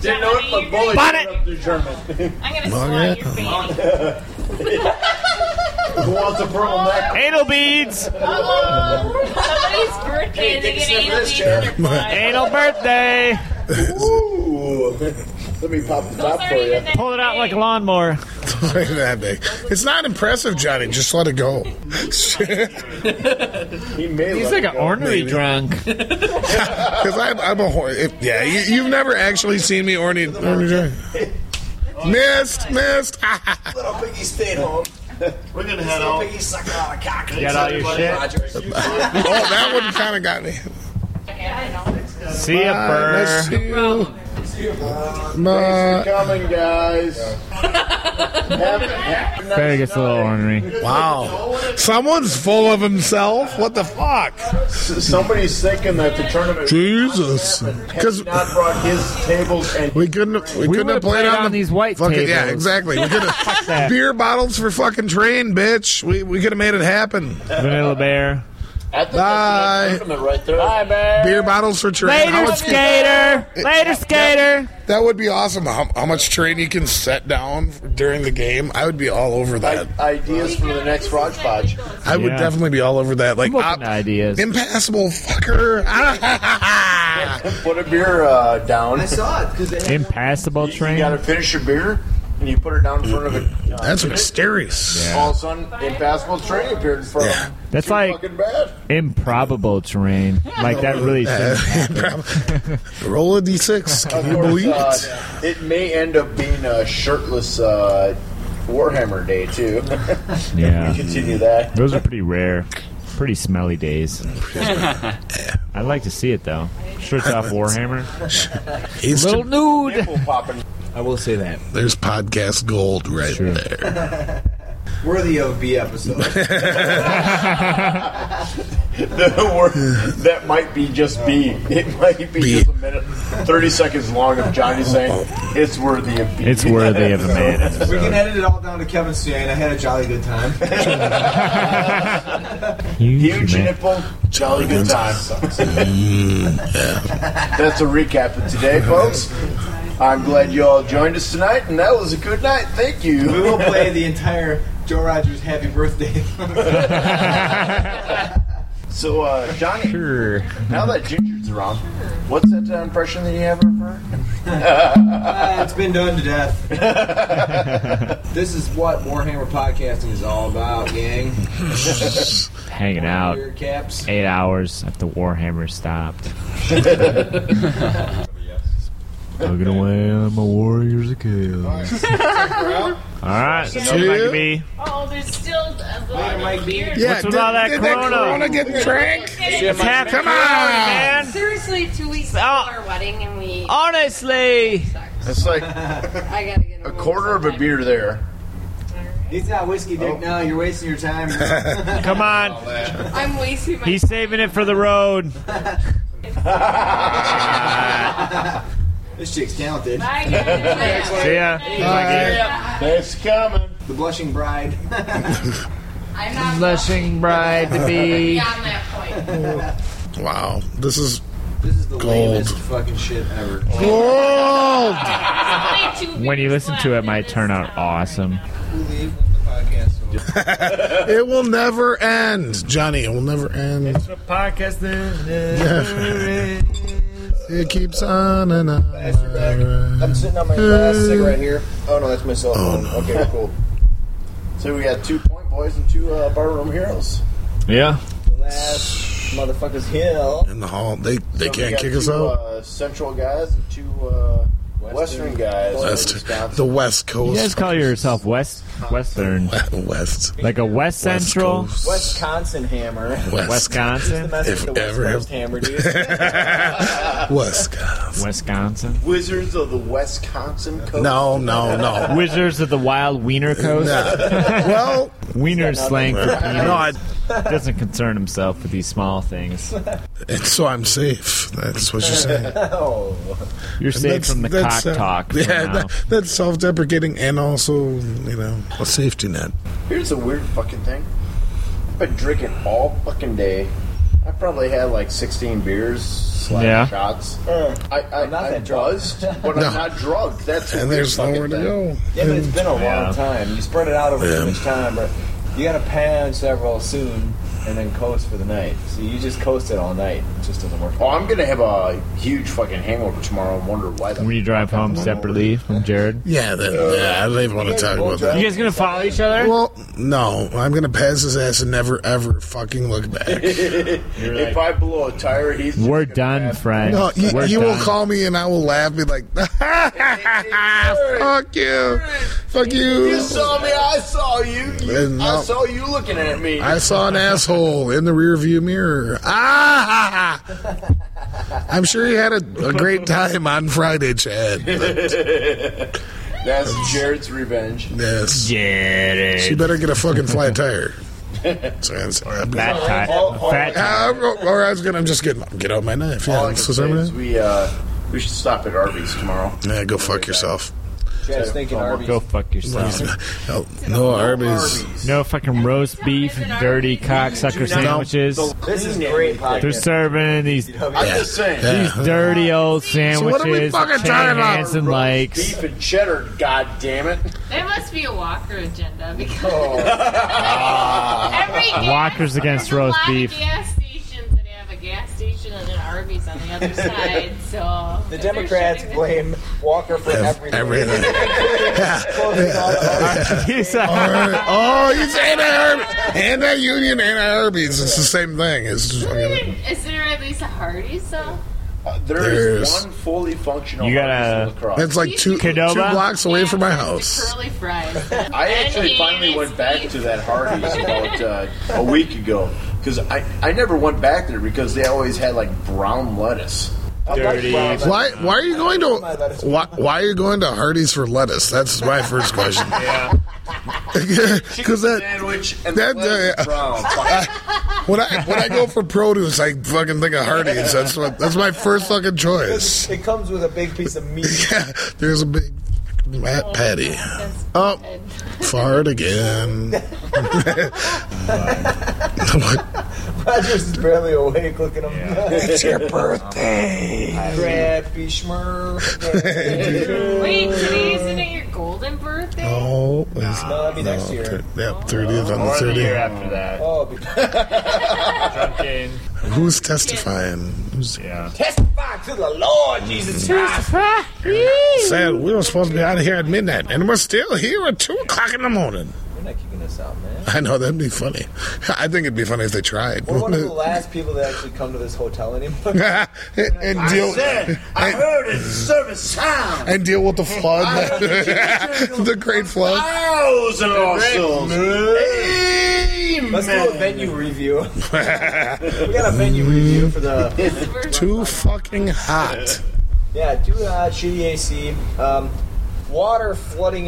[SPEAKER 5] Didn't know it, but bully
[SPEAKER 10] Bonnet.
[SPEAKER 5] showed up to German.
[SPEAKER 10] I'm
[SPEAKER 11] Bonnet.
[SPEAKER 5] Who wants a pearl neck?
[SPEAKER 2] Anal beads.
[SPEAKER 10] Somebody's
[SPEAKER 8] birthday, they get anal beads
[SPEAKER 2] Anal birthday.
[SPEAKER 5] Ooh. Let me pop the top for you.
[SPEAKER 2] Pull it out like a lawnmower.
[SPEAKER 11] Like that big. It's not impressive, Johnny. Just let it go.
[SPEAKER 5] He may
[SPEAKER 2] He's
[SPEAKER 5] let
[SPEAKER 2] like
[SPEAKER 5] it
[SPEAKER 2] an
[SPEAKER 5] go.
[SPEAKER 2] ornery
[SPEAKER 11] Maybe.
[SPEAKER 2] drunk.
[SPEAKER 11] Because I'm, I'm a horny. if- yeah, you, you've never actually seen me orny. orny drunk. Missed, missed.
[SPEAKER 13] Little piggy stayed home.
[SPEAKER 5] We're gonna head
[SPEAKER 13] Little
[SPEAKER 5] out.
[SPEAKER 13] piggy sucking on a cock.
[SPEAKER 2] You got all your shit?
[SPEAKER 11] oh, that one kind of got me.
[SPEAKER 2] See ya,
[SPEAKER 11] Bye,
[SPEAKER 2] Burr.
[SPEAKER 11] miss you.
[SPEAKER 5] Thanks
[SPEAKER 11] Ma-
[SPEAKER 5] for coming, guys. Have a- have a nice
[SPEAKER 2] Barry gets a little ornery.
[SPEAKER 11] Wow. oh. Someone's full of himself? What the fuck?
[SPEAKER 5] S- Somebody's thinking that the tournament
[SPEAKER 11] Jesus.
[SPEAKER 5] has not brought his tables and
[SPEAKER 11] We couldn't have, we
[SPEAKER 2] We
[SPEAKER 11] couldn't have
[SPEAKER 2] would've
[SPEAKER 11] played,
[SPEAKER 2] played
[SPEAKER 11] on,
[SPEAKER 2] on
[SPEAKER 11] the
[SPEAKER 2] these white
[SPEAKER 11] fucking, Yeah,
[SPEAKER 2] tables.
[SPEAKER 11] exactly. We could
[SPEAKER 2] Fuck
[SPEAKER 11] have
[SPEAKER 2] that.
[SPEAKER 11] beer bottles for fucking train, bitch. We we could have made it happen.
[SPEAKER 2] Vanilla Bear.
[SPEAKER 5] I think
[SPEAKER 11] Bye.
[SPEAKER 5] that's the tournament right there. Bye, man.
[SPEAKER 11] Beer bottles for train. How
[SPEAKER 2] Later,
[SPEAKER 11] much-
[SPEAKER 2] skater. Later, skater.
[SPEAKER 11] That would be awesome. How, how much train you can set down during the game? I would be all over that.
[SPEAKER 5] Ideas for the next Raj Podge.
[SPEAKER 11] I would
[SPEAKER 2] Yeah.
[SPEAKER 11] definitely be all over that. Like
[SPEAKER 2] I'm open
[SPEAKER 11] op-
[SPEAKER 2] to ideas.
[SPEAKER 11] impassable fucker.
[SPEAKER 5] Put a beer uh, down.
[SPEAKER 13] I
[SPEAKER 5] You
[SPEAKER 13] saw it because they had
[SPEAKER 2] Impassable train.
[SPEAKER 5] gotta finish your beer, and you put it down in front of it. Uh,
[SPEAKER 11] That's mysterious.
[SPEAKER 5] all of a sudden, impassable train appeared in front of him.
[SPEAKER 2] That's
[SPEAKER 5] Too
[SPEAKER 2] like-
[SPEAKER 5] fucking bad.
[SPEAKER 2] Improbable terrain. Like that really. shouldn't
[SPEAKER 11] Roll a d6. Can you believe it?
[SPEAKER 5] Uh, it may end up being a shirtless uh, Warhammer day too.
[SPEAKER 2] Yeah.
[SPEAKER 5] Continue that.
[SPEAKER 2] Those are pretty rare. Pretty smelly days. I'd like to see it though. Shirts off Warhammer.
[SPEAKER 11] He's
[SPEAKER 2] Little nude.
[SPEAKER 5] Nipple popping.
[SPEAKER 3] I will say that.
[SPEAKER 11] there's podcast gold right there.
[SPEAKER 13] worthy of B episode.
[SPEAKER 5] The word- that might be just B. It might be
[SPEAKER 11] B.
[SPEAKER 5] just a minute, thirty seconds long of Johnny saying it's worthy of B.
[SPEAKER 2] It's worthy of a
[SPEAKER 13] we
[SPEAKER 2] man.
[SPEAKER 13] can
[SPEAKER 2] episode.
[SPEAKER 13] edit it all down to Kevin Stan. I had a jolly good time.
[SPEAKER 5] Huge
[SPEAKER 2] Huge man.
[SPEAKER 5] nipple, jolly good time. That's a recap of today, folks. I'm glad you all joined us tonight, and that was a good night. Thank you.
[SPEAKER 13] we will play the entire Joe Rogers Happy Birthday.
[SPEAKER 5] So, uh, Johnny,
[SPEAKER 2] Sure.
[SPEAKER 5] now that Ginger's around, what's that uh, impression that you have of her?
[SPEAKER 13] Ah, it's been done to death. this is what Warhammer podcasting is all about, gang.
[SPEAKER 2] Hanging out.
[SPEAKER 13] Your caps.
[SPEAKER 2] Eight hours after Warhammer stopped. Looking away on my warriors of chaos. All right,
[SPEAKER 11] Yeah.
[SPEAKER 2] so Mike B.
[SPEAKER 14] Oh, there's still a
[SPEAKER 10] Later, Mike B.
[SPEAKER 2] What's with all that Corona?
[SPEAKER 11] get drank?
[SPEAKER 2] It's half Come Corona, on! man. Oh.
[SPEAKER 14] Seriously, two weeks before our wedding, and we.
[SPEAKER 2] Honestly,
[SPEAKER 5] it's like
[SPEAKER 14] I gotta get
[SPEAKER 5] a quarter of a beer there. Oh.
[SPEAKER 13] He's not whiskey dick now. You're wasting your time.
[SPEAKER 2] Come on.
[SPEAKER 14] I'm wasting my.
[SPEAKER 2] He's saving it for the road.
[SPEAKER 13] This chick's talented.
[SPEAKER 14] Bye, guys.
[SPEAKER 2] See ya.
[SPEAKER 5] Thanks for coming.
[SPEAKER 13] The blushing bride.
[SPEAKER 14] I'm not.
[SPEAKER 2] Blushing bride
[SPEAKER 14] to be. Beyond that point.
[SPEAKER 11] Wow, this is
[SPEAKER 13] This is the
[SPEAKER 11] gold.
[SPEAKER 13] lamest fucking shit ever.
[SPEAKER 11] Gold.
[SPEAKER 2] When you listen to it, it might turn out awesome.
[SPEAKER 11] it will never end, Johnny. It will never end.
[SPEAKER 2] Podcast
[SPEAKER 11] It keeps on and on.
[SPEAKER 5] I'm sitting on my
[SPEAKER 11] last cigarette
[SPEAKER 5] here. Oh no, that's my cell phone. Okay, cool. So we got two point boys and two uh, bar room heroes.
[SPEAKER 2] Yeah.
[SPEAKER 5] Last motherfuckers hill.
[SPEAKER 11] In the hall, they they
[SPEAKER 5] So we
[SPEAKER 11] can't
[SPEAKER 5] got
[SPEAKER 11] kick us
[SPEAKER 5] two,
[SPEAKER 11] out.
[SPEAKER 5] Uh, central guys and two uh, western, guys.
[SPEAKER 11] West, the West
[SPEAKER 2] You
[SPEAKER 11] Coast.
[SPEAKER 2] guys call yourself West Western?
[SPEAKER 11] West.
[SPEAKER 2] Like a West Central?
[SPEAKER 13] Wisconsin hammer.
[SPEAKER 2] West-
[SPEAKER 13] Who's the
[SPEAKER 2] Wisconsin?
[SPEAKER 13] best with
[SPEAKER 2] If
[SPEAKER 13] the West
[SPEAKER 2] ever-
[SPEAKER 13] Coast hammer, dude?
[SPEAKER 11] Wisconsin.
[SPEAKER 2] Wisconsin.
[SPEAKER 5] Wizards of the Wisconsin coast.
[SPEAKER 2] Wizards of the Wild Wiener Coast.
[SPEAKER 11] well,
[SPEAKER 2] Wiener
[SPEAKER 5] Is that
[SPEAKER 2] slang for
[SPEAKER 5] nothing?
[SPEAKER 2] penis.
[SPEAKER 5] No,
[SPEAKER 2] doesn't concern himself with these small things.
[SPEAKER 11] And so I'm safe. That's what you're saying.
[SPEAKER 13] Oh.
[SPEAKER 2] You're
[SPEAKER 11] And
[SPEAKER 2] safe
[SPEAKER 11] that's-
[SPEAKER 2] from the
[SPEAKER 11] that's,
[SPEAKER 2] cock
[SPEAKER 11] uh,
[SPEAKER 2] talk. for
[SPEAKER 11] Yeah,
[SPEAKER 2] now.
[SPEAKER 11] that, that's self-deprecating and also, you know, a safety net.
[SPEAKER 5] Here's a weird fucking thing. I've been drinking all fucking day. I probably had like 16 beers slash
[SPEAKER 11] Yeah.
[SPEAKER 5] shots.
[SPEAKER 13] Uh,
[SPEAKER 5] I, I, am not that buzzed, but
[SPEAKER 11] No.
[SPEAKER 5] I'm not drugged. That's a
[SPEAKER 11] And
[SPEAKER 5] weird
[SPEAKER 11] there's
[SPEAKER 5] fucking
[SPEAKER 11] nowhere to
[SPEAKER 5] thing.
[SPEAKER 11] go.
[SPEAKER 13] Yeah, but it's been a long
[SPEAKER 11] Yeah.
[SPEAKER 13] time. You spread it out over
[SPEAKER 11] Yeah.
[SPEAKER 13] too much time, but you gotta pound several soon and then coast for the night. So you just coast it all night. It just doesn't work.
[SPEAKER 5] Oh, I'm gonna have a huge fucking hangover tomorrow and wonder why. The
[SPEAKER 2] When you drive home separately from Jared.
[SPEAKER 11] Yeah, that, yeah, I don't
[SPEAKER 5] Uh,
[SPEAKER 11] even want to talk about that.
[SPEAKER 2] You guys gonna follow each other?
[SPEAKER 11] Well, no, I'm gonna pass his ass and never ever fucking look back.
[SPEAKER 5] if I blow a tire, he's
[SPEAKER 2] We're done, friend.
[SPEAKER 11] No, you,
[SPEAKER 2] We're
[SPEAKER 11] you will
[SPEAKER 2] done.
[SPEAKER 11] call me and I will laugh, be like, "Fuck you, fuck you."
[SPEAKER 5] You saw me. I saw you. you
[SPEAKER 11] And
[SPEAKER 5] I
[SPEAKER 11] no.
[SPEAKER 5] saw you looking at me.
[SPEAKER 11] I saw an asshole in the rearview mirror. Ah! I'm sure he had a, a great time on Friday, Chad.
[SPEAKER 5] That's Jared's revenge.
[SPEAKER 11] Yes.
[SPEAKER 2] Jared.
[SPEAKER 11] She better get a fucking flat tire. So I'm sorry. I'm-
[SPEAKER 5] Fat tire. All- Fat
[SPEAKER 11] Ah, I'm- Or I was gonna. I'm just getting get out my knife. Yeah.
[SPEAKER 5] All I can
[SPEAKER 11] so
[SPEAKER 5] say
[SPEAKER 11] sorry.
[SPEAKER 5] is we uh, we should stop at Arby's tomorrow.
[SPEAKER 11] Yeah, go fuck yourself.
[SPEAKER 13] Chad's thinking Arby's.
[SPEAKER 2] Go fuck yourself.
[SPEAKER 11] No, no Arby's.
[SPEAKER 2] No fucking roast beef, dirty cocksucker sandwiches.
[SPEAKER 13] This is great podcast.
[SPEAKER 2] They're serving these
[SPEAKER 5] I'm just saying.
[SPEAKER 2] these dirty old
[SPEAKER 5] So what are
[SPEAKER 2] sandwiches.
[SPEAKER 5] we fucking
[SPEAKER 2] Jay
[SPEAKER 5] talking about?
[SPEAKER 2] Hansen likes.
[SPEAKER 5] Beef and cheddar, god damn it.
[SPEAKER 14] There must be a Walker agenda because
[SPEAKER 2] Oh.
[SPEAKER 14] every gas,
[SPEAKER 2] Walkers against
[SPEAKER 14] there's a
[SPEAKER 2] roast
[SPEAKER 14] lot of
[SPEAKER 2] beef.
[SPEAKER 14] gas stations that have a gas station and an Arby's on the other side. So
[SPEAKER 13] The
[SPEAKER 14] there
[SPEAKER 13] Democrats
[SPEAKER 14] should be-
[SPEAKER 13] blame Walker for everything.
[SPEAKER 11] Everything.
[SPEAKER 2] He's
[SPEAKER 11] oh, he's anti-Arby's, anti-union, anti-Arby's. It's the same thing. It's just fucking.
[SPEAKER 14] Is there at least a Hardee's though?
[SPEAKER 5] Uh, There is
[SPEAKER 11] There's-
[SPEAKER 5] one fully functional.
[SPEAKER 2] You
[SPEAKER 5] Arby's
[SPEAKER 2] gotta.
[SPEAKER 5] in Lacrosse.
[SPEAKER 11] It's like two
[SPEAKER 2] Qdoba?
[SPEAKER 11] two blocks away from my house.
[SPEAKER 14] Curly fries.
[SPEAKER 5] I actually
[SPEAKER 14] Wendy's.
[SPEAKER 5] finally went back to that Hardee's about uh, a week ago because I, I never went back there because they always had like brown lettuce.
[SPEAKER 2] Dirty.
[SPEAKER 11] Why Why are you going to why, why are you going to Hardee's for lettuce? That's my first question. Because that
[SPEAKER 5] sandwich and
[SPEAKER 11] That-
[SPEAKER 5] the lettuce
[SPEAKER 11] uh,
[SPEAKER 5] is brown.
[SPEAKER 11] when I when I go for produce, I fucking think of Hardee's. That's what that's my first fucking choice.
[SPEAKER 13] It comes with a big piece of meat.
[SPEAKER 11] There's a big Matt Patty. Oh, fart again. what?
[SPEAKER 13] Rogers is barely awake looking at him.
[SPEAKER 11] It's your birthday.
[SPEAKER 13] Crappy schmur.
[SPEAKER 14] Wait, today isn't it your golden birthday?
[SPEAKER 11] No, it's,
[SPEAKER 13] No, that'd be next year.
[SPEAKER 11] thir- yeah, 30th on the
[SPEAKER 2] Or the year
[SPEAKER 11] 30th.
[SPEAKER 2] after that.
[SPEAKER 13] Oh, be-
[SPEAKER 2] Drunken.
[SPEAKER 11] Who's testifying? Who's-
[SPEAKER 2] Yeah.
[SPEAKER 13] testify to the Lord Jesus Christ.
[SPEAKER 11] Said we were supposed to be out of here at midnight, and we're still here at two o'clock in the morning.
[SPEAKER 13] We're not kicking
[SPEAKER 3] this out, man.
[SPEAKER 11] I know that'd be funny. I think it'd be funny if they tried.
[SPEAKER 3] We're one of the last people that actually come to this hotel anymore.
[SPEAKER 11] and deal-
[SPEAKER 5] I heard it service sound.
[SPEAKER 11] and deal with the flood,
[SPEAKER 5] I heard
[SPEAKER 11] the great flood.
[SPEAKER 5] Thousand lawsuits. Amen.
[SPEAKER 3] Let's do a venue review. we got a venue review for the.
[SPEAKER 11] Too fucking hot.
[SPEAKER 3] Yeah, do uh, shitty AC. Um, water flooding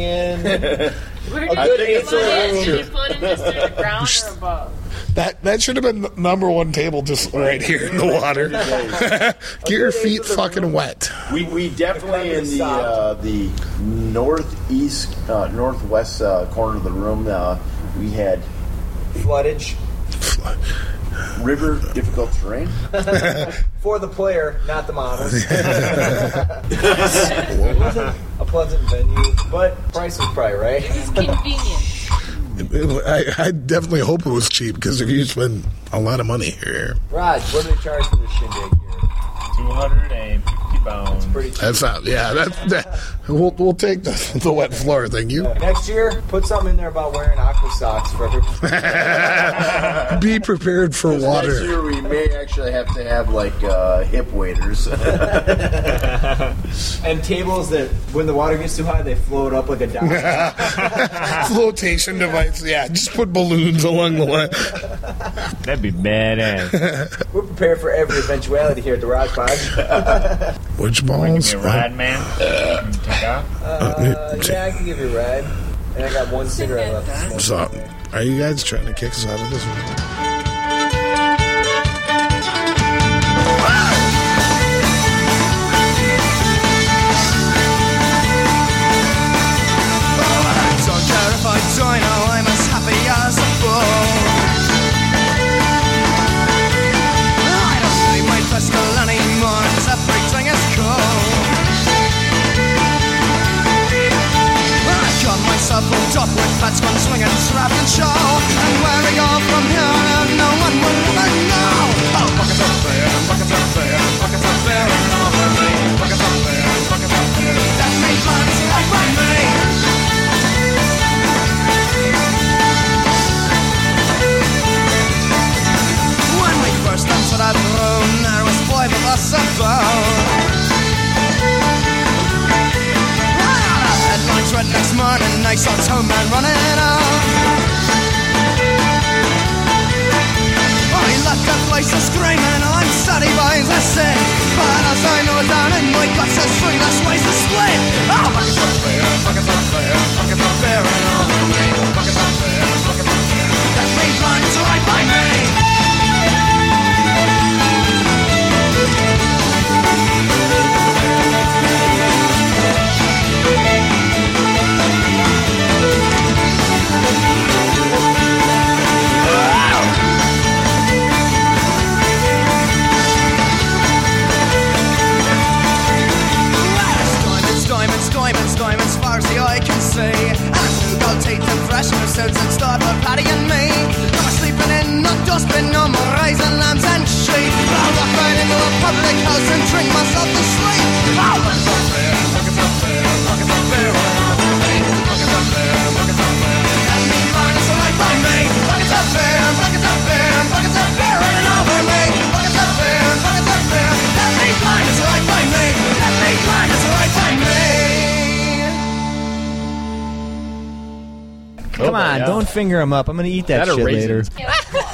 [SPEAKER 3] in. a
[SPEAKER 16] did you
[SPEAKER 3] good eight
[SPEAKER 16] put it?
[SPEAKER 3] foot
[SPEAKER 16] Did
[SPEAKER 3] room.
[SPEAKER 16] you put it just to the ground or above?
[SPEAKER 11] That that should have been the number one table just right here in the water. Get your feet fucking wet.
[SPEAKER 5] We, we definitely in the uh, the northeast uh, northwest uh, corner of the room. Uh, we had
[SPEAKER 3] floodage,
[SPEAKER 5] river, difficult terrain.
[SPEAKER 3] For the player, not the models. it wasn't a pleasant venue, but price was probably right.
[SPEAKER 16] It's convenient.
[SPEAKER 11] I, I definitely hope it was cheap because if you spend a lot of money here,
[SPEAKER 3] Raj, what do they charge for this shindig here?
[SPEAKER 2] 250 pounds. That's
[SPEAKER 3] pretty cheap.
[SPEAKER 11] that's not. Yeah, that, that we'll we'll take the, the wet floor. Thank you.
[SPEAKER 3] Next year, put something in there about wearing aqua socks for everybody.
[SPEAKER 11] Be prepared for
[SPEAKER 5] Next
[SPEAKER 11] water.
[SPEAKER 5] year we may actually have to have like uh, hip waiters.
[SPEAKER 3] and tables that, when the water gets too high, they float up like a dock.
[SPEAKER 11] Flotation device. Yeah, just put balloons along the line.
[SPEAKER 2] That'd be
[SPEAKER 3] Uh,
[SPEAKER 2] badass.
[SPEAKER 3] We're prepared for every eventuality here at the Raj Pod.
[SPEAKER 11] Which balls?
[SPEAKER 2] Give me a ride, man. Take off.
[SPEAKER 3] Uh, yeah, I can give you a ride. And I got one cigarette left. to smoke.
[SPEAKER 11] So, are you guys trying to kick us out of this one?
[SPEAKER 9] So terrified dino, I'm as happy as a bull. I don't need my pistol anymore, 'cause everything is cool. I got myself pulled up with batsman swinging, trap and show. And where we go from here, no one will ever know. Oh, buckets of fear, buckets of fear, buckets of fear, and over me. Buckets of fear, buckets of fear, that made plans over me. When we first entered that room, there was five of us about. I had a headlines read next morning, I saw two men running out. I left that place a screaming, I'm steady by the sin. But as I know down in my guts, there's three less ways to split. Oh, buckets of fear, buckets of fear, buckets of fear, and all of me. Buckets of fear, buckets of fear. That means lines are right by me. Diamonds, diamonds, diamonds, diamonds, far as the eye can see. And new gold teeth and fresh new suits and start for Patty and me. No more sleeping in, no dustbin, no more raising lambs and sheep. I'll walk right into a public house and drink myself to sleep. I'll look up there, look at the fair, look at the fair, look at the fair, look at the fair. And me minus a light by me. Look at the fair, look at the fair, look at the fair, running over me. Look at the fair, look at the fair. That me minus a light by me. That me minus a light by me.
[SPEAKER 2] uh,
[SPEAKER 12] Come on, don't finger him up. I'm gonna eat that,
[SPEAKER 3] That or
[SPEAKER 12] shit later.
[SPEAKER 3] raisins.